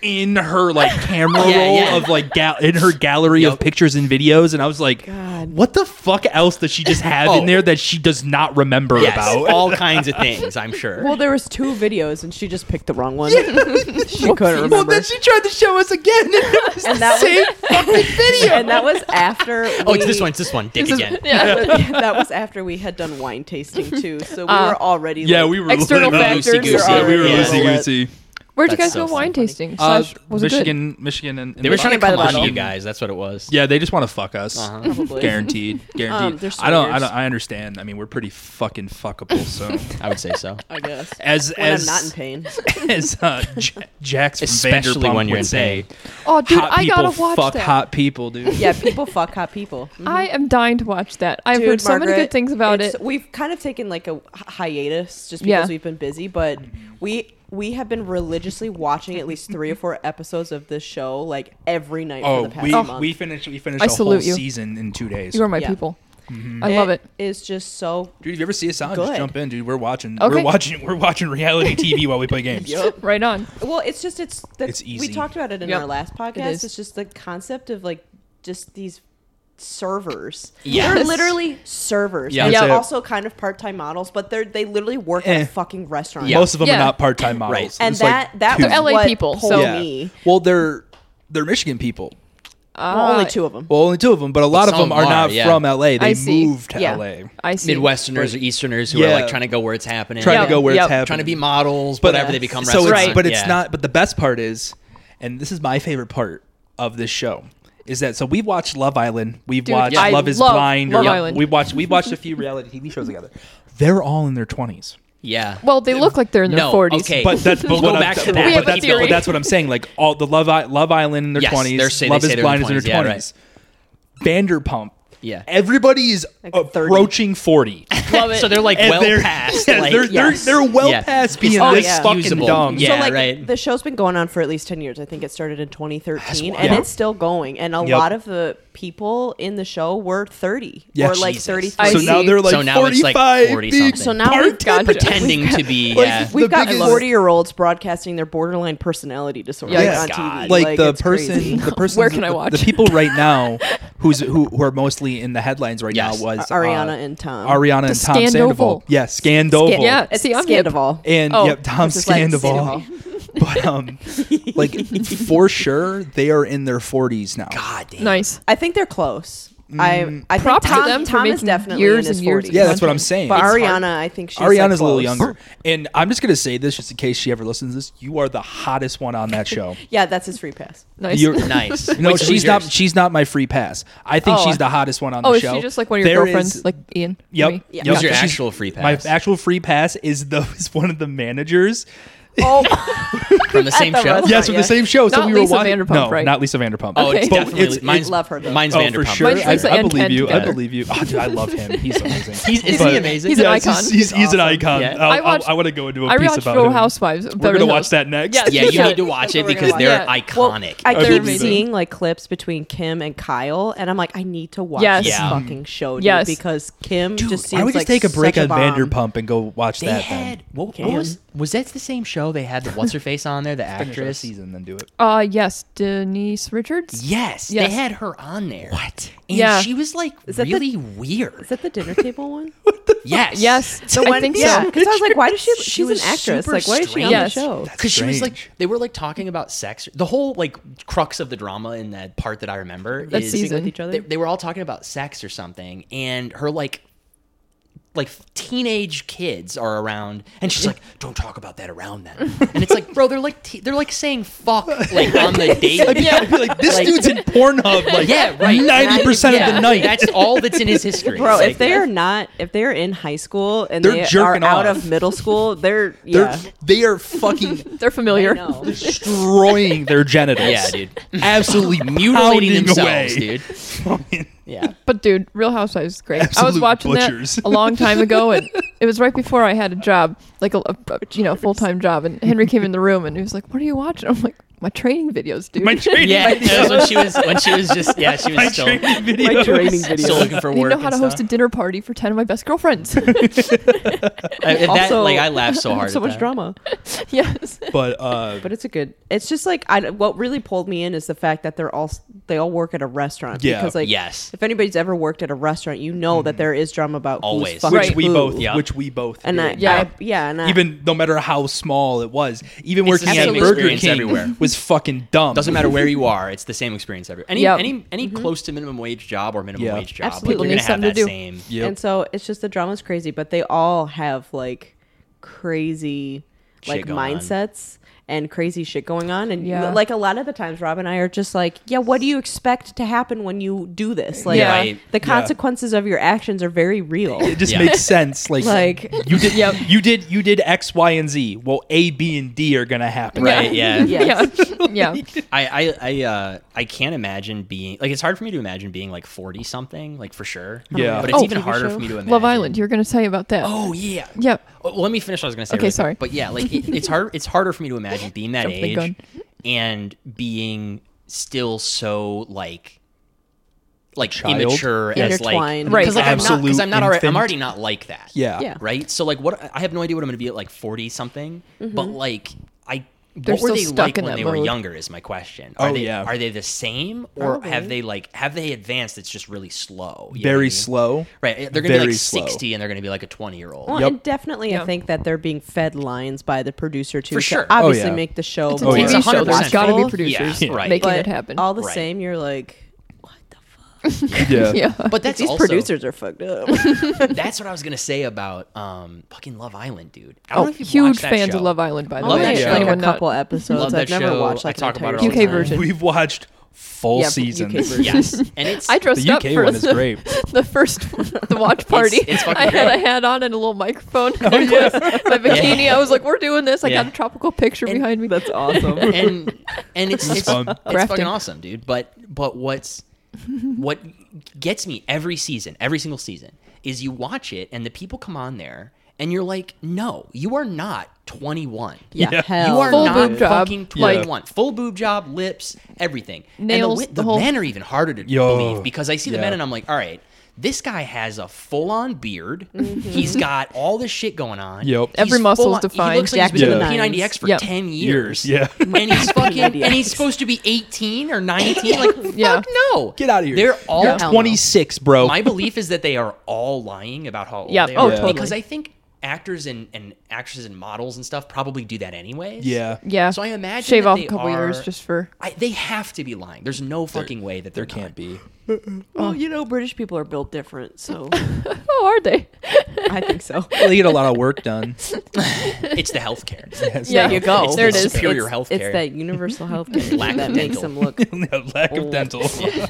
[SPEAKER 1] in her like camera
[SPEAKER 2] Yeah,
[SPEAKER 1] roll
[SPEAKER 2] yeah.
[SPEAKER 1] of like gal- in her gallery of
[SPEAKER 2] Yup.
[SPEAKER 1] pictures and videos, and I was like,
[SPEAKER 3] God.
[SPEAKER 1] what the fuck else does she just have
[SPEAKER 2] Oh.
[SPEAKER 1] in there that she does not remember
[SPEAKER 2] Yes,
[SPEAKER 1] about?
[SPEAKER 2] all kinds of things. I'm sure.
[SPEAKER 3] Well, there was two videos, and she just picked the wrong one. she couldn't remember.
[SPEAKER 1] well, then she tried to show us again, and it was
[SPEAKER 3] And
[SPEAKER 1] the
[SPEAKER 3] that was-
[SPEAKER 1] same fucking video.
[SPEAKER 3] and that was after.
[SPEAKER 2] oh,
[SPEAKER 3] we-
[SPEAKER 2] it's this one. It's this one. Dick
[SPEAKER 1] This is-
[SPEAKER 2] again.
[SPEAKER 3] That was, that was after we had done wine tasting too, so we
[SPEAKER 4] Ah.
[SPEAKER 3] were already.
[SPEAKER 1] Uh, yeah,
[SPEAKER 3] like-
[SPEAKER 1] we were
[SPEAKER 4] External
[SPEAKER 1] lit up.
[SPEAKER 4] factors are
[SPEAKER 1] Loosey-goosey. Yeah, we were
[SPEAKER 2] already-
[SPEAKER 1] loosey
[SPEAKER 3] Yeah.
[SPEAKER 1] goosey.
[SPEAKER 4] Where'd you guys
[SPEAKER 2] That's so
[SPEAKER 4] go wine
[SPEAKER 2] funny.
[SPEAKER 4] tasting?
[SPEAKER 1] Uh,
[SPEAKER 4] Slash, was it good?
[SPEAKER 1] Michigan, Michigan, and, and
[SPEAKER 2] They were trying to
[SPEAKER 3] By the
[SPEAKER 2] come on to
[SPEAKER 3] bottle.
[SPEAKER 2] you guys. That's what it was.
[SPEAKER 1] Yeah, they just want to fuck us.
[SPEAKER 3] Probably.
[SPEAKER 1] Guaranteed.
[SPEAKER 3] Uh-huh. Um,
[SPEAKER 1] Guaranteed.
[SPEAKER 3] they're so
[SPEAKER 1] I don't. I
[SPEAKER 3] weird.
[SPEAKER 1] don't. I understand. I mean, we're pretty fucking fuckable. So
[SPEAKER 2] I would say so.
[SPEAKER 3] I guess.
[SPEAKER 1] as
[SPEAKER 3] When
[SPEAKER 1] as
[SPEAKER 3] I'm not in pain.
[SPEAKER 1] as uh, J- Jax from
[SPEAKER 2] Especially
[SPEAKER 1] Vanderpump
[SPEAKER 2] when you're
[SPEAKER 1] would
[SPEAKER 2] in
[SPEAKER 1] say,
[SPEAKER 4] Oh, dude,
[SPEAKER 1] hot
[SPEAKER 4] I
[SPEAKER 1] people
[SPEAKER 4] gotta watch
[SPEAKER 1] fuck
[SPEAKER 4] that.
[SPEAKER 1] hot people, dude.
[SPEAKER 3] Yeah, people fuck hot people.
[SPEAKER 4] I am dying to watch that. I've
[SPEAKER 3] Dude,
[SPEAKER 4] heard so many
[SPEAKER 3] Margaret,
[SPEAKER 4] good things about
[SPEAKER 3] it's-
[SPEAKER 4] it.
[SPEAKER 3] We've kind of taken like a h- hiatus just
[SPEAKER 4] Yeah.
[SPEAKER 3] because we've been busy, but we we have been religiously watching at least three or four episodes of this show like every night for
[SPEAKER 1] Oh,
[SPEAKER 3] the past
[SPEAKER 1] we
[SPEAKER 3] month.
[SPEAKER 1] we finished we finished
[SPEAKER 4] I
[SPEAKER 1] a whole
[SPEAKER 4] salute you.
[SPEAKER 1] season in two days.
[SPEAKER 4] You are my
[SPEAKER 3] Yeah.
[SPEAKER 4] people. I love it.
[SPEAKER 3] It's just so.
[SPEAKER 1] Dude, if you ever see us on,
[SPEAKER 3] Good.
[SPEAKER 1] just jump in, dude. We're watching.
[SPEAKER 4] Okay.
[SPEAKER 1] We're watching. We're watching reality TV while we play games.
[SPEAKER 4] Right on.
[SPEAKER 3] Well, it's just it's the,
[SPEAKER 1] It's
[SPEAKER 3] We
[SPEAKER 1] easy.
[SPEAKER 3] talked about it in
[SPEAKER 4] Yep.
[SPEAKER 3] our last podcast.
[SPEAKER 4] is.
[SPEAKER 3] it's just the concept of like just these servers.
[SPEAKER 2] Yes.
[SPEAKER 3] They're literally servers.
[SPEAKER 2] Yeah.
[SPEAKER 3] Yeah.
[SPEAKER 1] That's
[SPEAKER 3] They're
[SPEAKER 1] it.
[SPEAKER 3] also kind of part-time models, but they're they literally work at
[SPEAKER 1] Eh.
[SPEAKER 3] a fucking restaurant.
[SPEAKER 2] Yeah.
[SPEAKER 1] Most of them
[SPEAKER 4] Yeah.
[SPEAKER 1] are not part time models.
[SPEAKER 2] Right.
[SPEAKER 3] And
[SPEAKER 1] It's like
[SPEAKER 3] that that
[SPEAKER 1] two.
[SPEAKER 3] was
[SPEAKER 4] They're LA
[SPEAKER 3] what
[SPEAKER 4] people,
[SPEAKER 3] pulled
[SPEAKER 4] so-
[SPEAKER 1] Yeah.
[SPEAKER 3] me.
[SPEAKER 1] Well, they're they're Michigan people.
[SPEAKER 3] Well, only
[SPEAKER 4] Uh,
[SPEAKER 3] two of them.
[SPEAKER 1] Well, only two of them, but a lot of
[SPEAKER 2] some
[SPEAKER 1] them are,
[SPEAKER 2] are,
[SPEAKER 1] not
[SPEAKER 2] yeah.
[SPEAKER 1] from LA. They
[SPEAKER 4] I see.
[SPEAKER 1] moved to
[SPEAKER 3] Yeah.
[SPEAKER 1] LA.
[SPEAKER 4] I see.
[SPEAKER 2] Midwesterners or Easterners who are
[SPEAKER 1] Yeah.
[SPEAKER 2] like trying to go where it's happening.
[SPEAKER 1] Trying
[SPEAKER 4] Yeah.
[SPEAKER 1] to go where
[SPEAKER 4] Yep.
[SPEAKER 1] it's happening.
[SPEAKER 2] Trying to be models, whatever they become.
[SPEAKER 1] So it's,
[SPEAKER 2] restaurant.
[SPEAKER 4] Right.
[SPEAKER 1] but it's
[SPEAKER 2] Yeah.
[SPEAKER 1] not. But the best part is, and this is my favorite part of this show, is that so we've watched Love Island, we've
[SPEAKER 4] Dude,
[SPEAKER 1] watched
[SPEAKER 4] I
[SPEAKER 1] Love Is
[SPEAKER 4] love
[SPEAKER 1] Blind,
[SPEAKER 4] Love
[SPEAKER 1] or
[SPEAKER 4] Island.
[SPEAKER 1] we've watched we've watched a few reality TV shows together. They're all in their twenties.
[SPEAKER 2] Yeah.
[SPEAKER 4] Well, they look like they're in their
[SPEAKER 2] no.
[SPEAKER 4] 40s.
[SPEAKER 2] Okay.
[SPEAKER 1] But that's but
[SPEAKER 2] We'll
[SPEAKER 1] what
[SPEAKER 2] go
[SPEAKER 1] I'm-
[SPEAKER 2] back to that.
[SPEAKER 4] We
[SPEAKER 1] But,
[SPEAKER 4] have a
[SPEAKER 1] that's,
[SPEAKER 4] theory.
[SPEAKER 1] but that's what I'm saying. Like all the Love I- Love Island in their
[SPEAKER 2] Yes,
[SPEAKER 1] twenties,
[SPEAKER 2] they're- say- they
[SPEAKER 1] Love
[SPEAKER 2] say
[SPEAKER 1] is
[SPEAKER 2] they're in
[SPEAKER 1] Blind
[SPEAKER 2] their
[SPEAKER 1] is in their
[SPEAKER 2] 20s, yeah, right.
[SPEAKER 1] twenties. Vanderpump.
[SPEAKER 2] Yeah.
[SPEAKER 1] Everybody is
[SPEAKER 3] Like 30.
[SPEAKER 1] approaching 40.
[SPEAKER 3] Love it.
[SPEAKER 2] So they're like
[SPEAKER 1] And
[SPEAKER 2] well
[SPEAKER 1] they're-
[SPEAKER 2] past.
[SPEAKER 1] yeah,
[SPEAKER 2] like,
[SPEAKER 1] they're,
[SPEAKER 3] yes.
[SPEAKER 1] they're, they're well
[SPEAKER 2] Yeah.
[SPEAKER 1] past
[SPEAKER 2] It's
[SPEAKER 1] being
[SPEAKER 3] Oh,
[SPEAKER 1] this
[SPEAKER 3] yeah.
[SPEAKER 1] fucking
[SPEAKER 2] excusable.
[SPEAKER 1] dumb.
[SPEAKER 2] Yeah,
[SPEAKER 3] so like
[SPEAKER 2] right.
[SPEAKER 3] the show's been going on for at least 10 years i think it started in 2013 and
[SPEAKER 1] wild.
[SPEAKER 3] it's still going and a
[SPEAKER 1] Yep.
[SPEAKER 3] lot of the people in the people were 30
[SPEAKER 1] Yeah.
[SPEAKER 3] or like
[SPEAKER 2] Jesus.
[SPEAKER 3] 33
[SPEAKER 4] I
[SPEAKER 1] So now
[SPEAKER 4] see.
[SPEAKER 1] they're like
[SPEAKER 2] So now it's, like,
[SPEAKER 1] 45.
[SPEAKER 2] 40
[SPEAKER 1] big
[SPEAKER 2] something.
[SPEAKER 3] so now we've
[SPEAKER 1] part-
[SPEAKER 3] got
[SPEAKER 2] pretending to be
[SPEAKER 1] Like,
[SPEAKER 2] yeah.
[SPEAKER 1] the
[SPEAKER 3] we've got
[SPEAKER 1] biggest-
[SPEAKER 3] 40 year olds broadcasting their borderline personality disorder
[SPEAKER 1] Yes.
[SPEAKER 3] on tv
[SPEAKER 2] God.
[SPEAKER 1] like, the
[SPEAKER 3] it's
[SPEAKER 1] person,
[SPEAKER 3] crazy.
[SPEAKER 1] the person,
[SPEAKER 4] Where can I
[SPEAKER 1] the,
[SPEAKER 4] watch
[SPEAKER 1] the
[SPEAKER 4] it?
[SPEAKER 1] people right now who's who, who are mostly in the headlines right
[SPEAKER 2] Yes.
[SPEAKER 1] now was
[SPEAKER 3] Ariana
[SPEAKER 1] uh,
[SPEAKER 3] and Tom.
[SPEAKER 1] Ariana
[SPEAKER 4] The
[SPEAKER 1] and Tom
[SPEAKER 4] Scandoval.
[SPEAKER 1] Sandoval. Yeah, Scandoval.
[SPEAKER 3] Scan-
[SPEAKER 4] Yeah,
[SPEAKER 3] it's
[SPEAKER 4] see, I'm hip.
[SPEAKER 3] Scandoval.
[SPEAKER 1] and
[SPEAKER 4] Oh,
[SPEAKER 1] yep, Tom
[SPEAKER 3] which is like
[SPEAKER 1] Sandoval. but um, like for sure, they are in their 40s now.
[SPEAKER 2] God damn.
[SPEAKER 4] Nice.
[SPEAKER 3] I think them for making years and years of content. I I think
[SPEAKER 4] Props to
[SPEAKER 3] Tom,
[SPEAKER 4] them for
[SPEAKER 3] Tom is
[SPEAKER 4] making
[SPEAKER 3] definitely
[SPEAKER 4] years
[SPEAKER 3] in his
[SPEAKER 4] and years
[SPEAKER 3] 40s.
[SPEAKER 1] Mm.
[SPEAKER 4] of
[SPEAKER 1] Yeah, that's what I'm saying.
[SPEAKER 3] But
[SPEAKER 1] It's
[SPEAKER 3] Ariana's Ariana, I think she's like,
[SPEAKER 1] Ariana's a little
[SPEAKER 3] close.
[SPEAKER 1] younger, and I'm just gonna say this just in case she ever listens to this. You are the hottest one on that show.
[SPEAKER 3] Yeah, that's his free pass.
[SPEAKER 4] Nice.
[SPEAKER 1] You're-
[SPEAKER 2] Nice.
[SPEAKER 1] No,
[SPEAKER 2] Wait, so
[SPEAKER 1] she's
[SPEAKER 2] who's
[SPEAKER 1] not.
[SPEAKER 2] yours?
[SPEAKER 1] She's not my free pass. I think
[SPEAKER 4] Oh,
[SPEAKER 1] she's
[SPEAKER 4] I-
[SPEAKER 1] the hottest one on
[SPEAKER 4] oh,
[SPEAKER 1] the
[SPEAKER 4] is
[SPEAKER 1] show.
[SPEAKER 4] she just like one of your
[SPEAKER 1] There
[SPEAKER 4] girlfriends,
[SPEAKER 1] is-
[SPEAKER 4] like Ian?
[SPEAKER 1] Yep.
[SPEAKER 4] Me?
[SPEAKER 1] yep.
[SPEAKER 2] Who's your
[SPEAKER 1] She's-
[SPEAKER 2] actual free pass?
[SPEAKER 1] My actual free pass is the is one of the managers.
[SPEAKER 3] Oh,
[SPEAKER 2] From the same
[SPEAKER 3] the
[SPEAKER 2] show.
[SPEAKER 3] restaurant.
[SPEAKER 1] Yes, from the
[SPEAKER 3] yeah.
[SPEAKER 1] same show. so
[SPEAKER 4] Oh, Not
[SPEAKER 1] we were
[SPEAKER 4] Lisa
[SPEAKER 1] watching.
[SPEAKER 4] Vanderpump,
[SPEAKER 1] no,
[SPEAKER 4] right?
[SPEAKER 1] not Lisa Vanderpump.
[SPEAKER 2] Oh, it's
[SPEAKER 1] But
[SPEAKER 2] definitely
[SPEAKER 1] it's-
[SPEAKER 2] mine's
[SPEAKER 3] love her, though.
[SPEAKER 2] Mine's
[SPEAKER 1] Oh,
[SPEAKER 2] Vanderpump.
[SPEAKER 1] for sure.
[SPEAKER 4] Mine's
[SPEAKER 1] I,
[SPEAKER 4] Lisa
[SPEAKER 1] I
[SPEAKER 4] and-
[SPEAKER 1] believe
[SPEAKER 4] and
[SPEAKER 1] you. I
[SPEAKER 4] Vander.
[SPEAKER 1] believe you. Oh, dude, I love him. He's amazing.
[SPEAKER 2] He's, is
[SPEAKER 1] But-
[SPEAKER 2] he amazing?
[SPEAKER 4] He's an
[SPEAKER 1] Yes,
[SPEAKER 4] icon.
[SPEAKER 1] He's, he's, he's an icon.
[SPEAKER 2] Yeah.
[SPEAKER 1] I'll-
[SPEAKER 4] I
[SPEAKER 1] I'll-
[SPEAKER 4] watched-
[SPEAKER 1] I want to go into a
[SPEAKER 4] I
[SPEAKER 1] piece
[SPEAKER 4] watched
[SPEAKER 1] about
[SPEAKER 4] Real
[SPEAKER 1] him.
[SPEAKER 4] Housewives.
[SPEAKER 1] We're gonna watch that next.
[SPEAKER 4] Yes.
[SPEAKER 2] yeah, you
[SPEAKER 4] Yeah.
[SPEAKER 2] need to watch
[SPEAKER 3] That's what
[SPEAKER 2] it
[SPEAKER 3] we're
[SPEAKER 2] because
[SPEAKER 3] gonna
[SPEAKER 2] they're
[SPEAKER 4] watch.
[SPEAKER 2] iconic.
[SPEAKER 3] Well, I
[SPEAKER 1] They're
[SPEAKER 3] keep
[SPEAKER 1] amazing.
[SPEAKER 3] seeing like clips between Kim and Kyle, and I'm like, I need to watch
[SPEAKER 4] Yes.
[SPEAKER 3] this
[SPEAKER 2] Yeah.
[SPEAKER 3] fucking show, dude,
[SPEAKER 4] Yes.
[SPEAKER 3] because Kim just seems
[SPEAKER 1] Why don't we just
[SPEAKER 3] like
[SPEAKER 1] take a break on
[SPEAKER 3] such bomb.
[SPEAKER 1] Vanderpump and go watch
[SPEAKER 2] they
[SPEAKER 1] that
[SPEAKER 2] had
[SPEAKER 1] then?
[SPEAKER 2] what, what
[SPEAKER 3] Cam.
[SPEAKER 2] was was that the same show they had the what's her face on there the
[SPEAKER 1] Finish our
[SPEAKER 2] actress
[SPEAKER 1] season, then do it.
[SPEAKER 4] Uh, yes, Denise Richards.
[SPEAKER 2] yes,
[SPEAKER 4] Yes.
[SPEAKER 2] they had her on there what and
[SPEAKER 4] Yeah.
[SPEAKER 2] she was like
[SPEAKER 3] that the-
[SPEAKER 2] really weird
[SPEAKER 3] Is that the dinner table one?
[SPEAKER 2] yes
[SPEAKER 4] Yes, I think
[SPEAKER 3] yeah,
[SPEAKER 4] so.
[SPEAKER 3] because I was like, why does she? She's
[SPEAKER 2] was
[SPEAKER 3] an actress.
[SPEAKER 2] super
[SPEAKER 3] Like, why is she on
[SPEAKER 4] Yes.
[SPEAKER 3] the show?
[SPEAKER 1] That's
[SPEAKER 2] because she was like
[SPEAKER 1] strange.
[SPEAKER 2] they were like talking about sex the whole like crux of the drama in that part that i remember
[SPEAKER 4] That
[SPEAKER 2] is
[SPEAKER 4] season.
[SPEAKER 3] With each other.
[SPEAKER 2] They, they were all talking about sex or something and her like like teenage kids are around and she's like don't talk about that around them and it's like bro they're like te- they're like saying fuck like on the date
[SPEAKER 1] I'd be, I'd be like, this
[SPEAKER 2] Like-
[SPEAKER 1] dude's in Pornhub like
[SPEAKER 2] yeah, right.
[SPEAKER 1] 90% of
[SPEAKER 2] Yeah,
[SPEAKER 1] the night.
[SPEAKER 2] That's all that's in his history.
[SPEAKER 3] Bro,
[SPEAKER 2] It's
[SPEAKER 3] if
[SPEAKER 2] like-
[SPEAKER 3] they are not, if they are in high school and
[SPEAKER 1] They're
[SPEAKER 3] they are
[SPEAKER 1] jerking
[SPEAKER 3] out
[SPEAKER 1] off.
[SPEAKER 3] of middle school, they're
[SPEAKER 1] They're,
[SPEAKER 3] yeah.
[SPEAKER 1] They are fucking
[SPEAKER 4] They're familiar.
[SPEAKER 3] No.
[SPEAKER 1] destroying their genitals.
[SPEAKER 2] yeah, dude,
[SPEAKER 1] Absolutely
[SPEAKER 2] mutilating
[SPEAKER 1] pounding
[SPEAKER 2] themselves,
[SPEAKER 1] away.
[SPEAKER 2] dude.
[SPEAKER 1] Fucking-
[SPEAKER 2] Yeah,
[SPEAKER 4] But dude, Real Housewives is great. I was
[SPEAKER 1] Absolute
[SPEAKER 4] watching
[SPEAKER 1] butchers.
[SPEAKER 4] that a long time ago, and it was right before I had a job, like a, a- a- you know full time job. And Henry came in the room and he was like, "What are you watching?" I'm like, "My training videos, dude."
[SPEAKER 1] My training
[SPEAKER 2] yeah.
[SPEAKER 1] videos.
[SPEAKER 2] That was when she was when she was just yeah she
[SPEAKER 1] My
[SPEAKER 2] was still,
[SPEAKER 1] training videos.
[SPEAKER 3] My training video.
[SPEAKER 2] still looking for
[SPEAKER 4] I didn't
[SPEAKER 2] work.
[SPEAKER 4] know how
[SPEAKER 2] and
[SPEAKER 4] to host a
[SPEAKER 2] stuff.
[SPEAKER 4] dinner party for ten of my best girlfriends.
[SPEAKER 2] I- that-
[SPEAKER 3] Also-
[SPEAKER 2] like I laughed so hard.
[SPEAKER 3] so
[SPEAKER 2] at
[SPEAKER 3] much
[SPEAKER 2] that.
[SPEAKER 3] drama.
[SPEAKER 4] yes,
[SPEAKER 1] But uh,
[SPEAKER 3] But it's a good. It's just like I. What really pulled me in is the fact that they're all they all work at a restaurant.
[SPEAKER 1] Yeah.
[SPEAKER 3] Because like
[SPEAKER 2] Yes.
[SPEAKER 3] if anybody's ever worked at a restaurant, you know that there is drama about
[SPEAKER 2] Always.
[SPEAKER 3] Who's fucking
[SPEAKER 1] which
[SPEAKER 4] Right.
[SPEAKER 1] we
[SPEAKER 3] who.
[SPEAKER 1] both,
[SPEAKER 2] Yeah.
[SPEAKER 1] which we both,
[SPEAKER 3] And I,
[SPEAKER 1] did.
[SPEAKER 3] yeah,
[SPEAKER 4] Yeah.
[SPEAKER 3] I, yeah, and I,
[SPEAKER 1] even no matter how small it was, even
[SPEAKER 2] It's the
[SPEAKER 1] working at
[SPEAKER 2] same
[SPEAKER 1] Burger
[SPEAKER 2] experience
[SPEAKER 1] King
[SPEAKER 2] everywhere.
[SPEAKER 1] was fucking dumb.
[SPEAKER 2] Doesn't matter where you are, it's the same experience everywhere. Any
[SPEAKER 4] Yep.
[SPEAKER 2] any any close to minimum wage job or minimum
[SPEAKER 1] Yeah.
[SPEAKER 2] wage job,
[SPEAKER 3] Absolutely.
[SPEAKER 2] like, you're
[SPEAKER 4] Mm-hmm. Need
[SPEAKER 2] gonna have
[SPEAKER 4] something
[SPEAKER 2] that
[SPEAKER 4] to do.
[SPEAKER 2] same.
[SPEAKER 1] Yep.
[SPEAKER 3] and so it's just the drama's crazy, but they all have like crazy
[SPEAKER 2] Shit
[SPEAKER 3] like
[SPEAKER 2] going on.
[SPEAKER 3] mindsets and crazy shit going on and
[SPEAKER 4] Yeah.
[SPEAKER 3] like a lot of the times rob and i are just like yeah what do you expect to happen when you do this like
[SPEAKER 4] Yeah.
[SPEAKER 2] Right.
[SPEAKER 3] the consequences of your actions are very real
[SPEAKER 1] it just
[SPEAKER 2] Yeah.
[SPEAKER 1] makes sense. Like,
[SPEAKER 3] Like-
[SPEAKER 1] you did, you did, you did X, Y, and Z. Well, A, B, and D are gonna happen.
[SPEAKER 2] Right. Yeah.
[SPEAKER 4] yeah, yeah.
[SPEAKER 2] I I I, uh, I can't imagine being like it's hard for me to imagine being like forty something like for sure.
[SPEAKER 1] Yeah.
[SPEAKER 2] But it's
[SPEAKER 4] Oh.
[SPEAKER 2] even
[SPEAKER 3] TV
[SPEAKER 2] harder
[SPEAKER 3] show.
[SPEAKER 2] for me to imagine.
[SPEAKER 4] Love Island. You're gonna tell you about that.
[SPEAKER 2] Oh yeah.
[SPEAKER 4] yeah.
[SPEAKER 2] Oh, well, let me finish what I was going to say.
[SPEAKER 4] Okay,
[SPEAKER 2] really quick.
[SPEAKER 4] sorry.
[SPEAKER 2] But yeah, like it, it's hard. It's harder for me to imagine being that
[SPEAKER 4] Jumped the
[SPEAKER 2] age
[SPEAKER 4] gun.
[SPEAKER 2] and being still so like like
[SPEAKER 1] Child?
[SPEAKER 2] immature as like
[SPEAKER 3] Intertwined.
[SPEAKER 4] Right.
[SPEAKER 2] Because like I'm not because
[SPEAKER 1] Absolute
[SPEAKER 2] I'm not already, I'm
[SPEAKER 1] infant.
[SPEAKER 2] already not like that.
[SPEAKER 1] Yeah.
[SPEAKER 3] Yeah.
[SPEAKER 2] Right. So like what I have no idea what I'm going to be at like forty something. But like I.
[SPEAKER 4] Mm-hmm. They're
[SPEAKER 2] what were
[SPEAKER 4] still
[SPEAKER 2] they
[SPEAKER 4] stuck
[SPEAKER 2] like
[SPEAKER 4] in
[SPEAKER 2] when
[SPEAKER 4] that
[SPEAKER 2] they were
[SPEAKER 4] mode.
[SPEAKER 2] younger? Is my question. Are
[SPEAKER 1] Oh,
[SPEAKER 2] they,
[SPEAKER 1] yeah.
[SPEAKER 2] Are they the same, or have
[SPEAKER 3] Probably.
[SPEAKER 2] they like have they advanced? It's just really slow. you know what I
[SPEAKER 1] Very
[SPEAKER 2] mean?
[SPEAKER 1] slow.
[SPEAKER 2] Right. They're gonna be
[SPEAKER 1] Very
[SPEAKER 2] like
[SPEAKER 1] slow.
[SPEAKER 2] sixty, and they're gonna be like a twenty year old.
[SPEAKER 3] Well,
[SPEAKER 1] Yep.
[SPEAKER 3] and definitely, I
[SPEAKER 4] Yeah.
[SPEAKER 3] think that they're being fed lines by the producer too,
[SPEAKER 2] For
[SPEAKER 3] to
[SPEAKER 2] sure. Oh,
[SPEAKER 3] obviously
[SPEAKER 1] yeah.
[SPEAKER 3] make the show
[SPEAKER 4] It's a
[SPEAKER 3] more
[SPEAKER 1] Oh,
[SPEAKER 2] it's
[SPEAKER 4] TV show.
[SPEAKER 2] 100%
[SPEAKER 4] There's got to be
[SPEAKER 2] full.
[SPEAKER 4] producers
[SPEAKER 2] Yeah, right.
[SPEAKER 4] making
[SPEAKER 3] but
[SPEAKER 4] it happen.
[SPEAKER 3] All the
[SPEAKER 2] Right.
[SPEAKER 3] same, you're like, what the fuck?
[SPEAKER 1] Yeah.
[SPEAKER 4] yeah,
[SPEAKER 2] But that's
[SPEAKER 3] These
[SPEAKER 2] also,
[SPEAKER 3] producers are fucked up.
[SPEAKER 2] That's what I was gonna say about um fucking Love Island, dude. I don't know if you've
[SPEAKER 4] Oh, huge
[SPEAKER 2] watched that
[SPEAKER 4] fans
[SPEAKER 2] show.
[SPEAKER 4] of Love Island, by the
[SPEAKER 2] Love
[SPEAKER 4] way.
[SPEAKER 2] that
[SPEAKER 3] Only
[SPEAKER 2] show.
[SPEAKER 4] Anyone
[SPEAKER 3] Like a
[SPEAKER 4] not-
[SPEAKER 3] couple episodes.
[SPEAKER 2] Love
[SPEAKER 3] I've
[SPEAKER 2] that
[SPEAKER 3] never
[SPEAKER 2] show.
[SPEAKER 3] watched
[SPEAKER 2] I
[SPEAKER 3] like an
[SPEAKER 2] talk about
[SPEAKER 3] entire
[SPEAKER 2] it all the
[SPEAKER 3] season.
[SPEAKER 4] UK version.
[SPEAKER 1] We've watched full
[SPEAKER 3] Yeah, UK
[SPEAKER 1] seasons.
[SPEAKER 3] version.
[SPEAKER 2] Yes, and it's
[SPEAKER 4] I dressed
[SPEAKER 1] The
[SPEAKER 4] up
[SPEAKER 1] UK
[SPEAKER 4] for
[SPEAKER 1] one is
[SPEAKER 4] the,
[SPEAKER 1] great.
[SPEAKER 4] the first the watch party.
[SPEAKER 2] It's- it's fucking
[SPEAKER 4] I had
[SPEAKER 2] great. Oh,
[SPEAKER 4] a hat on and a little microphone. my bikini. I was like, we're doing this. I got
[SPEAKER 2] Yeah.
[SPEAKER 4] a tropical picture behind me.
[SPEAKER 3] That's awesome.
[SPEAKER 2] and and it's it's,
[SPEAKER 1] fun.
[SPEAKER 2] it's
[SPEAKER 4] Grafting.
[SPEAKER 2] fucking awesome, dude. But but what's what gets me every season, every single season, is you watch it and the people come on there and you're like, no, you are not 21.
[SPEAKER 3] Yeah,
[SPEAKER 1] Yeah.
[SPEAKER 3] hell.
[SPEAKER 2] You are
[SPEAKER 4] Full
[SPEAKER 2] not
[SPEAKER 4] boob job.
[SPEAKER 2] fucking
[SPEAKER 1] Yeah.
[SPEAKER 2] 21. Full boob job, lips, everything.
[SPEAKER 4] Nails,
[SPEAKER 2] and the, wi-
[SPEAKER 4] the whole-
[SPEAKER 2] men are even harder to
[SPEAKER 1] Yo.
[SPEAKER 2] believe because I see the
[SPEAKER 1] Yeah.
[SPEAKER 2] men and I'm like, all right, this guy has a full on beard. He's got all this shit going
[SPEAKER 1] Yep.
[SPEAKER 2] on. He's
[SPEAKER 4] Mm-hmm. Every muscle's
[SPEAKER 2] full-on- He
[SPEAKER 4] defined.
[SPEAKER 2] looks like
[SPEAKER 3] Jack
[SPEAKER 2] he's been
[SPEAKER 1] Yeah.
[SPEAKER 2] in
[SPEAKER 3] nines.
[SPEAKER 2] P90X for
[SPEAKER 4] Yep.
[SPEAKER 2] 10
[SPEAKER 1] Years,
[SPEAKER 2] years.
[SPEAKER 1] yeah.
[SPEAKER 2] And he's fucking and he's
[SPEAKER 3] P90X.
[SPEAKER 2] supposed to be 18 or 19. Like, fuck
[SPEAKER 4] Yeah.
[SPEAKER 2] no.
[SPEAKER 1] Get out of here.
[SPEAKER 2] They're all
[SPEAKER 4] Yeah.
[SPEAKER 3] hell no.
[SPEAKER 1] 26, bro.
[SPEAKER 2] my belief is that they are all lying about how old
[SPEAKER 4] Yeah,
[SPEAKER 2] they
[SPEAKER 4] oh,
[SPEAKER 2] are.
[SPEAKER 1] totally.
[SPEAKER 2] Because I think actors and, and actresses and models and stuff probably do that anyways.
[SPEAKER 1] yeah.
[SPEAKER 4] Yeah.
[SPEAKER 2] So I imagine
[SPEAKER 4] shave
[SPEAKER 2] that
[SPEAKER 4] off
[SPEAKER 2] they
[SPEAKER 4] a couple years
[SPEAKER 2] are-
[SPEAKER 4] just for.
[SPEAKER 2] I, they have to be lying. There's no fucking way that
[SPEAKER 1] There
[SPEAKER 2] they're
[SPEAKER 1] can't be.
[SPEAKER 3] Well, Oh, you know, British people are built different, so
[SPEAKER 4] Oh, are they?
[SPEAKER 3] I think so.
[SPEAKER 1] They get a lot of work done.
[SPEAKER 2] not. It's the healthcare.
[SPEAKER 4] Yeah.
[SPEAKER 3] There you go.
[SPEAKER 2] It's
[SPEAKER 4] There it is.
[SPEAKER 2] superior
[SPEAKER 3] it's,
[SPEAKER 2] healthcare.
[SPEAKER 3] It's that universal health care
[SPEAKER 2] Lack
[SPEAKER 3] that
[SPEAKER 2] of
[SPEAKER 3] makes
[SPEAKER 2] dental.
[SPEAKER 3] them look.
[SPEAKER 1] Lack of dental.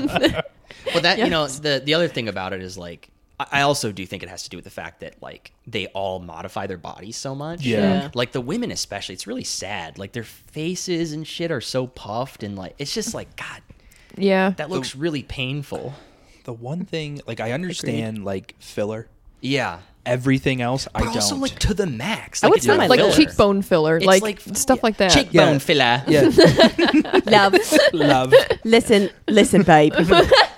[SPEAKER 2] Well, that you know the the other thing about it is like I I also do think it has to do with the fact that like they all modify their bodies so much.
[SPEAKER 1] Yeah.
[SPEAKER 2] Like the women especially, it's really sad. Like their faces and shit are so puffed and like it's just like God,
[SPEAKER 4] Yeah.
[SPEAKER 2] that looks really painful.
[SPEAKER 1] the one thing, like, I understand, like, filler.
[SPEAKER 2] Yeah.
[SPEAKER 1] Everything else, I
[SPEAKER 2] But
[SPEAKER 1] don't.
[SPEAKER 2] also like to the max.
[SPEAKER 3] I would
[SPEAKER 2] it's
[SPEAKER 3] say
[SPEAKER 2] not
[SPEAKER 3] my
[SPEAKER 4] like
[SPEAKER 3] filler.
[SPEAKER 4] cheekbone filler,
[SPEAKER 2] It's
[SPEAKER 4] like,
[SPEAKER 2] like-
[SPEAKER 4] stuff like that.
[SPEAKER 2] Cheekbone
[SPEAKER 1] Yeah.
[SPEAKER 2] filler.
[SPEAKER 1] yeah,
[SPEAKER 3] Love.
[SPEAKER 1] love.
[SPEAKER 3] Listen, listen, babe.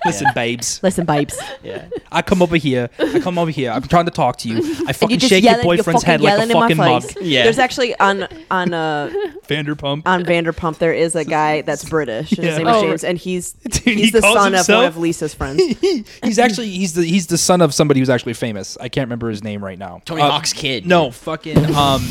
[SPEAKER 1] Listen, babes.
[SPEAKER 3] Listen, babes.
[SPEAKER 2] Yeah.
[SPEAKER 1] I come over here. I come over here. I'm trying to talk to you. I
[SPEAKER 3] And
[SPEAKER 1] fucking shake your
[SPEAKER 3] yelling- you're
[SPEAKER 1] boyfriend's
[SPEAKER 3] fucking
[SPEAKER 1] head like a
[SPEAKER 3] yelling in my
[SPEAKER 1] fucking mug.
[SPEAKER 3] face.
[SPEAKER 2] Yeah.
[SPEAKER 3] There's actually on on uh
[SPEAKER 1] Vanderpump.
[SPEAKER 3] on Vanderpump there is a guy that's British. and
[SPEAKER 1] Yeah.
[SPEAKER 3] His name is
[SPEAKER 4] Oh.
[SPEAKER 3] James, and he's
[SPEAKER 1] Dude,
[SPEAKER 3] he's
[SPEAKER 1] he
[SPEAKER 3] the
[SPEAKER 1] calls
[SPEAKER 3] son of
[SPEAKER 1] himself-
[SPEAKER 3] one of Lisa's friends.
[SPEAKER 1] he's actually he's the he's the son of somebody who's actually famous. I can't remember his name right now.
[SPEAKER 2] Tony
[SPEAKER 1] Uh,
[SPEAKER 2] Hawk's kid.
[SPEAKER 1] No, fucking um,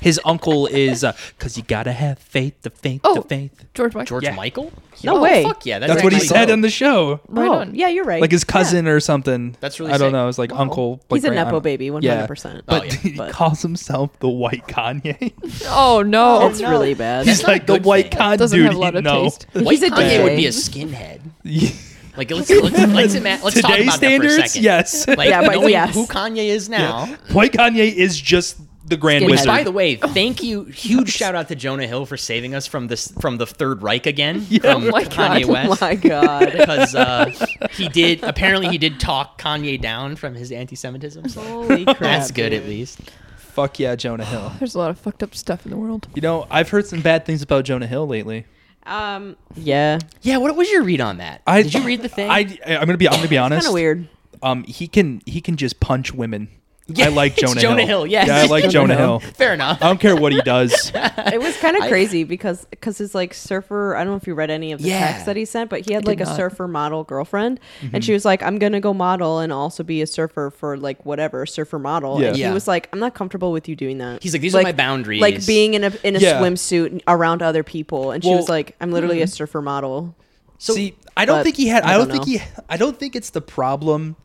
[SPEAKER 1] his uncle is uh, cause you gotta have faith, the faith,
[SPEAKER 4] Oh,
[SPEAKER 1] the faith.
[SPEAKER 4] George Michael.
[SPEAKER 2] George
[SPEAKER 1] Yeah.
[SPEAKER 2] Michael?
[SPEAKER 3] No
[SPEAKER 2] Oh,
[SPEAKER 3] way.
[SPEAKER 2] Fuck yeah. That's,
[SPEAKER 1] That's what he
[SPEAKER 2] actually
[SPEAKER 1] said
[SPEAKER 2] dope.
[SPEAKER 1] on the show.
[SPEAKER 4] Right
[SPEAKER 3] oh,
[SPEAKER 4] on.
[SPEAKER 3] yeah, you're right.
[SPEAKER 1] Like his cousin or something.
[SPEAKER 2] That's really
[SPEAKER 1] I don't
[SPEAKER 2] sick.
[SPEAKER 1] know. It's like uncle. Like,
[SPEAKER 3] He's a
[SPEAKER 1] right- I
[SPEAKER 3] nepo
[SPEAKER 1] don't-
[SPEAKER 3] baby, one
[SPEAKER 1] Yeah.
[SPEAKER 3] hundred percent.
[SPEAKER 1] But
[SPEAKER 2] Oh, yeah.
[SPEAKER 1] he
[SPEAKER 3] But-
[SPEAKER 1] calls himself the white Kanye.
[SPEAKER 4] Oh no.
[SPEAKER 3] That's really bad.
[SPEAKER 1] He's
[SPEAKER 2] not a
[SPEAKER 1] like the
[SPEAKER 2] good
[SPEAKER 1] white
[SPEAKER 2] thing.
[SPEAKER 1] Kanye
[SPEAKER 4] Doesn't
[SPEAKER 1] dude.
[SPEAKER 4] have a lot of
[SPEAKER 1] no.
[SPEAKER 4] taste.
[SPEAKER 2] White
[SPEAKER 3] He's a
[SPEAKER 2] Kanye would
[SPEAKER 3] DJ.
[SPEAKER 2] be a skinhead.
[SPEAKER 1] Today's
[SPEAKER 2] Like let's let's let's, ima- let's talk about that for a
[SPEAKER 1] standards,
[SPEAKER 2] second.
[SPEAKER 1] yes.
[SPEAKER 2] Like
[SPEAKER 3] Yeah, but
[SPEAKER 2] knowing
[SPEAKER 3] yes.
[SPEAKER 2] who Kanye is now.
[SPEAKER 1] White Kanye is just the grand
[SPEAKER 3] Skinhead.
[SPEAKER 2] Which,
[SPEAKER 1] wizard.
[SPEAKER 2] by the way,
[SPEAKER 1] Oh.
[SPEAKER 2] thank you. Huge shout out to Jonah Hill for saving us from this from the Third Reich again from
[SPEAKER 4] oh my
[SPEAKER 2] Kanye
[SPEAKER 4] God.
[SPEAKER 2] West.
[SPEAKER 3] My God.
[SPEAKER 2] because uh, he did apparently he did talk Kanye down from his anti-Semitism. So
[SPEAKER 3] Holy crap.
[SPEAKER 2] that's good
[SPEAKER 3] dude.
[SPEAKER 2] at least.
[SPEAKER 1] Fuck yeah, Jonah Hill.
[SPEAKER 4] There's a lot of fucked up stuff in the world.
[SPEAKER 1] You know, I've heard some bad things about Jonah Hill lately.
[SPEAKER 3] Um. Yeah.
[SPEAKER 2] Yeah, what was your read on that?
[SPEAKER 1] I,
[SPEAKER 2] did you read the thing?
[SPEAKER 1] I, I am gonna be I'm gonna be honest.
[SPEAKER 3] Kind of weird.
[SPEAKER 1] Um, he can he can just punch women.
[SPEAKER 2] Yeah,
[SPEAKER 1] I like
[SPEAKER 2] it's
[SPEAKER 1] Jonah.
[SPEAKER 2] Jonah
[SPEAKER 1] Hill.
[SPEAKER 2] Hill, yes.
[SPEAKER 1] Yeah, I like Jonah
[SPEAKER 3] Jonah
[SPEAKER 1] Hill.
[SPEAKER 2] Fair enough.
[SPEAKER 1] I don't care what he does.
[SPEAKER 3] It was kind of
[SPEAKER 2] I-
[SPEAKER 3] crazy because because his like surfer. I don't know if you read any of the
[SPEAKER 2] Yeah.
[SPEAKER 3] text that he sent, but he had
[SPEAKER 4] did
[SPEAKER 3] like a
[SPEAKER 4] not.
[SPEAKER 3] surfer model girlfriend,
[SPEAKER 2] Mm-hmm.
[SPEAKER 3] and she was like, "I'm gonna go model and also be a surfer for like whatever surfer model."
[SPEAKER 1] Yeah.
[SPEAKER 3] And
[SPEAKER 2] Yeah.
[SPEAKER 3] he was like, "I'm not comfortable with you doing that."
[SPEAKER 2] He's like, "These are my boundaries."
[SPEAKER 3] Like being in a in a
[SPEAKER 1] Yeah.
[SPEAKER 3] swimsuit and around other people, and she was
[SPEAKER 1] Well-
[SPEAKER 3] like, "I'm literally
[SPEAKER 2] mm-hmm.
[SPEAKER 3] a surfer model."
[SPEAKER 1] See, I don't
[SPEAKER 3] but
[SPEAKER 1] think he had. I
[SPEAKER 3] I
[SPEAKER 1] don't,
[SPEAKER 3] don't
[SPEAKER 1] think he. I don't think it's the problem.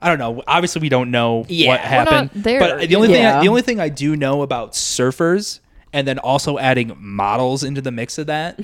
[SPEAKER 1] I don't know. Obviously, we don't know
[SPEAKER 2] Yeah.
[SPEAKER 1] what
[SPEAKER 2] We're
[SPEAKER 1] happened.
[SPEAKER 4] not there,
[SPEAKER 1] But the
[SPEAKER 4] you
[SPEAKER 1] only
[SPEAKER 3] know.
[SPEAKER 1] thing, I,
[SPEAKER 3] Yeah.
[SPEAKER 1] the only thing I do know about surfers, and then also adding models into the mix of that,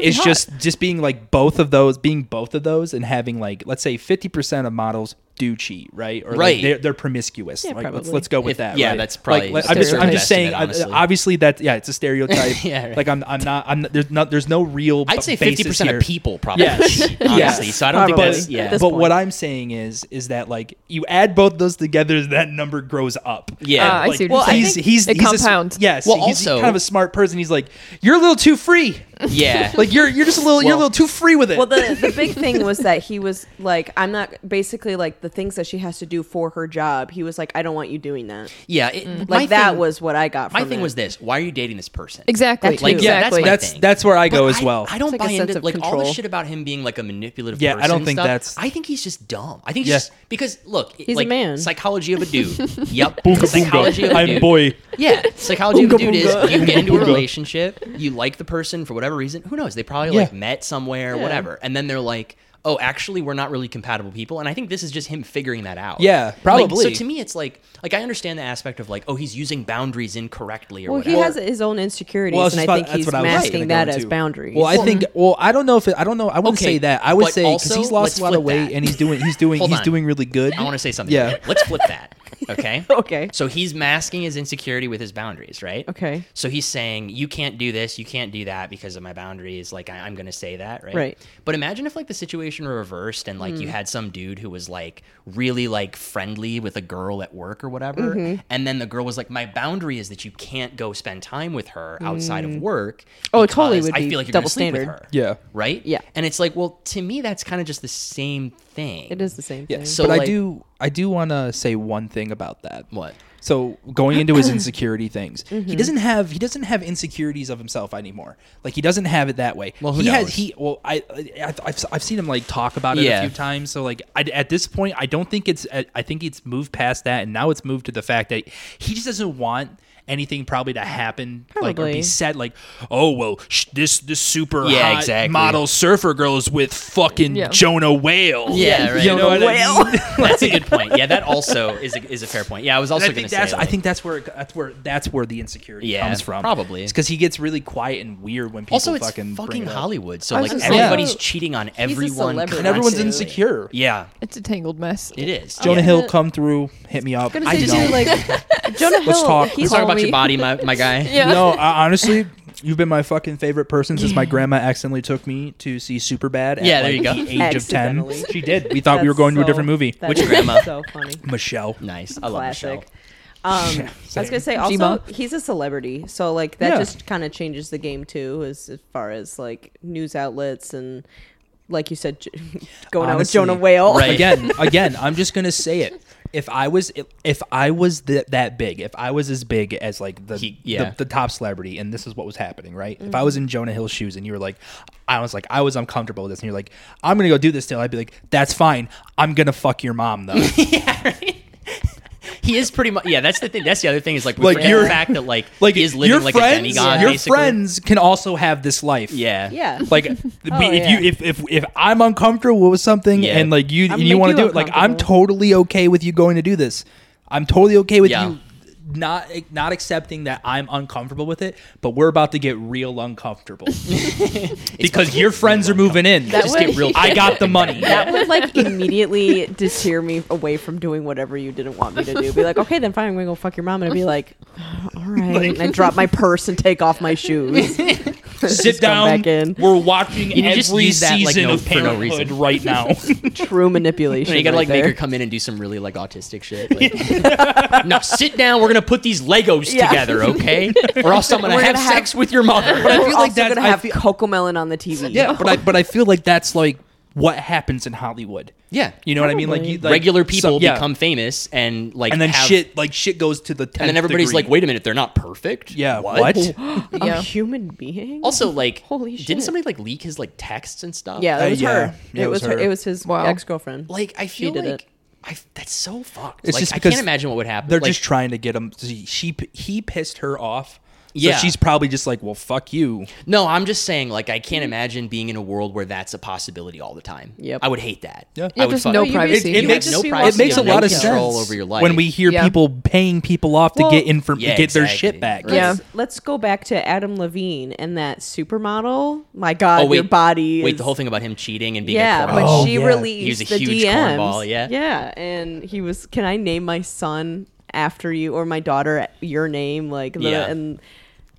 [SPEAKER 1] is
[SPEAKER 4] hot.
[SPEAKER 1] just just being like both of those, being both of those, and having like let's say fifty percent of models do cheat, right? Or like,
[SPEAKER 2] Right.
[SPEAKER 1] they're, they're promiscuous. like, let's
[SPEAKER 3] probably.
[SPEAKER 1] let's go with
[SPEAKER 2] If-
[SPEAKER 1] that.
[SPEAKER 2] yeah,
[SPEAKER 1] right?
[SPEAKER 2] that's probably
[SPEAKER 1] Like, let- I'm just I'm just
[SPEAKER 2] stereotype
[SPEAKER 1] saying. I-
[SPEAKER 2] estimate, honestly.
[SPEAKER 1] obviously, that yeah, it's a stereotype.
[SPEAKER 2] Yeah, right.
[SPEAKER 1] Like I'm I'm not I'm there's not there's no real.
[SPEAKER 2] I'd say
[SPEAKER 1] basis
[SPEAKER 2] fifty percent
[SPEAKER 1] here.
[SPEAKER 2] of people probably
[SPEAKER 1] Yes.
[SPEAKER 2] cheat,
[SPEAKER 1] Yes.
[SPEAKER 2] honestly. So I don't think
[SPEAKER 3] Probably.
[SPEAKER 2] that's yeah.
[SPEAKER 3] At this
[SPEAKER 1] but
[SPEAKER 3] point.
[SPEAKER 1] what I'm saying is, is that like you add both those together, that number grows up.
[SPEAKER 2] Yeah. Ah, I
[SPEAKER 1] like,
[SPEAKER 4] see what you're
[SPEAKER 1] well,
[SPEAKER 4] saying.
[SPEAKER 1] he's he's
[SPEAKER 4] It
[SPEAKER 1] he's a s-
[SPEAKER 4] compounds.
[SPEAKER 1] yes,
[SPEAKER 2] Well,
[SPEAKER 1] he's
[SPEAKER 2] also-
[SPEAKER 1] kind of a smart person. He's like, you're a little too free.
[SPEAKER 2] yeah.
[SPEAKER 1] Like you're you're just a little you're a
[SPEAKER 2] Well-
[SPEAKER 1] little too free with it.
[SPEAKER 3] Well, the the big thing was that he was like, "I'm not." Basically, like the things that she has to do for her job, he was like, "I don't want you doing that."
[SPEAKER 2] yeah. It, my
[SPEAKER 3] mm. Like that
[SPEAKER 2] thing-
[SPEAKER 3] was what I got.
[SPEAKER 2] my
[SPEAKER 3] from
[SPEAKER 2] thing
[SPEAKER 3] it.
[SPEAKER 2] was this. Why are you dating this person?
[SPEAKER 4] Exactly.
[SPEAKER 3] That too. Like,
[SPEAKER 1] yeah,
[SPEAKER 4] exactly.
[SPEAKER 2] my
[SPEAKER 1] that's
[SPEAKER 2] thing.
[SPEAKER 1] that's where I
[SPEAKER 2] But
[SPEAKER 1] go as
[SPEAKER 2] I-
[SPEAKER 1] well.
[SPEAKER 2] I, don't
[SPEAKER 3] It's like
[SPEAKER 2] buy
[SPEAKER 3] a sense
[SPEAKER 2] into
[SPEAKER 3] of
[SPEAKER 2] like all the
[SPEAKER 3] control.
[SPEAKER 2] shit about him being like a manipulative.
[SPEAKER 1] Yeah, I
[SPEAKER 2] person
[SPEAKER 1] don't
[SPEAKER 2] and
[SPEAKER 1] think
[SPEAKER 2] stuff.
[SPEAKER 1] that's-
[SPEAKER 2] I think he's just dumb. I think he's
[SPEAKER 1] Yeah.
[SPEAKER 2] just because look, he's
[SPEAKER 3] a
[SPEAKER 2] like,
[SPEAKER 3] man.
[SPEAKER 2] Psychology of a dude. yep. psychology of a dude.
[SPEAKER 1] boy.
[SPEAKER 2] Yeah, psychology of a
[SPEAKER 1] Oonga
[SPEAKER 2] dude is
[SPEAKER 1] boonga.
[SPEAKER 2] you get into a
[SPEAKER 1] Oonga boonga.
[SPEAKER 2] relationship, you like the person for whatever reason. Who knows? They probably like
[SPEAKER 1] Yeah.
[SPEAKER 2] met somewhere,
[SPEAKER 3] Yeah.
[SPEAKER 2] whatever, and then they're like. Oh, actually, we're not really compatible people, and I think this is just him figuring that out.
[SPEAKER 1] Yeah,
[SPEAKER 2] Like,
[SPEAKER 1] probably.
[SPEAKER 2] so to me, it's like, like I understand the aspect of like, oh, he's using boundaries incorrectly or
[SPEAKER 3] Well,
[SPEAKER 2] whatever.
[SPEAKER 3] he has his own insecurities,
[SPEAKER 1] Well, I was
[SPEAKER 3] and
[SPEAKER 1] just about-
[SPEAKER 3] I think
[SPEAKER 1] that's
[SPEAKER 3] he's
[SPEAKER 1] what I was just
[SPEAKER 3] masking
[SPEAKER 1] gonna go
[SPEAKER 3] that as
[SPEAKER 1] into.
[SPEAKER 3] boundaries.
[SPEAKER 1] Well, I think. Well, I don't know if it, I don't know. I wouldn't
[SPEAKER 2] Okay,
[SPEAKER 1] say that. I would
[SPEAKER 2] but
[SPEAKER 1] say because
[SPEAKER 2] also,
[SPEAKER 1] he's
[SPEAKER 2] let's
[SPEAKER 1] lost a lot
[SPEAKER 2] flip
[SPEAKER 1] of weight
[SPEAKER 2] that.
[SPEAKER 1] and he's doing he's doing
[SPEAKER 2] Hold
[SPEAKER 1] he's
[SPEAKER 2] on.
[SPEAKER 1] doing really good.
[SPEAKER 2] I want to say something.
[SPEAKER 1] Yeah.
[SPEAKER 2] Let's flip that. Okay.
[SPEAKER 3] Okay.
[SPEAKER 2] So he's masking his insecurity with his boundaries, right?
[SPEAKER 3] Okay.
[SPEAKER 2] So he's saying, you can't do this, you can't do that because of my boundaries. Like, I, I'm going to say that, right?
[SPEAKER 3] Right. Mm.
[SPEAKER 2] But imagine if, like, the situation reversed and, like, you had some dude who was, like, really, like, friendly with a girl at work or whatever.
[SPEAKER 3] Mm-hmm.
[SPEAKER 2] And then the girl was like, my boundary is that you can't go spend time with her outside of work.
[SPEAKER 3] Oh, it totally
[SPEAKER 2] because
[SPEAKER 3] would
[SPEAKER 2] I
[SPEAKER 3] be
[SPEAKER 2] feel like you're
[SPEAKER 3] double
[SPEAKER 2] gonna sleep with
[SPEAKER 3] standard.
[SPEAKER 2] her.
[SPEAKER 1] Yeah.
[SPEAKER 2] Right?
[SPEAKER 3] Yeah.
[SPEAKER 2] And it's like, well, to me, that's kind of just the same thing.
[SPEAKER 3] It is the same
[SPEAKER 1] Yeah.
[SPEAKER 3] thing.
[SPEAKER 2] So,
[SPEAKER 1] but I
[SPEAKER 2] like-
[SPEAKER 1] do I do want to say one thing about that.
[SPEAKER 2] What? Mm-hmm.
[SPEAKER 1] So going into his insecurity things, he doesn't have he doesn't have insecurities of himself anymore. Like he doesn't have it that way.
[SPEAKER 2] Well, who
[SPEAKER 1] he
[SPEAKER 2] knows?
[SPEAKER 1] has he well I, I I've, I've seen him like talk about it
[SPEAKER 2] Yeah.
[SPEAKER 1] a few times. So like I, at this point, I don't think it's I I think it's moved past that, and now it's moved to the fact that he just doesn't want anything probably to happen like or
[SPEAKER 3] Probably.
[SPEAKER 1] be said like oh well sh- this this super
[SPEAKER 2] Yeah,
[SPEAKER 1] hot
[SPEAKER 2] exactly.
[SPEAKER 1] model surfer girl is with fucking
[SPEAKER 4] Yeah.
[SPEAKER 1] jonah whale
[SPEAKER 2] Yeah, right.
[SPEAKER 1] you know what I
[SPEAKER 3] Whale.
[SPEAKER 1] mean?
[SPEAKER 2] That's a good point. Yeah, that also is a, is a fair point. Yeah, I was also
[SPEAKER 1] I
[SPEAKER 2] going
[SPEAKER 1] think
[SPEAKER 2] to say.
[SPEAKER 1] that's I
[SPEAKER 2] like-
[SPEAKER 1] think that's where that's where that's where the insecurity
[SPEAKER 2] Yeah,
[SPEAKER 1] comes from.
[SPEAKER 2] probably.
[SPEAKER 1] it's because he gets really quiet and weird when people
[SPEAKER 2] also it's
[SPEAKER 1] fucking
[SPEAKER 2] fucking,
[SPEAKER 1] bring it up.
[SPEAKER 2] Hollywood, so
[SPEAKER 4] I
[SPEAKER 2] like
[SPEAKER 4] was gonna
[SPEAKER 1] say,
[SPEAKER 2] everybody's
[SPEAKER 3] yeah.
[SPEAKER 2] cheating on everyone,
[SPEAKER 3] celebrity.
[SPEAKER 1] and everyone's
[SPEAKER 2] constantly.
[SPEAKER 1] insecure.
[SPEAKER 2] Yeah,
[SPEAKER 4] It's a tangled mess.
[SPEAKER 2] it is.
[SPEAKER 1] Jonah
[SPEAKER 2] Yeah.
[SPEAKER 1] Hill, come through, hit me up.
[SPEAKER 3] I was
[SPEAKER 1] I
[SPEAKER 3] gonna say
[SPEAKER 1] know.
[SPEAKER 3] too, like Jonah Hill.
[SPEAKER 1] Let's talk.
[SPEAKER 3] He's
[SPEAKER 2] Let's talk about
[SPEAKER 3] homie.
[SPEAKER 2] your body, my, my guy.
[SPEAKER 4] Yeah.
[SPEAKER 1] no, I, honestly, you've been my fucking favorite person since my grandma accidentally took me to see Superbad. At
[SPEAKER 2] Yeah, there you
[SPEAKER 1] like,
[SPEAKER 2] go.
[SPEAKER 1] The age of ten,
[SPEAKER 3] Accidentally.
[SPEAKER 1] she did. We thought we were
[SPEAKER 3] That's
[SPEAKER 1] going to a
[SPEAKER 3] so-
[SPEAKER 1] different movie.
[SPEAKER 3] that
[SPEAKER 2] Which
[SPEAKER 3] is
[SPEAKER 2] grandma?
[SPEAKER 3] So funny.
[SPEAKER 1] Michelle.
[SPEAKER 2] Nice. I love
[SPEAKER 3] Classic.
[SPEAKER 2] Michelle.
[SPEAKER 3] Um,
[SPEAKER 1] Yeah,
[SPEAKER 3] I
[SPEAKER 1] same.
[SPEAKER 3] was gonna say also
[SPEAKER 4] G-Monk.
[SPEAKER 3] he's a celebrity, so like that
[SPEAKER 1] Yeah.
[SPEAKER 3] just kind of changes the game too, as, as far as like news outlets and like you said, j- going out with
[SPEAKER 1] Honestly,
[SPEAKER 3] Jonah Whale.
[SPEAKER 2] right.
[SPEAKER 1] again again i'm just gonna say it if i was if i was th- that big if i was as big as like the,
[SPEAKER 2] He- yeah.
[SPEAKER 1] the the top celebrity and this is what was happening right
[SPEAKER 3] Mm-hmm.
[SPEAKER 1] if i was in jonah hill's shoes and you were like i was like i was uncomfortable with this and you're like i'm gonna go do this still i'd be like that's fine i'm gonna fuck your mom though
[SPEAKER 2] He is pretty much. Yeah, that's the thing. That's the other thing is like we
[SPEAKER 1] Like,
[SPEAKER 2] like the
[SPEAKER 1] you're-
[SPEAKER 2] fact that like
[SPEAKER 1] like
[SPEAKER 2] he is living
[SPEAKER 1] your
[SPEAKER 2] like
[SPEAKER 1] friends
[SPEAKER 2] a demigod.
[SPEAKER 1] your
[SPEAKER 2] basically.
[SPEAKER 1] friends can also have this life
[SPEAKER 2] Yeah.
[SPEAKER 3] Yeah.
[SPEAKER 1] like we, if
[SPEAKER 3] yeah.
[SPEAKER 1] you if, if if i'm uncomfortable with something
[SPEAKER 2] Oh, Yeah.
[SPEAKER 1] and like you
[SPEAKER 3] I'll
[SPEAKER 1] and you
[SPEAKER 3] make
[SPEAKER 1] want
[SPEAKER 3] you
[SPEAKER 1] to do it like i'm
[SPEAKER 3] uncomfortable.
[SPEAKER 1] totally okay with you going to do this i'm totally okay with
[SPEAKER 2] Yeah.
[SPEAKER 1] you not not accepting that i'm uncomfortable with it but we're about to get real uncomfortable because your friends are moving in
[SPEAKER 3] That
[SPEAKER 1] Just
[SPEAKER 3] would-
[SPEAKER 1] get real- i got the money
[SPEAKER 3] that would like immediately deter me away from doing whatever you didn't want me to do. Be like, okay, then fine, I'm gonna go fuck your mom, and I'd be like, all right, and I drop my purse and take off my shoes.
[SPEAKER 1] sit
[SPEAKER 3] come
[SPEAKER 1] down
[SPEAKER 3] back in.
[SPEAKER 1] we're watching
[SPEAKER 2] You
[SPEAKER 1] every
[SPEAKER 2] just use that,
[SPEAKER 1] season
[SPEAKER 2] like, no-
[SPEAKER 1] of
[SPEAKER 2] for no
[SPEAKER 1] parenthood
[SPEAKER 2] reason.
[SPEAKER 1] right now
[SPEAKER 3] True manipulation.
[SPEAKER 2] And you gotta
[SPEAKER 3] right
[SPEAKER 2] like
[SPEAKER 3] there.
[SPEAKER 2] make her come in and do some really like autistic shit. Like, now sit down. We're gonna put these Legos
[SPEAKER 3] Yeah.
[SPEAKER 2] together, okay? Or else I'm gonna
[SPEAKER 3] We're
[SPEAKER 2] have
[SPEAKER 3] gonna have-
[SPEAKER 2] sex with your mother.
[SPEAKER 1] I
[SPEAKER 3] We're
[SPEAKER 1] feel like
[SPEAKER 3] also
[SPEAKER 1] that's-
[SPEAKER 3] gonna
[SPEAKER 1] I
[SPEAKER 3] have
[SPEAKER 1] feel-
[SPEAKER 3] Coco Melon on the TV.
[SPEAKER 1] yeah but i but i feel like that's like what happens in hollywood
[SPEAKER 2] yeah,
[SPEAKER 1] you know what i mean like, you, like
[SPEAKER 2] regular
[SPEAKER 1] some-
[SPEAKER 2] people
[SPEAKER 1] yeah.
[SPEAKER 2] become famous and like
[SPEAKER 1] and then
[SPEAKER 2] have-
[SPEAKER 1] shit like shit goes to the 10th
[SPEAKER 2] and then everybody's
[SPEAKER 1] degree.
[SPEAKER 2] like wait a minute they're not perfect
[SPEAKER 1] yeah what,
[SPEAKER 3] a
[SPEAKER 4] Yeah.
[SPEAKER 3] human being.
[SPEAKER 2] also like
[SPEAKER 3] Holy shit.
[SPEAKER 2] didn't somebody like leak his like texts and stuff
[SPEAKER 3] yeah,
[SPEAKER 1] Uh,
[SPEAKER 3] that was
[SPEAKER 1] yeah.
[SPEAKER 3] her.
[SPEAKER 1] Yeah,
[SPEAKER 3] it was her. It was his
[SPEAKER 4] Wow.
[SPEAKER 3] ex girlfriend.
[SPEAKER 2] like i feel
[SPEAKER 3] did
[SPEAKER 2] like
[SPEAKER 3] it.
[SPEAKER 2] I, that's so fucked
[SPEAKER 1] It's
[SPEAKER 2] like
[SPEAKER 1] just
[SPEAKER 2] i
[SPEAKER 1] because
[SPEAKER 2] can't imagine what would happen
[SPEAKER 1] they're
[SPEAKER 2] Like,
[SPEAKER 1] just trying to get him she, she he pissed her off so
[SPEAKER 2] Yeah.
[SPEAKER 1] she's probably just like well fuck you
[SPEAKER 2] no i'm just saying like i can't imagine being in a world where that's a possibility all the time
[SPEAKER 3] Yep.
[SPEAKER 2] i would hate that
[SPEAKER 1] Yeah.
[SPEAKER 2] i
[SPEAKER 4] Yeah,
[SPEAKER 2] would
[SPEAKER 4] just
[SPEAKER 2] fuck-
[SPEAKER 4] no
[SPEAKER 2] you
[SPEAKER 1] it,
[SPEAKER 4] privacy.
[SPEAKER 1] it
[SPEAKER 4] You
[SPEAKER 1] makes,
[SPEAKER 2] have no
[SPEAKER 1] it
[SPEAKER 2] privacy,
[SPEAKER 1] makes a
[SPEAKER 2] you have
[SPEAKER 1] lot
[SPEAKER 2] no
[SPEAKER 1] of
[SPEAKER 2] control
[SPEAKER 1] sense
[SPEAKER 2] over your life.
[SPEAKER 1] when we hear
[SPEAKER 4] Yeah.
[SPEAKER 1] people paying people off to
[SPEAKER 3] Well-
[SPEAKER 1] get in for
[SPEAKER 2] Yeah,
[SPEAKER 1] get their
[SPEAKER 2] exactly.
[SPEAKER 1] shit back
[SPEAKER 2] Right.
[SPEAKER 4] Yeah.
[SPEAKER 3] Let's, let's go back to Adam Levine and that supermodel. My God,
[SPEAKER 2] oh wait
[SPEAKER 3] your body.
[SPEAKER 2] wait
[SPEAKER 3] is-
[SPEAKER 2] the whole thing about him cheating and being
[SPEAKER 3] Yeah,
[SPEAKER 2] a cornball.
[SPEAKER 3] but
[SPEAKER 1] Oh,
[SPEAKER 3] she
[SPEAKER 1] yeah.
[SPEAKER 2] He was a
[SPEAKER 3] released the
[SPEAKER 2] huge
[SPEAKER 3] DMs.
[SPEAKER 2] cornball, yeah.
[SPEAKER 3] yeah, and he was. Can I name my son after you or my daughter at your name? Like, the,
[SPEAKER 2] Yeah.
[SPEAKER 3] and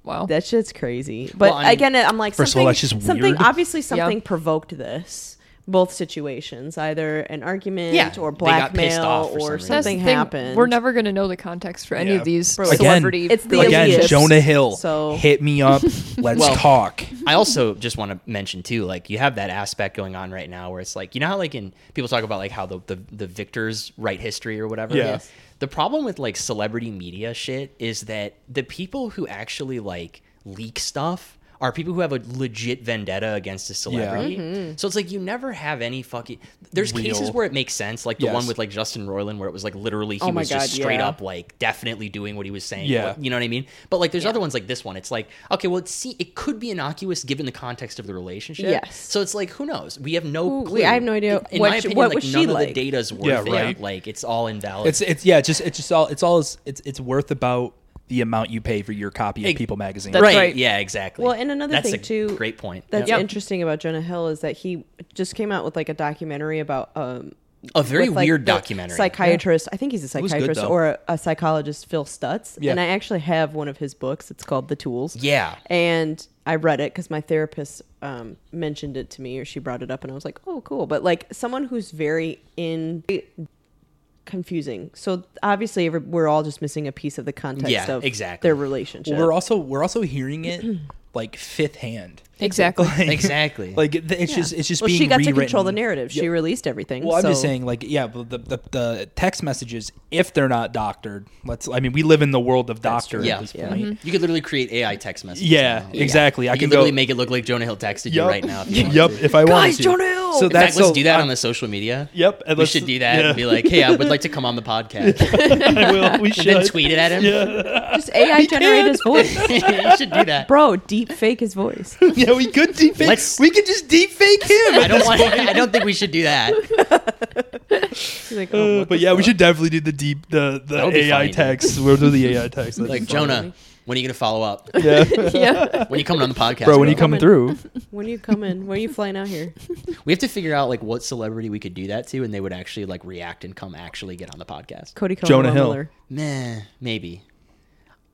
[SPEAKER 4] Wow.
[SPEAKER 3] that shit's crazy. But
[SPEAKER 2] Well, I mean-
[SPEAKER 3] again, I'm like,
[SPEAKER 1] First of all,
[SPEAKER 3] something,
[SPEAKER 1] that's just
[SPEAKER 3] something
[SPEAKER 1] weird.
[SPEAKER 3] obviously something provoked this. Both situations, either an argument
[SPEAKER 2] Yeah,
[SPEAKER 3] or
[SPEAKER 2] they got pissed
[SPEAKER 3] blackmail
[SPEAKER 2] off for some
[SPEAKER 3] or
[SPEAKER 2] reason.
[SPEAKER 4] That's the
[SPEAKER 3] something
[SPEAKER 4] thing,
[SPEAKER 3] happened.
[SPEAKER 4] We're never gonna know the context for any
[SPEAKER 1] Yeah.
[SPEAKER 4] of these
[SPEAKER 1] Again,
[SPEAKER 4] celebrity.
[SPEAKER 3] it's the
[SPEAKER 1] again
[SPEAKER 3] Relationships.
[SPEAKER 1] jonah hill
[SPEAKER 3] So-
[SPEAKER 1] hit me up let's
[SPEAKER 2] Well-
[SPEAKER 1] talk
[SPEAKER 2] I also just want to mention too, like you have that aspect going on right now where it's like you know how like in people talk about like how the the, the victors write history or whatever.
[SPEAKER 1] Yeah. Yes.
[SPEAKER 2] The problem with like celebrity media shit is that the people who actually like leak stuff are people who have a legit vendetta against a celebrity.
[SPEAKER 3] Mm-hmm.
[SPEAKER 2] So it's like you never have any fucking. There's
[SPEAKER 1] Real-
[SPEAKER 2] cases where it makes sense, like the
[SPEAKER 1] Yes.
[SPEAKER 2] one with like Justin Roiland, where it was like literally he
[SPEAKER 3] Oh my
[SPEAKER 2] was just
[SPEAKER 3] God,
[SPEAKER 2] straight
[SPEAKER 3] yeah.
[SPEAKER 2] up like definitely doing what he was saying.
[SPEAKER 1] Yeah.
[SPEAKER 2] what- you know what I mean? But like, there's other ones like this one. It's like, okay, well, it's see, it could be innocuous given the context of the relationship.
[SPEAKER 3] Yes.
[SPEAKER 2] So it's like, who knows? We have no
[SPEAKER 3] Who-
[SPEAKER 2] clue.
[SPEAKER 3] we- I have no idea
[SPEAKER 2] In, in
[SPEAKER 3] what
[SPEAKER 2] my
[SPEAKER 3] she-
[SPEAKER 2] opinion,
[SPEAKER 3] what
[SPEAKER 2] like
[SPEAKER 3] was she
[SPEAKER 2] none of the
[SPEAKER 3] like?
[SPEAKER 2] data's worth
[SPEAKER 1] Yeah,
[SPEAKER 2] it.
[SPEAKER 1] right.
[SPEAKER 2] Like it's all invalid.
[SPEAKER 1] it's it's yeah it's just it's just all it's all it's it's worth about the amount you pay for your copy of
[SPEAKER 2] Ex-
[SPEAKER 1] people magazine
[SPEAKER 2] right.
[SPEAKER 4] right.
[SPEAKER 2] Yeah. Exactly.
[SPEAKER 3] Well, and another
[SPEAKER 2] That's
[SPEAKER 3] thing,
[SPEAKER 2] a
[SPEAKER 3] too,
[SPEAKER 2] Great point.
[SPEAKER 3] That's
[SPEAKER 2] Yeah.
[SPEAKER 4] Yep.
[SPEAKER 3] interesting about Jonah Hill is that he just came out with like a documentary about um
[SPEAKER 2] A very
[SPEAKER 3] with, like,
[SPEAKER 2] weird
[SPEAKER 3] the
[SPEAKER 2] documentary.
[SPEAKER 3] Psychiatrist, I think he's a
[SPEAKER 1] was good,
[SPEAKER 3] psychiatrist
[SPEAKER 1] though.
[SPEAKER 3] or a, a psychologist, Phil Stutz.
[SPEAKER 1] Yeah.
[SPEAKER 3] And I actually have one of his books. It's called The Tools.
[SPEAKER 2] Yeah.
[SPEAKER 3] And I read it because my therapist um, mentioned it to me or she brought it up and I was like, oh, cool. But like someone who's very in confusing. So obviously every, we're all just missing a piece of the context
[SPEAKER 2] Yeah,
[SPEAKER 3] of
[SPEAKER 2] exactly.
[SPEAKER 3] their relationship.
[SPEAKER 1] Well, we're also we're also hearing it like fifth hand.
[SPEAKER 4] Exactly.
[SPEAKER 2] Exactly.
[SPEAKER 1] Like th- it's just it's just
[SPEAKER 3] well,
[SPEAKER 1] being
[SPEAKER 3] she got to control
[SPEAKER 1] rewritten.
[SPEAKER 3] the narrative. She
[SPEAKER 1] Yeah.
[SPEAKER 3] released everything.
[SPEAKER 1] Well, I'm just
[SPEAKER 3] so-
[SPEAKER 1] saying, like, yeah, but the, the the text messages, if they're not doctored, let's. I mean, we live in the world of doctor
[SPEAKER 2] Yeah.
[SPEAKER 1] at this
[SPEAKER 2] Yeah.
[SPEAKER 1] point.
[SPEAKER 2] You could literally create AI text messages.
[SPEAKER 1] Yeah,
[SPEAKER 2] now.
[SPEAKER 1] exactly. I
[SPEAKER 2] you
[SPEAKER 1] can
[SPEAKER 2] could literally
[SPEAKER 1] go-
[SPEAKER 2] make it look like Jonah Hill texted you
[SPEAKER 1] Yup.
[SPEAKER 2] right now. If you want
[SPEAKER 1] yep,
[SPEAKER 2] to.
[SPEAKER 1] if I want
[SPEAKER 3] Guys,
[SPEAKER 1] to.
[SPEAKER 3] Jonah Hill!
[SPEAKER 1] So
[SPEAKER 3] In
[SPEAKER 2] In fact,
[SPEAKER 1] that's
[SPEAKER 2] let's
[SPEAKER 1] so-
[SPEAKER 2] do that
[SPEAKER 1] I-
[SPEAKER 2] on the social media.
[SPEAKER 1] Yep, and
[SPEAKER 2] we
[SPEAKER 1] let's-
[SPEAKER 2] should do that
[SPEAKER 1] yeah.
[SPEAKER 2] and be like, "Hey, I would like to come on the podcast."
[SPEAKER 1] I will. We should.
[SPEAKER 2] then tweet it at him.
[SPEAKER 3] Just AI generate his voice.
[SPEAKER 2] you should do that.
[SPEAKER 3] Bro, deep fake his voice.
[SPEAKER 1] Yeah, we could deep fake.
[SPEAKER 2] Let's-
[SPEAKER 1] We could just deep fake him.
[SPEAKER 2] I don't want. I don't think we should do that.
[SPEAKER 3] He's like, oh, what
[SPEAKER 1] Uh, but
[SPEAKER 3] the
[SPEAKER 1] yeah, we should definitely do the deep the
[SPEAKER 2] That
[SPEAKER 1] the
[SPEAKER 2] would be
[SPEAKER 1] AI
[SPEAKER 2] funny, dude.
[SPEAKER 1] text. We'll do the AI text. That'd
[SPEAKER 2] Like
[SPEAKER 1] be fun.
[SPEAKER 2] Jonah, when are you gonna follow up?
[SPEAKER 1] Yeah.
[SPEAKER 4] yeah.
[SPEAKER 2] When are you coming on the podcast,
[SPEAKER 1] Bro, when you come through,
[SPEAKER 3] When are you coming? When are you flying out here?
[SPEAKER 2] we have to figure out like what celebrity we could do that to, and they would actually like react and come actually get on the podcast.
[SPEAKER 3] Cody Cohen.
[SPEAKER 1] Jonah
[SPEAKER 3] Will
[SPEAKER 1] Hill.
[SPEAKER 3] Miller.
[SPEAKER 2] Meh, maybe.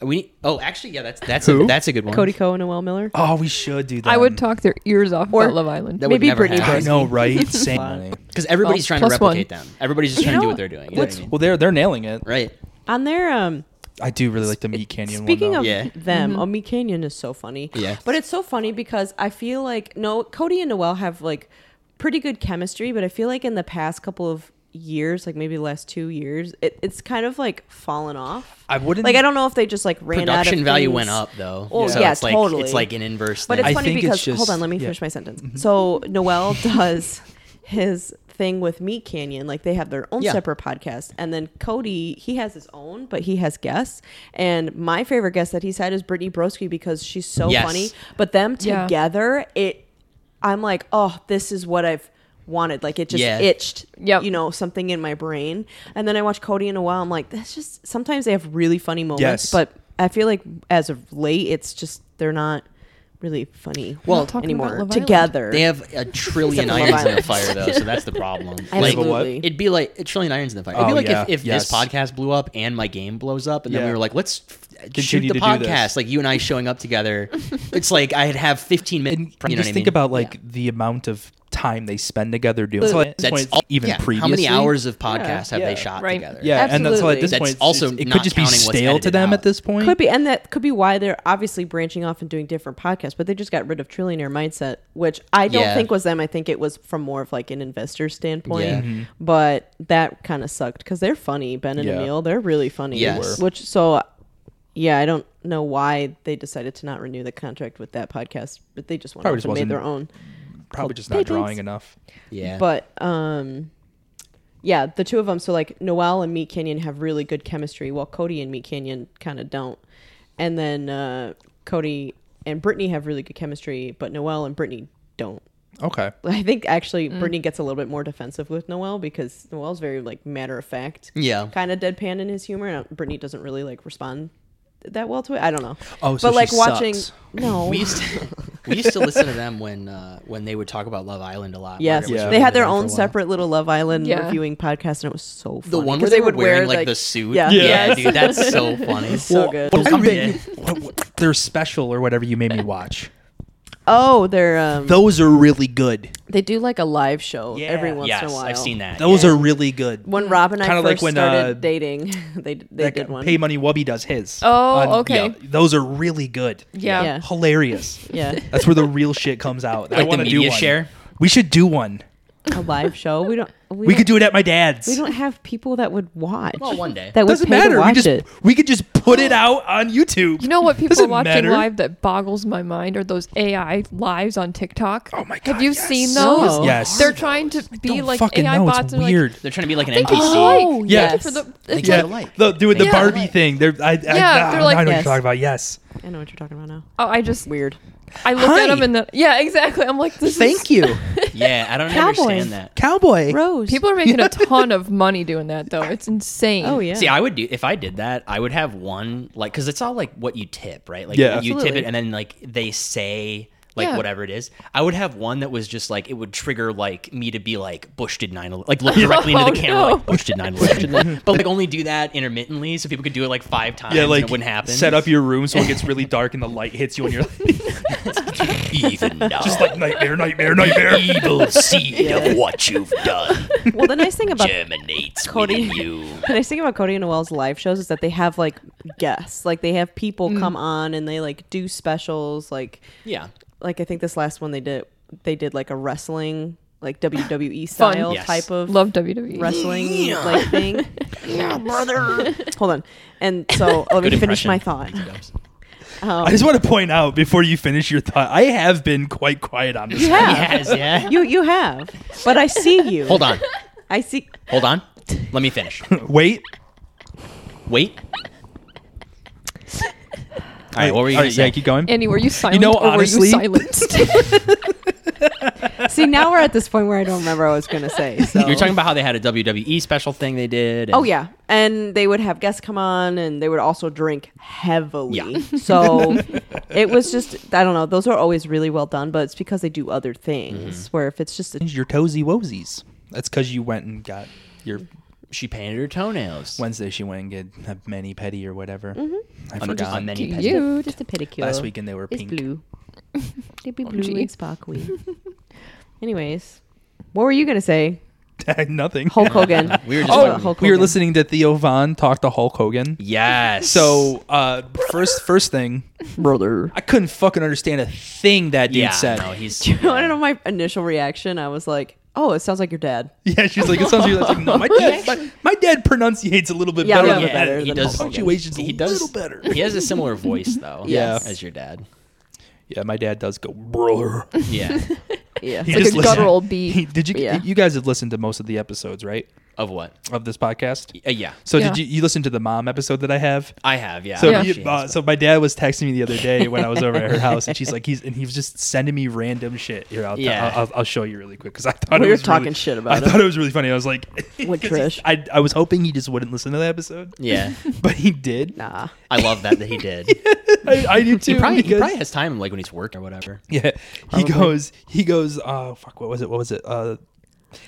[SPEAKER 2] We oh, actually, yeah, that's that's
[SPEAKER 1] Who?
[SPEAKER 2] a, that's a good one.
[SPEAKER 3] Cody Cohen and Will Miller.
[SPEAKER 2] Ah.
[SPEAKER 1] oh, we should do that.
[SPEAKER 4] I would talk their ears off
[SPEAKER 3] Or-
[SPEAKER 4] about Love Island.
[SPEAKER 2] that would
[SPEAKER 3] Maybe
[SPEAKER 2] never
[SPEAKER 3] Britney Oh,
[SPEAKER 1] I
[SPEAKER 2] happen.
[SPEAKER 1] know, right? Same.
[SPEAKER 2] because everybody's
[SPEAKER 4] Well,
[SPEAKER 2] trying to
[SPEAKER 4] plus one.
[SPEAKER 2] replicate them. Everybody's
[SPEAKER 3] You
[SPEAKER 2] just trying to do
[SPEAKER 3] know,
[SPEAKER 2] what they're doing. You know what I mean?
[SPEAKER 1] Well, they're they're nailing it.
[SPEAKER 2] Right.
[SPEAKER 3] On their um
[SPEAKER 1] I do really like the Meat Canyon
[SPEAKER 3] Speaking
[SPEAKER 1] one.
[SPEAKER 3] of
[SPEAKER 1] though.
[SPEAKER 2] Yeah. Mm-hmm.
[SPEAKER 3] them, oh, me Canyon is so funny.
[SPEAKER 2] Yeah.
[SPEAKER 3] But it's so funny because I feel like no Cody and Noel have like pretty good chemistry, but I feel like in the past couple of years, like maybe the last two years, it, it's kind of like fallen off.
[SPEAKER 1] I wouldn't
[SPEAKER 3] like I don't know if they just like ran out
[SPEAKER 2] Production
[SPEAKER 3] of
[SPEAKER 2] value
[SPEAKER 3] things.
[SPEAKER 2] went up though.
[SPEAKER 3] Oh,
[SPEAKER 2] so
[SPEAKER 3] yeah,
[SPEAKER 2] it's like
[SPEAKER 3] totally.
[SPEAKER 2] it's like an inverse.
[SPEAKER 3] But
[SPEAKER 2] thing.
[SPEAKER 3] it's
[SPEAKER 1] I
[SPEAKER 3] funny
[SPEAKER 1] think it's
[SPEAKER 3] because hold
[SPEAKER 1] just-
[SPEAKER 3] on, let me
[SPEAKER 1] yeah. Mm-hmm.
[SPEAKER 3] finish my sentence. So Noel does his thing with Meat Canyon, like they have their own
[SPEAKER 2] Yeah.
[SPEAKER 3] separate podcast, and then Cody he has his own, but he has guests. And my favorite guest that he's had is Brittany Broski because she's so
[SPEAKER 2] Yes.
[SPEAKER 3] funny. But them
[SPEAKER 4] Yeah.
[SPEAKER 3] together, it I'm like, oh, this is what I've wanted. Like it just
[SPEAKER 2] Yeah.
[SPEAKER 3] itched,
[SPEAKER 4] Yep.
[SPEAKER 3] you know, something in my brain. And then I watch Cody and Noel. I'm like, that's just sometimes they have really funny moments,
[SPEAKER 1] Yes.
[SPEAKER 3] but I feel like as of late, it's just they're not really funny
[SPEAKER 2] Well,
[SPEAKER 4] talking about
[SPEAKER 3] anymore
[SPEAKER 4] Love
[SPEAKER 3] together.
[SPEAKER 2] They have a trillion
[SPEAKER 3] Except for
[SPEAKER 2] irons
[SPEAKER 3] Love
[SPEAKER 2] in the fire, though, so that's the problem.
[SPEAKER 1] Like,
[SPEAKER 3] Absolutely.
[SPEAKER 1] what?
[SPEAKER 2] it'd be like a trillion irons in the fire. It'd
[SPEAKER 1] Oh,
[SPEAKER 2] be like
[SPEAKER 1] yeah.
[SPEAKER 2] if, if
[SPEAKER 1] Yes.
[SPEAKER 2] this podcast blew up and my game blows up, and then
[SPEAKER 1] Yeah.
[SPEAKER 2] we were like, let's f- shoot
[SPEAKER 1] Continue to
[SPEAKER 2] the
[SPEAKER 1] do this.
[SPEAKER 2] podcast, like you and I showing up together. it's like I'd have 15 minutes.
[SPEAKER 1] and
[SPEAKER 2] you know
[SPEAKER 1] just
[SPEAKER 2] what I
[SPEAKER 1] think
[SPEAKER 2] mean?
[SPEAKER 1] about like the amount of time they spend together doing. So at this
[SPEAKER 2] That's
[SPEAKER 1] point,
[SPEAKER 2] all-
[SPEAKER 1] even
[SPEAKER 2] yeah,
[SPEAKER 1] previously,
[SPEAKER 2] How many hours of podcast have
[SPEAKER 1] yeah.
[SPEAKER 2] they shot
[SPEAKER 4] Right.
[SPEAKER 2] together?
[SPEAKER 1] Yeah, and that's why at this
[SPEAKER 2] That's
[SPEAKER 1] point it's-
[SPEAKER 2] also
[SPEAKER 1] it could
[SPEAKER 2] not
[SPEAKER 1] just be
[SPEAKER 2] counting what's
[SPEAKER 1] stale to
[SPEAKER 2] edited
[SPEAKER 1] them
[SPEAKER 2] out.
[SPEAKER 1] at this point.
[SPEAKER 3] could be, and that could be why they're obviously branching off and doing different podcasts. But they just got rid of Trillionaire Mindset, which I don't
[SPEAKER 2] Yeah.
[SPEAKER 3] think was them. I think it was from more of like an investor standpoint.
[SPEAKER 2] Yeah.
[SPEAKER 4] Mm-hmm.
[SPEAKER 3] But that kind of sucked because they're funny. Ben and
[SPEAKER 1] Yeah.
[SPEAKER 3] Emil, they're really funny.
[SPEAKER 2] Yes.
[SPEAKER 3] Which so, yeah, I don't know why they decided to not renew the contract with that podcast, but they just
[SPEAKER 1] Probably
[SPEAKER 3] wanted
[SPEAKER 1] just
[SPEAKER 3] to make
[SPEAKER 1] wasn't-
[SPEAKER 3] their own.
[SPEAKER 1] probably just not drawing enough.
[SPEAKER 2] Yeah.
[SPEAKER 3] But um yeah, the two of them so like Noel and Meat Canyon have really good chemistry while Cody and Meat Canyon kind of don't. And then uh Cody and Brittany have really good chemistry, but Noel and Brittany don't.
[SPEAKER 1] Okay.
[SPEAKER 3] I think actually
[SPEAKER 1] Mm.
[SPEAKER 3] Brittany gets a little bit more defensive with Noel because Noel's very like matter of fact.
[SPEAKER 1] Mm.
[SPEAKER 2] Yeah.
[SPEAKER 3] Kind of deadpan in his humor and Brittany doesn't really like respond that well to it. I don't know.
[SPEAKER 1] Oh, so
[SPEAKER 3] but
[SPEAKER 1] she
[SPEAKER 3] like watching
[SPEAKER 1] sucks.
[SPEAKER 3] no
[SPEAKER 2] we used to, we used to listen to them when uh, when they would talk about Love Island a lot.
[SPEAKER 3] Yes,
[SPEAKER 2] Margaret was
[SPEAKER 1] Yeah.
[SPEAKER 3] they
[SPEAKER 2] really
[SPEAKER 3] had their
[SPEAKER 2] into them for
[SPEAKER 3] own
[SPEAKER 2] a while.
[SPEAKER 3] separate little Love Island
[SPEAKER 4] Yeah.
[SPEAKER 3] reviewing podcast, and it was so funny.
[SPEAKER 2] The one
[SPEAKER 3] 'cause
[SPEAKER 2] where they, were wearing like, the suit.
[SPEAKER 3] Yeah,
[SPEAKER 2] yeah,
[SPEAKER 1] Yes.
[SPEAKER 2] dude, that's so funny.
[SPEAKER 3] so good.
[SPEAKER 1] Well,
[SPEAKER 2] Come
[SPEAKER 1] they-
[SPEAKER 2] in.
[SPEAKER 1] what- what- they're special or whatever you made me watch.
[SPEAKER 3] Oh, they're um,
[SPEAKER 1] Those are really good.
[SPEAKER 3] they do like a live show
[SPEAKER 1] Yeah.
[SPEAKER 3] every once
[SPEAKER 2] yes,
[SPEAKER 3] in a while.
[SPEAKER 2] I've seen that.
[SPEAKER 1] Those
[SPEAKER 2] yeah.
[SPEAKER 1] are really good.
[SPEAKER 3] When Rob and I
[SPEAKER 1] Kinda
[SPEAKER 3] first
[SPEAKER 1] like when,
[SPEAKER 3] started
[SPEAKER 1] uh,
[SPEAKER 3] dating, they they
[SPEAKER 1] That
[SPEAKER 3] did
[SPEAKER 1] guy-
[SPEAKER 3] one.
[SPEAKER 1] Pay Money Wubby does his.
[SPEAKER 4] Oh,
[SPEAKER 1] On-
[SPEAKER 4] okay.
[SPEAKER 1] yeah, those are really good.
[SPEAKER 4] Yeah.
[SPEAKER 3] Yeah.
[SPEAKER 1] Hilarious.
[SPEAKER 3] yeah,
[SPEAKER 1] That's where the real shit comes out. I
[SPEAKER 2] Like the
[SPEAKER 1] want to do
[SPEAKER 2] media
[SPEAKER 1] one.
[SPEAKER 2] share?
[SPEAKER 1] We should do one.
[SPEAKER 3] a live show. We don't.
[SPEAKER 1] We
[SPEAKER 3] We, don't,
[SPEAKER 1] could do it at my dad's.
[SPEAKER 3] We don't have people that would watch.
[SPEAKER 2] Well, one day.
[SPEAKER 3] that would
[SPEAKER 1] Doesn't
[SPEAKER 3] pay
[SPEAKER 1] matter.
[SPEAKER 3] To
[SPEAKER 1] We
[SPEAKER 3] watch
[SPEAKER 1] just
[SPEAKER 3] it.
[SPEAKER 1] we could just put it out on YouTube.
[SPEAKER 4] You know what people
[SPEAKER 1] Doesn't
[SPEAKER 4] are watching
[SPEAKER 1] matter.
[SPEAKER 4] live that boggles my mind are those AI lives on TikTok.
[SPEAKER 1] Oh my God,
[SPEAKER 4] Have you
[SPEAKER 1] yes.
[SPEAKER 4] seen
[SPEAKER 3] No.
[SPEAKER 4] those?
[SPEAKER 1] Yes.
[SPEAKER 4] They're trying to be
[SPEAKER 1] Don't
[SPEAKER 4] like
[SPEAKER 1] fucking
[SPEAKER 4] AI
[SPEAKER 1] know.
[SPEAKER 4] bots
[SPEAKER 1] It's
[SPEAKER 4] and like,
[SPEAKER 1] weird.
[SPEAKER 2] They're trying to be like an
[SPEAKER 4] Thank you,
[SPEAKER 2] NPC.
[SPEAKER 4] oh,
[SPEAKER 1] Yeah.
[SPEAKER 4] thank you for the,
[SPEAKER 2] Thank
[SPEAKER 1] yeah,
[SPEAKER 2] you. Like.
[SPEAKER 1] the, doing the
[SPEAKER 4] Yeah.
[SPEAKER 1] Barbie thing. They're, I, I,
[SPEAKER 4] Yeah,
[SPEAKER 1] I,
[SPEAKER 4] they're
[SPEAKER 1] I
[SPEAKER 4] like
[SPEAKER 1] know what you're
[SPEAKER 3] this.
[SPEAKER 1] talking about. Yes.
[SPEAKER 3] I know what you're talking about now.
[SPEAKER 4] Oh, I just
[SPEAKER 3] Weird.
[SPEAKER 4] I looked
[SPEAKER 1] Hi.
[SPEAKER 4] at him and then yeah, exactly. I'm like, this is,
[SPEAKER 1] Thank you,
[SPEAKER 2] Yeah, I don't
[SPEAKER 3] Cowboys.
[SPEAKER 2] understand that.
[SPEAKER 1] cowboy.
[SPEAKER 3] Rose.
[SPEAKER 4] People are making a ton of money doing that though. It's insane.
[SPEAKER 3] Oh yeah.
[SPEAKER 2] See, I would do if I did that. I would have one like because it's all like what you tip, right? Like
[SPEAKER 1] Yeah.
[SPEAKER 2] you tip
[SPEAKER 3] Absolutely.
[SPEAKER 2] it, and then like they say like
[SPEAKER 4] Yeah.
[SPEAKER 2] whatever it is. I would have one that was just like it would trigger like me to be like Bush did 9 like look directly into
[SPEAKER 4] Oh,
[SPEAKER 2] the camera
[SPEAKER 4] no.
[SPEAKER 2] like Bush did 9 11. but like only do that intermittently so people could do it like five times
[SPEAKER 1] yeah,
[SPEAKER 2] and
[SPEAKER 1] like
[SPEAKER 2] it wouldn't happen.
[SPEAKER 1] set up your room so it gets really dark and the light hits you and you're like,
[SPEAKER 2] even now.
[SPEAKER 1] just like nightmare, nightmare, nightmare.
[SPEAKER 2] evil seed of what you've done
[SPEAKER 3] Well, the nice thing about
[SPEAKER 2] germinates
[SPEAKER 3] Cody.
[SPEAKER 2] within you.
[SPEAKER 3] the nice thing about Cody and Noel's live shows is that they have like guests, like they have people come on and they like do specials, like
[SPEAKER 2] Yeah.
[SPEAKER 3] like I think this last one they did they did like a wrestling like WWE style
[SPEAKER 2] Yes.
[SPEAKER 3] type of
[SPEAKER 4] Love E. WWE.
[SPEAKER 3] wrestling like thing.
[SPEAKER 2] Oh,
[SPEAKER 3] Hold on, and so let me
[SPEAKER 2] Good
[SPEAKER 3] finish
[SPEAKER 2] impression.
[SPEAKER 3] my thought.
[SPEAKER 1] I just want to point out before you finish your thought, I have been quite quiet on this.
[SPEAKER 3] You have,
[SPEAKER 2] Yes, yeah.
[SPEAKER 3] you you have, but I see you.
[SPEAKER 2] Hold on.
[SPEAKER 3] I see.
[SPEAKER 2] Hold on. Let me finish.
[SPEAKER 1] Wait,
[SPEAKER 2] Wait. All right, what were you
[SPEAKER 1] All
[SPEAKER 2] going
[SPEAKER 1] right,
[SPEAKER 2] to
[SPEAKER 1] yeah,
[SPEAKER 2] say?
[SPEAKER 1] keep going.
[SPEAKER 4] Andy, were you silent
[SPEAKER 1] know,
[SPEAKER 4] or
[SPEAKER 1] honestly-
[SPEAKER 4] were you silenced?
[SPEAKER 3] See, now we're at this point where I don't remember what I was gonna say. So
[SPEAKER 2] You're talking about how they had a WWE special thing they did. and-
[SPEAKER 3] Oh yeah, and they would have guests come on, and they would also drink heavily.
[SPEAKER 2] Yeah.
[SPEAKER 3] So it was just I don't know. Those are always really well done, but it's because they do other things.
[SPEAKER 1] Mm-hmm.
[SPEAKER 3] Where if it's just a,
[SPEAKER 1] Your toesy woesies. That's because you went and got your
[SPEAKER 2] She painted her toenails.
[SPEAKER 1] Wednesday. She went and get a mani pedi or whatever.
[SPEAKER 3] Mm-hmm.
[SPEAKER 1] I
[SPEAKER 2] On-
[SPEAKER 1] forgot.
[SPEAKER 2] on many pages.
[SPEAKER 4] you?
[SPEAKER 3] just a pedicure.
[SPEAKER 1] Last weekend they were pink.
[SPEAKER 3] They be
[SPEAKER 4] blue gee. and
[SPEAKER 3] sparkly. Anyways, what were you gonna say?
[SPEAKER 1] Nothing.
[SPEAKER 3] Hulk Hogan.
[SPEAKER 2] We were just
[SPEAKER 3] Oh,
[SPEAKER 2] talking-
[SPEAKER 3] Hulk
[SPEAKER 1] we were
[SPEAKER 3] Hogan.
[SPEAKER 1] listening to Theo Vaughn talk to Hulk Hogan.
[SPEAKER 2] Yes.
[SPEAKER 1] So uh, first, first thing,
[SPEAKER 3] brother.
[SPEAKER 1] I couldn't fucking understand a thing that dude
[SPEAKER 2] yeah,
[SPEAKER 1] said.
[SPEAKER 2] no, he's.
[SPEAKER 3] You want to know my initial reaction? I was like, "Oh, it sounds like your dad."
[SPEAKER 1] Yeah, she's like, it sounds like, like no, my dad, my, my dad pronunciates a little bit
[SPEAKER 3] Yeah,
[SPEAKER 1] better.
[SPEAKER 3] yeah.
[SPEAKER 1] than
[SPEAKER 3] Yeah,
[SPEAKER 1] that.
[SPEAKER 3] better
[SPEAKER 2] he
[SPEAKER 3] than
[SPEAKER 2] does
[SPEAKER 3] Hulk Hogan.
[SPEAKER 1] punctuation's
[SPEAKER 2] He
[SPEAKER 1] a
[SPEAKER 2] does
[SPEAKER 1] little better.
[SPEAKER 2] He has a similar voice though.
[SPEAKER 1] Yeah.
[SPEAKER 2] as your dad.
[SPEAKER 1] Yeah, my dad does go brother.
[SPEAKER 2] Yeah.
[SPEAKER 3] Yeah.
[SPEAKER 1] He
[SPEAKER 4] like
[SPEAKER 1] just
[SPEAKER 4] a
[SPEAKER 1] listened-
[SPEAKER 4] guttural B.
[SPEAKER 1] He- Did you?
[SPEAKER 3] Yeah.
[SPEAKER 1] You guys have listened to most of the episodes, right,
[SPEAKER 2] of what?
[SPEAKER 1] of this podcast?
[SPEAKER 2] Uh, yeah.
[SPEAKER 1] So
[SPEAKER 4] Yeah.
[SPEAKER 1] did you? You listen to the mom episode that I have?
[SPEAKER 2] I have. Yeah.
[SPEAKER 1] So,
[SPEAKER 2] I
[SPEAKER 4] Yeah.
[SPEAKER 2] know
[SPEAKER 1] you-
[SPEAKER 2] she
[SPEAKER 1] uh,
[SPEAKER 2] has,
[SPEAKER 1] so my dad was texting me the other day when I was over at her house, and she's like, he's and he was just sending me random shit. Here, I'll,
[SPEAKER 2] Yeah.
[SPEAKER 1] I'll, I'll, I'll show you really quick because I thought
[SPEAKER 3] We
[SPEAKER 1] it
[SPEAKER 3] were
[SPEAKER 1] was really-
[SPEAKER 3] talking shit about
[SPEAKER 1] I
[SPEAKER 3] it.
[SPEAKER 1] thought it was really funny. I was like, 'cause he-
[SPEAKER 3] Trish.
[SPEAKER 1] I, I was hoping he just wouldn't listen to that episode,
[SPEAKER 2] but- yeah.
[SPEAKER 1] but he did.
[SPEAKER 3] Nah.
[SPEAKER 2] I love that that he did.
[SPEAKER 1] I, I do too.
[SPEAKER 2] He probably, he
[SPEAKER 1] because-
[SPEAKER 2] probably has time like when he's working or whatever.
[SPEAKER 1] Yeah. He goes, he goes, uh, fuck, what was it? What was it? Uh,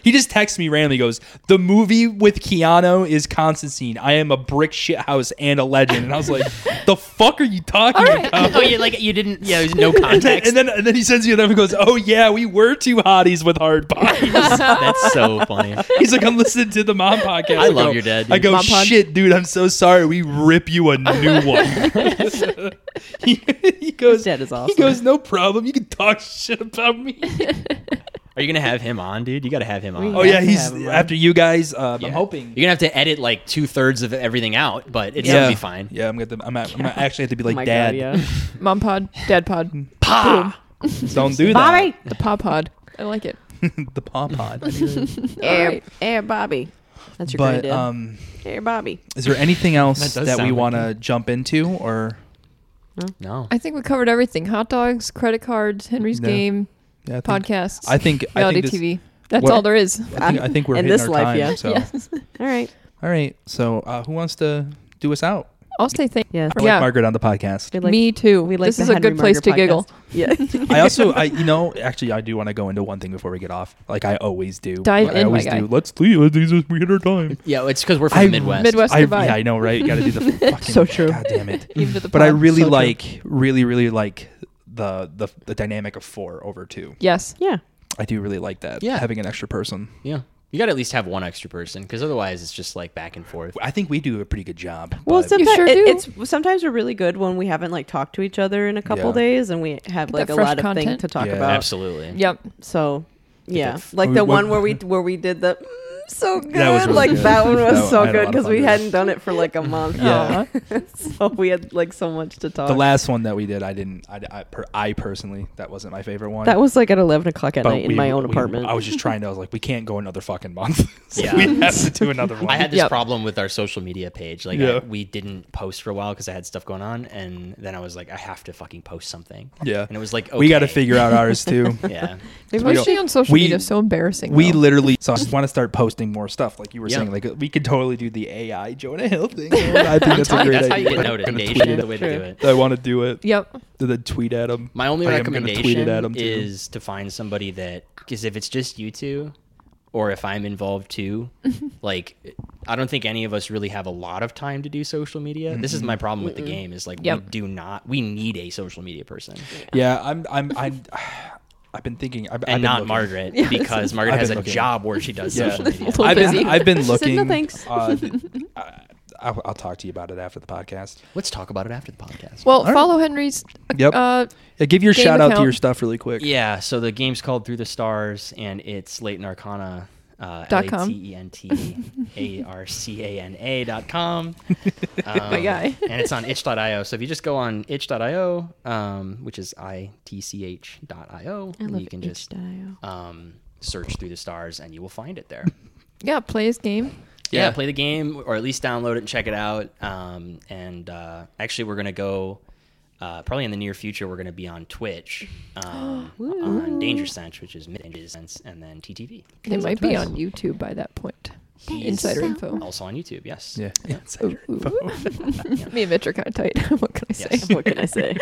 [SPEAKER 1] he just texts me randomly. He goes, the movie with Keanu is Constantine. I am a brick shit house and a legend. And I was like, the fuck are you talking about?
[SPEAKER 2] oh, you like you didn't? Yeah, there's no
[SPEAKER 1] And then,
[SPEAKER 2] context.
[SPEAKER 1] and then and then he sends you another and goes, oh yeah, we were two hotties with hard bodies.
[SPEAKER 2] That's so funny.
[SPEAKER 1] He's like, I'm listening to the mom podcast.
[SPEAKER 2] I love
[SPEAKER 1] go-
[SPEAKER 2] your dad, dude.
[SPEAKER 1] I go,
[SPEAKER 4] Mom pod.
[SPEAKER 1] shit, dude, I'm so sorry. We rip you a new one. he, he goes,
[SPEAKER 3] dad is
[SPEAKER 1] he
[SPEAKER 3] awesome.
[SPEAKER 1] goes, no problem. You can talk shit about me.
[SPEAKER 2] Are you gonna have him on, dude? You gotta have him on.
[SPEAKER 1] Oh
[SPEAKER 3] Yeah,
[SPEAKER 1] yeah,
[SPEAKER 3] I
[SPEAKER 1] he's
[SPEAKER 3] have him on.
[SPEAKER 1] after you guys. Uh,
[SPEAKER 2] Yeah.
[SPEAKER 1] I'm hoping.
[SPEAKER 2] You're gonna have to edit like two thirds of everything out, but it's gonna be fine.
[SPEAKER 1] Yeah, I'm gonna. I'm, I'm gonna actually have to be like,
[SPEAKER 3] Oh my
[SPEAKER 1] Dad,
[SPEAKER 3] God, yeah.
[SPEAKER 4] Mom pod, dad
[SPEAKER 1] Hmm.
[SPEAKER 4] pod,
[SPEAKER 2] Pa!
[SPEAKER 1] don't do that.
[SPEAKER 3] Bobby.
[SPEAKER 4] the pa pod. I like it.
[SPEAKER 1] the pom pod.
[SPEAKER 3] Air,
[SPEAKER 4] right.
[SPEAKER 3] air Bobby. That's your
[SPEAKER 1] but
[SPEAKER 3] granddad.
[SPEAKER 1] um,
[SPEAKER 3] air Bobby.
[SPEAKER 1] is there anything else
[SPEAKER 2] That
[SPEAKER 1] that,
[SPEAKER 2] does
[SPEAKER 1] we
[SPEAKER 2] sound
[SPEAKER 1] want to
[SPEAKER 2] like
[SPEAKER 1] jump into, or
[SPEAKER 2] No.
[SPEAKER 4] I think we covered everything: hot dogs, credit cards, Henry's
[SPEAKER 1] No.
[SPEAKER 4] game,
[SPEAKER 1] yeah, I think,
[SPEAKER 4] podcasts,
[SPEAKER 1] I think I
[SPEAKER 4] reality
[SPEAKER 1] think this-
[SPEAKER 4] TV. That's
[SPEAKER 1] what-
[SPEAKER 4] all there is.
[SPEAKER 1] I think, I think we're
[SPEAKER 3] In
[SPEAKER 1] hitting
[SPEAKER 3] this
[SPEAKER 1] our
[SPEAKER 3] life,
[SPEAKER 1] time,
[SPEAKER 3] yeah.
[SPEAKER 1] So
[SPEAKER 4] Yes.
[SPEAKER 3] All right.
[SPEAKER 1] all right, so uh, who wants to do us out?
[SPEAKER 4] I'll say thank
[SPEAKER 3] Yes.
[SPEAKER 1] I
[SPEAKER 4] Yeah.
[SPEAKER 1] like Margaret on the podcast.
[SPEAKER 3] We like-
[SPEAKER 4] me too.
[SPEAKER 3] we like
[SPEAKER 4] this
[SPEAKER 3] the
[SPEAKER 4] is a
[SPEAKER 3] Henry
[SPEAKER 4] good place to
[SPEAKER 3] Murger
[SPEAKER 4] giggle.
[SPEAKER 3] podcast. Yeah.
[SPEAKER 1] I also, I you know, actually, I do want to go into one thing before we get off. Like I always do.
[SPEAKER 4] Dive
[SPEAKER 1] I
[SPEAKER 4] in, my
[SPEAKER 1] always
[SPEAKER 4] guy.
[SPEAKER 1] do. Let's do it. These are- We hit our time.
[SPEAKER 2] Yeah, it's because we're from
[SPEAKER 1] I-
[SPEAKER 2] the Midwest.
[SPEAKER 4] Midwest
[SPEAKER 1] I,
[SPEAKER 4] goodbye.
[SPEAKER 1] yeah, I know, right? You got to do the fucking
[SPEAKER 3] So true.
[SPEAKER 1] God damn it.
[SPEAKER 4] Even to the
[SPEAKER 1] but I
[SPEAKER 4] pod.
[SPEAKER 1] really
[SPEAKER 4] So true.
[SPEAKER 1] like, really, really like the, the the dynamic of four over two.
[SPEAKER 4] Yes.
[SPEAKER 3] yeah.
[SPEAKER 1] I do really like that.
[SPEAKER 2] Yeah.
[SPEAKER 1] having an extra person.
[SPEAKER 2] Yeah. You got to at least have one extra person because otherwise it's just like back and forth.
[SPEAKER 1] I think we do a pretty good job.
[SPEAKER 3] Well,
[SPEAKER 1] but-
[SPEAKER 3] sometimes
[SPEAKER 4] sure
[SPEAKER 3] it-
[SPEAKER 4] do.
[SPEAKER 3] it's sometimes we're really good when we haven't like talked to each other in a couple
[SPEAKER 1] Yeah.
[SPEAKER 3] days, and we have like
[SPEAKER 4] that
[SPEAKER 3] a
[SPEAKER 4] fresh
[SPEAKER 3] lot of things
[SPEAKER 4] content.
[SPEAKER 3] to talk
[SPEAKER 1] Yeah.
[SPEAKER 3] about.
[SPEAKER 2] Absolutely.
[SPEAKER 4] Yep.
[SPEAKER 3] So, yeah,
[SPEAKER 1] f-
[SPEAKER 3] like
[SPEAKER 1] we-
[SPEAKER 3] the
[SPEAKER 1] we-
[SPEAKER 3] one where we where we did the. mm, So good,
[SPEAKER 1] That was really
[SPEAKER 3] like
[SPEAKER 1] good.
[SPEAKER 3] that one was
[SPEAKER 1] That one- I
[SPEAKER 3] so
[SPEAKER 1] had a
[SPEAKER 3] good
[SPEAKER 1] lot of
[SPEAKER 3] because
[SPEAKER 1] fun
[SPEAKER 3] we
[SPEAKER 1] with that.
[SPEAKER 3] hadn't done it for like a month.
[SPEAKER 1] Yeah.
[SPEAKER 3] so we had like so much to talk.
[SPEAKER 1] the last one that we did, I didn't. I, I, per, I personally, that wasn't my favorite one.
[SPEAKER 3] that was like at eleven o'clock at
[SPEAKER 1] But
[SPEAKER 3] night
[SPEAKER 1] we-
[SPEAKER 3] in my own
[SPEAKER 1] we-
[SPEAKER 3] apartment.
[SPEAKER 1] I was just trying to. I was like, we can't go another fucking month. so
[SPEAKER 2] Yeah.
[SPEAKER 1] we have to do another one.
[SPEAKER 2] I had this
[SPEAKER 4] Yep.
[SPEAKER 2] problem with our social media page. Like,
[SPEAKER 1] Yeah.
[SPEAKER 2] I, we didn't post for a while because I had stuff going on, and then I was like, I have to fucking post something.
[SPEAKER 1] yeah,
[SPEAKER 2] And it was like,
[SPEAKER 1] we got to
[SPEAKER 2] okay.
[SPEAKER 1] figure out ours too.
[SPEAKER 2] Yeah.
[SPEAKER 4] They
[SPEAKER 1] So we
[SPEAKER 4] mostly
[SPEAKER 1] don't-
[SPEAKER 4] on social
[SPEAKER 1] we-
[SPEAKER 4] media. So embarrassing.
[SPEAKER 1] We
[SPEAKER 4] though.
[SPEAKER 1] literally so I just want to start posting more stuff, like you were
[SPEAKER 2] Yeah.
[SPEAKER 1] saying. Like we could totally do the AI Jonah Hill thing. I think that's a
[SPEAKER 2] That's
[SPEAKER 1] great
[SPEAKER 2] how you
[SPEAKER 1] idea.
[SPEAKER 2] get noticed.
[SPEAKER 1] I'm gonna
[SPEAKER 2] Dave.
[SPEAKER 1] tweet
[SPEAKER 2] That's
[SPEAKER 1] it.
[SPEAKER 2] the way to do
[SPEAKER 3] Sure.
[SPEAKER 2] it.
[SPEAKER 1] I want to do it.
[SPEAKER 4] Yep.
[SPEAKER 1] Then tweet at him.
[SPEAKER 2] My only
[SPEAKER 1] I am gonna
[SPEAKER 2] recommendation
[SPEAKER 1] tweet it at him too.
[SPEAKER 2] is to find somebody that because if it's just you two, or if I'm involved too, like I don't think any of us really have a lot of time to do social media. This is my problem with the game is like we
[SPEAKER 4] Yep.
[SPEAKER 2] do not we need a social media person
[SPEAKER 1] Yeah, I'm. I'm. I'm. I've been thinking. I've, I've
[SPEAKER 2] and
[SPEAKER 1] been
[SPEAKER 2] not
[SPEAKER 1] looking.
[SPEAKER 2] Margaret
[SPEAKER 4] Yeah, this
[SPEAKER 2] because
[SPEAKER 4] is-
[SPEAKER 2] Margaret
[SPEAKER 1] I've
[SPEAKER 2] has
[SPEAKER 1] been
[SPEAKER 2] a
[SPEAKER 1] looking.
[SPEAKER 2] job where she does
[SPEAKER 1] Yeah.
[SPEAKER 2] social media.
[SPEAKER 4] Little
[SPEAKER 1] I've
[SPEAKER 4] busy.
[SPEAKER 1] been. I've been
[SPEAKER 3] She said,
[SPEAKER 1] looking.
[SPEAKER 3] "No, thanks."
[SPEAKER 1] uh, th- I, I'll, I'll talk to you about it after the podcast.
[SPEAKER 2] Let's talk about it after the podcast.
[SPEAKER 4] Well,
[SPEAKER 1] right.
[SPEAKER 4] follow Henry's.
[SPEAKER 1] Yep.
[SPEAKER 4] Uh,
[SPEAKER 1] Yeah, give your
[SPEAKER 4] Game
[SPEAKER 1] shout out to
[SPEAKER 4] account.
[SPEAKER 1] your stuff really quick.
[SPEAKER 2] Yeah, so the game's called Through the Stars, and it's Leighton Arcana. Uh,
[SPEAKER 4] Dot com.
[SPEAKER 2] L-A-T-E-N-T-A-R-C-A-N-A dot com. Um,
[SPEAKER 4] My guy.
[SPEAKER 2] and it's on itch.io. So if you just go on itch.io, um, which is I-T-C-H dot I-O, and you can just um, search Through the Stars, and you will find it there.
[SPEAKER 4] yeah, play his game.
[SPEAKER 2] yeah.
[SPEAKER 1] Yeah.
[SPEAKER 2] play the game or at least download it and check it out um, and uh, actually we're going to go uh, probably in the near future we're going to be on twitch um, on danger sense which is Mid- danger sense and then ttv
[SPEAKER 4] They might be on YouTube by that point. Insider info.
[SPEAKER 2] also on youtube yes
[SPEAKER 1] Yeah.
[SPEAKER 4] Ooh, ooh. Me and Mitch are kind of tight. what can I say?
[SPEAKER 2] Yes.
[SPEAKER 3] What can I say?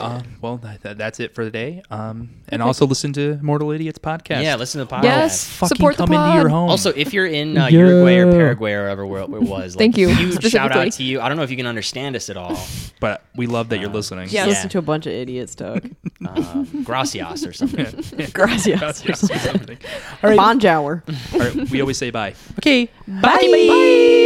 [SPEAKER 1] Um, well, that, that- that's it for the day. Um, and also listen to Mortal Idiots podcast.
[SPEAKER 2] yeah listen to the podcast
[SPEAKER 4] Yes.
[SPEAKER 1] Fucking
[SPEAKER 4] Support the
[SPEAKER 1] come into your
[SPEAKER 4] pod.
[SPEAKER 1] home.
[SPEAKER 2] Also, if you're in uh, Uruguay or
[SPEAKER 1] Yeah.
[SPEAKER 2] Paraguay or wherever it was, like,
[SPEAKER 4] Thank you,
[SPEAKER 2] Huge shout
[SPEAKER 4] specifically.
[SPEAKER 2] out to you. I don't know if you can understand us at all.
[SPEAKER 1] but we love that you're listening.
[SPEAKER 3] Yeah,
[SPEAKER 2] Yeah.
[SPEAKER 3] listen to a bunch of idiots talk.
[SPEAKER 2] Uh, gracias or something.
[SPEAKER 3] Gracias.
[SPEAKER 1] All right.
[SPEAKER 3] Bonjour.
[SPEAKER 1] All right. We always say bye.
[SPEAKER 3] Bye. Bye.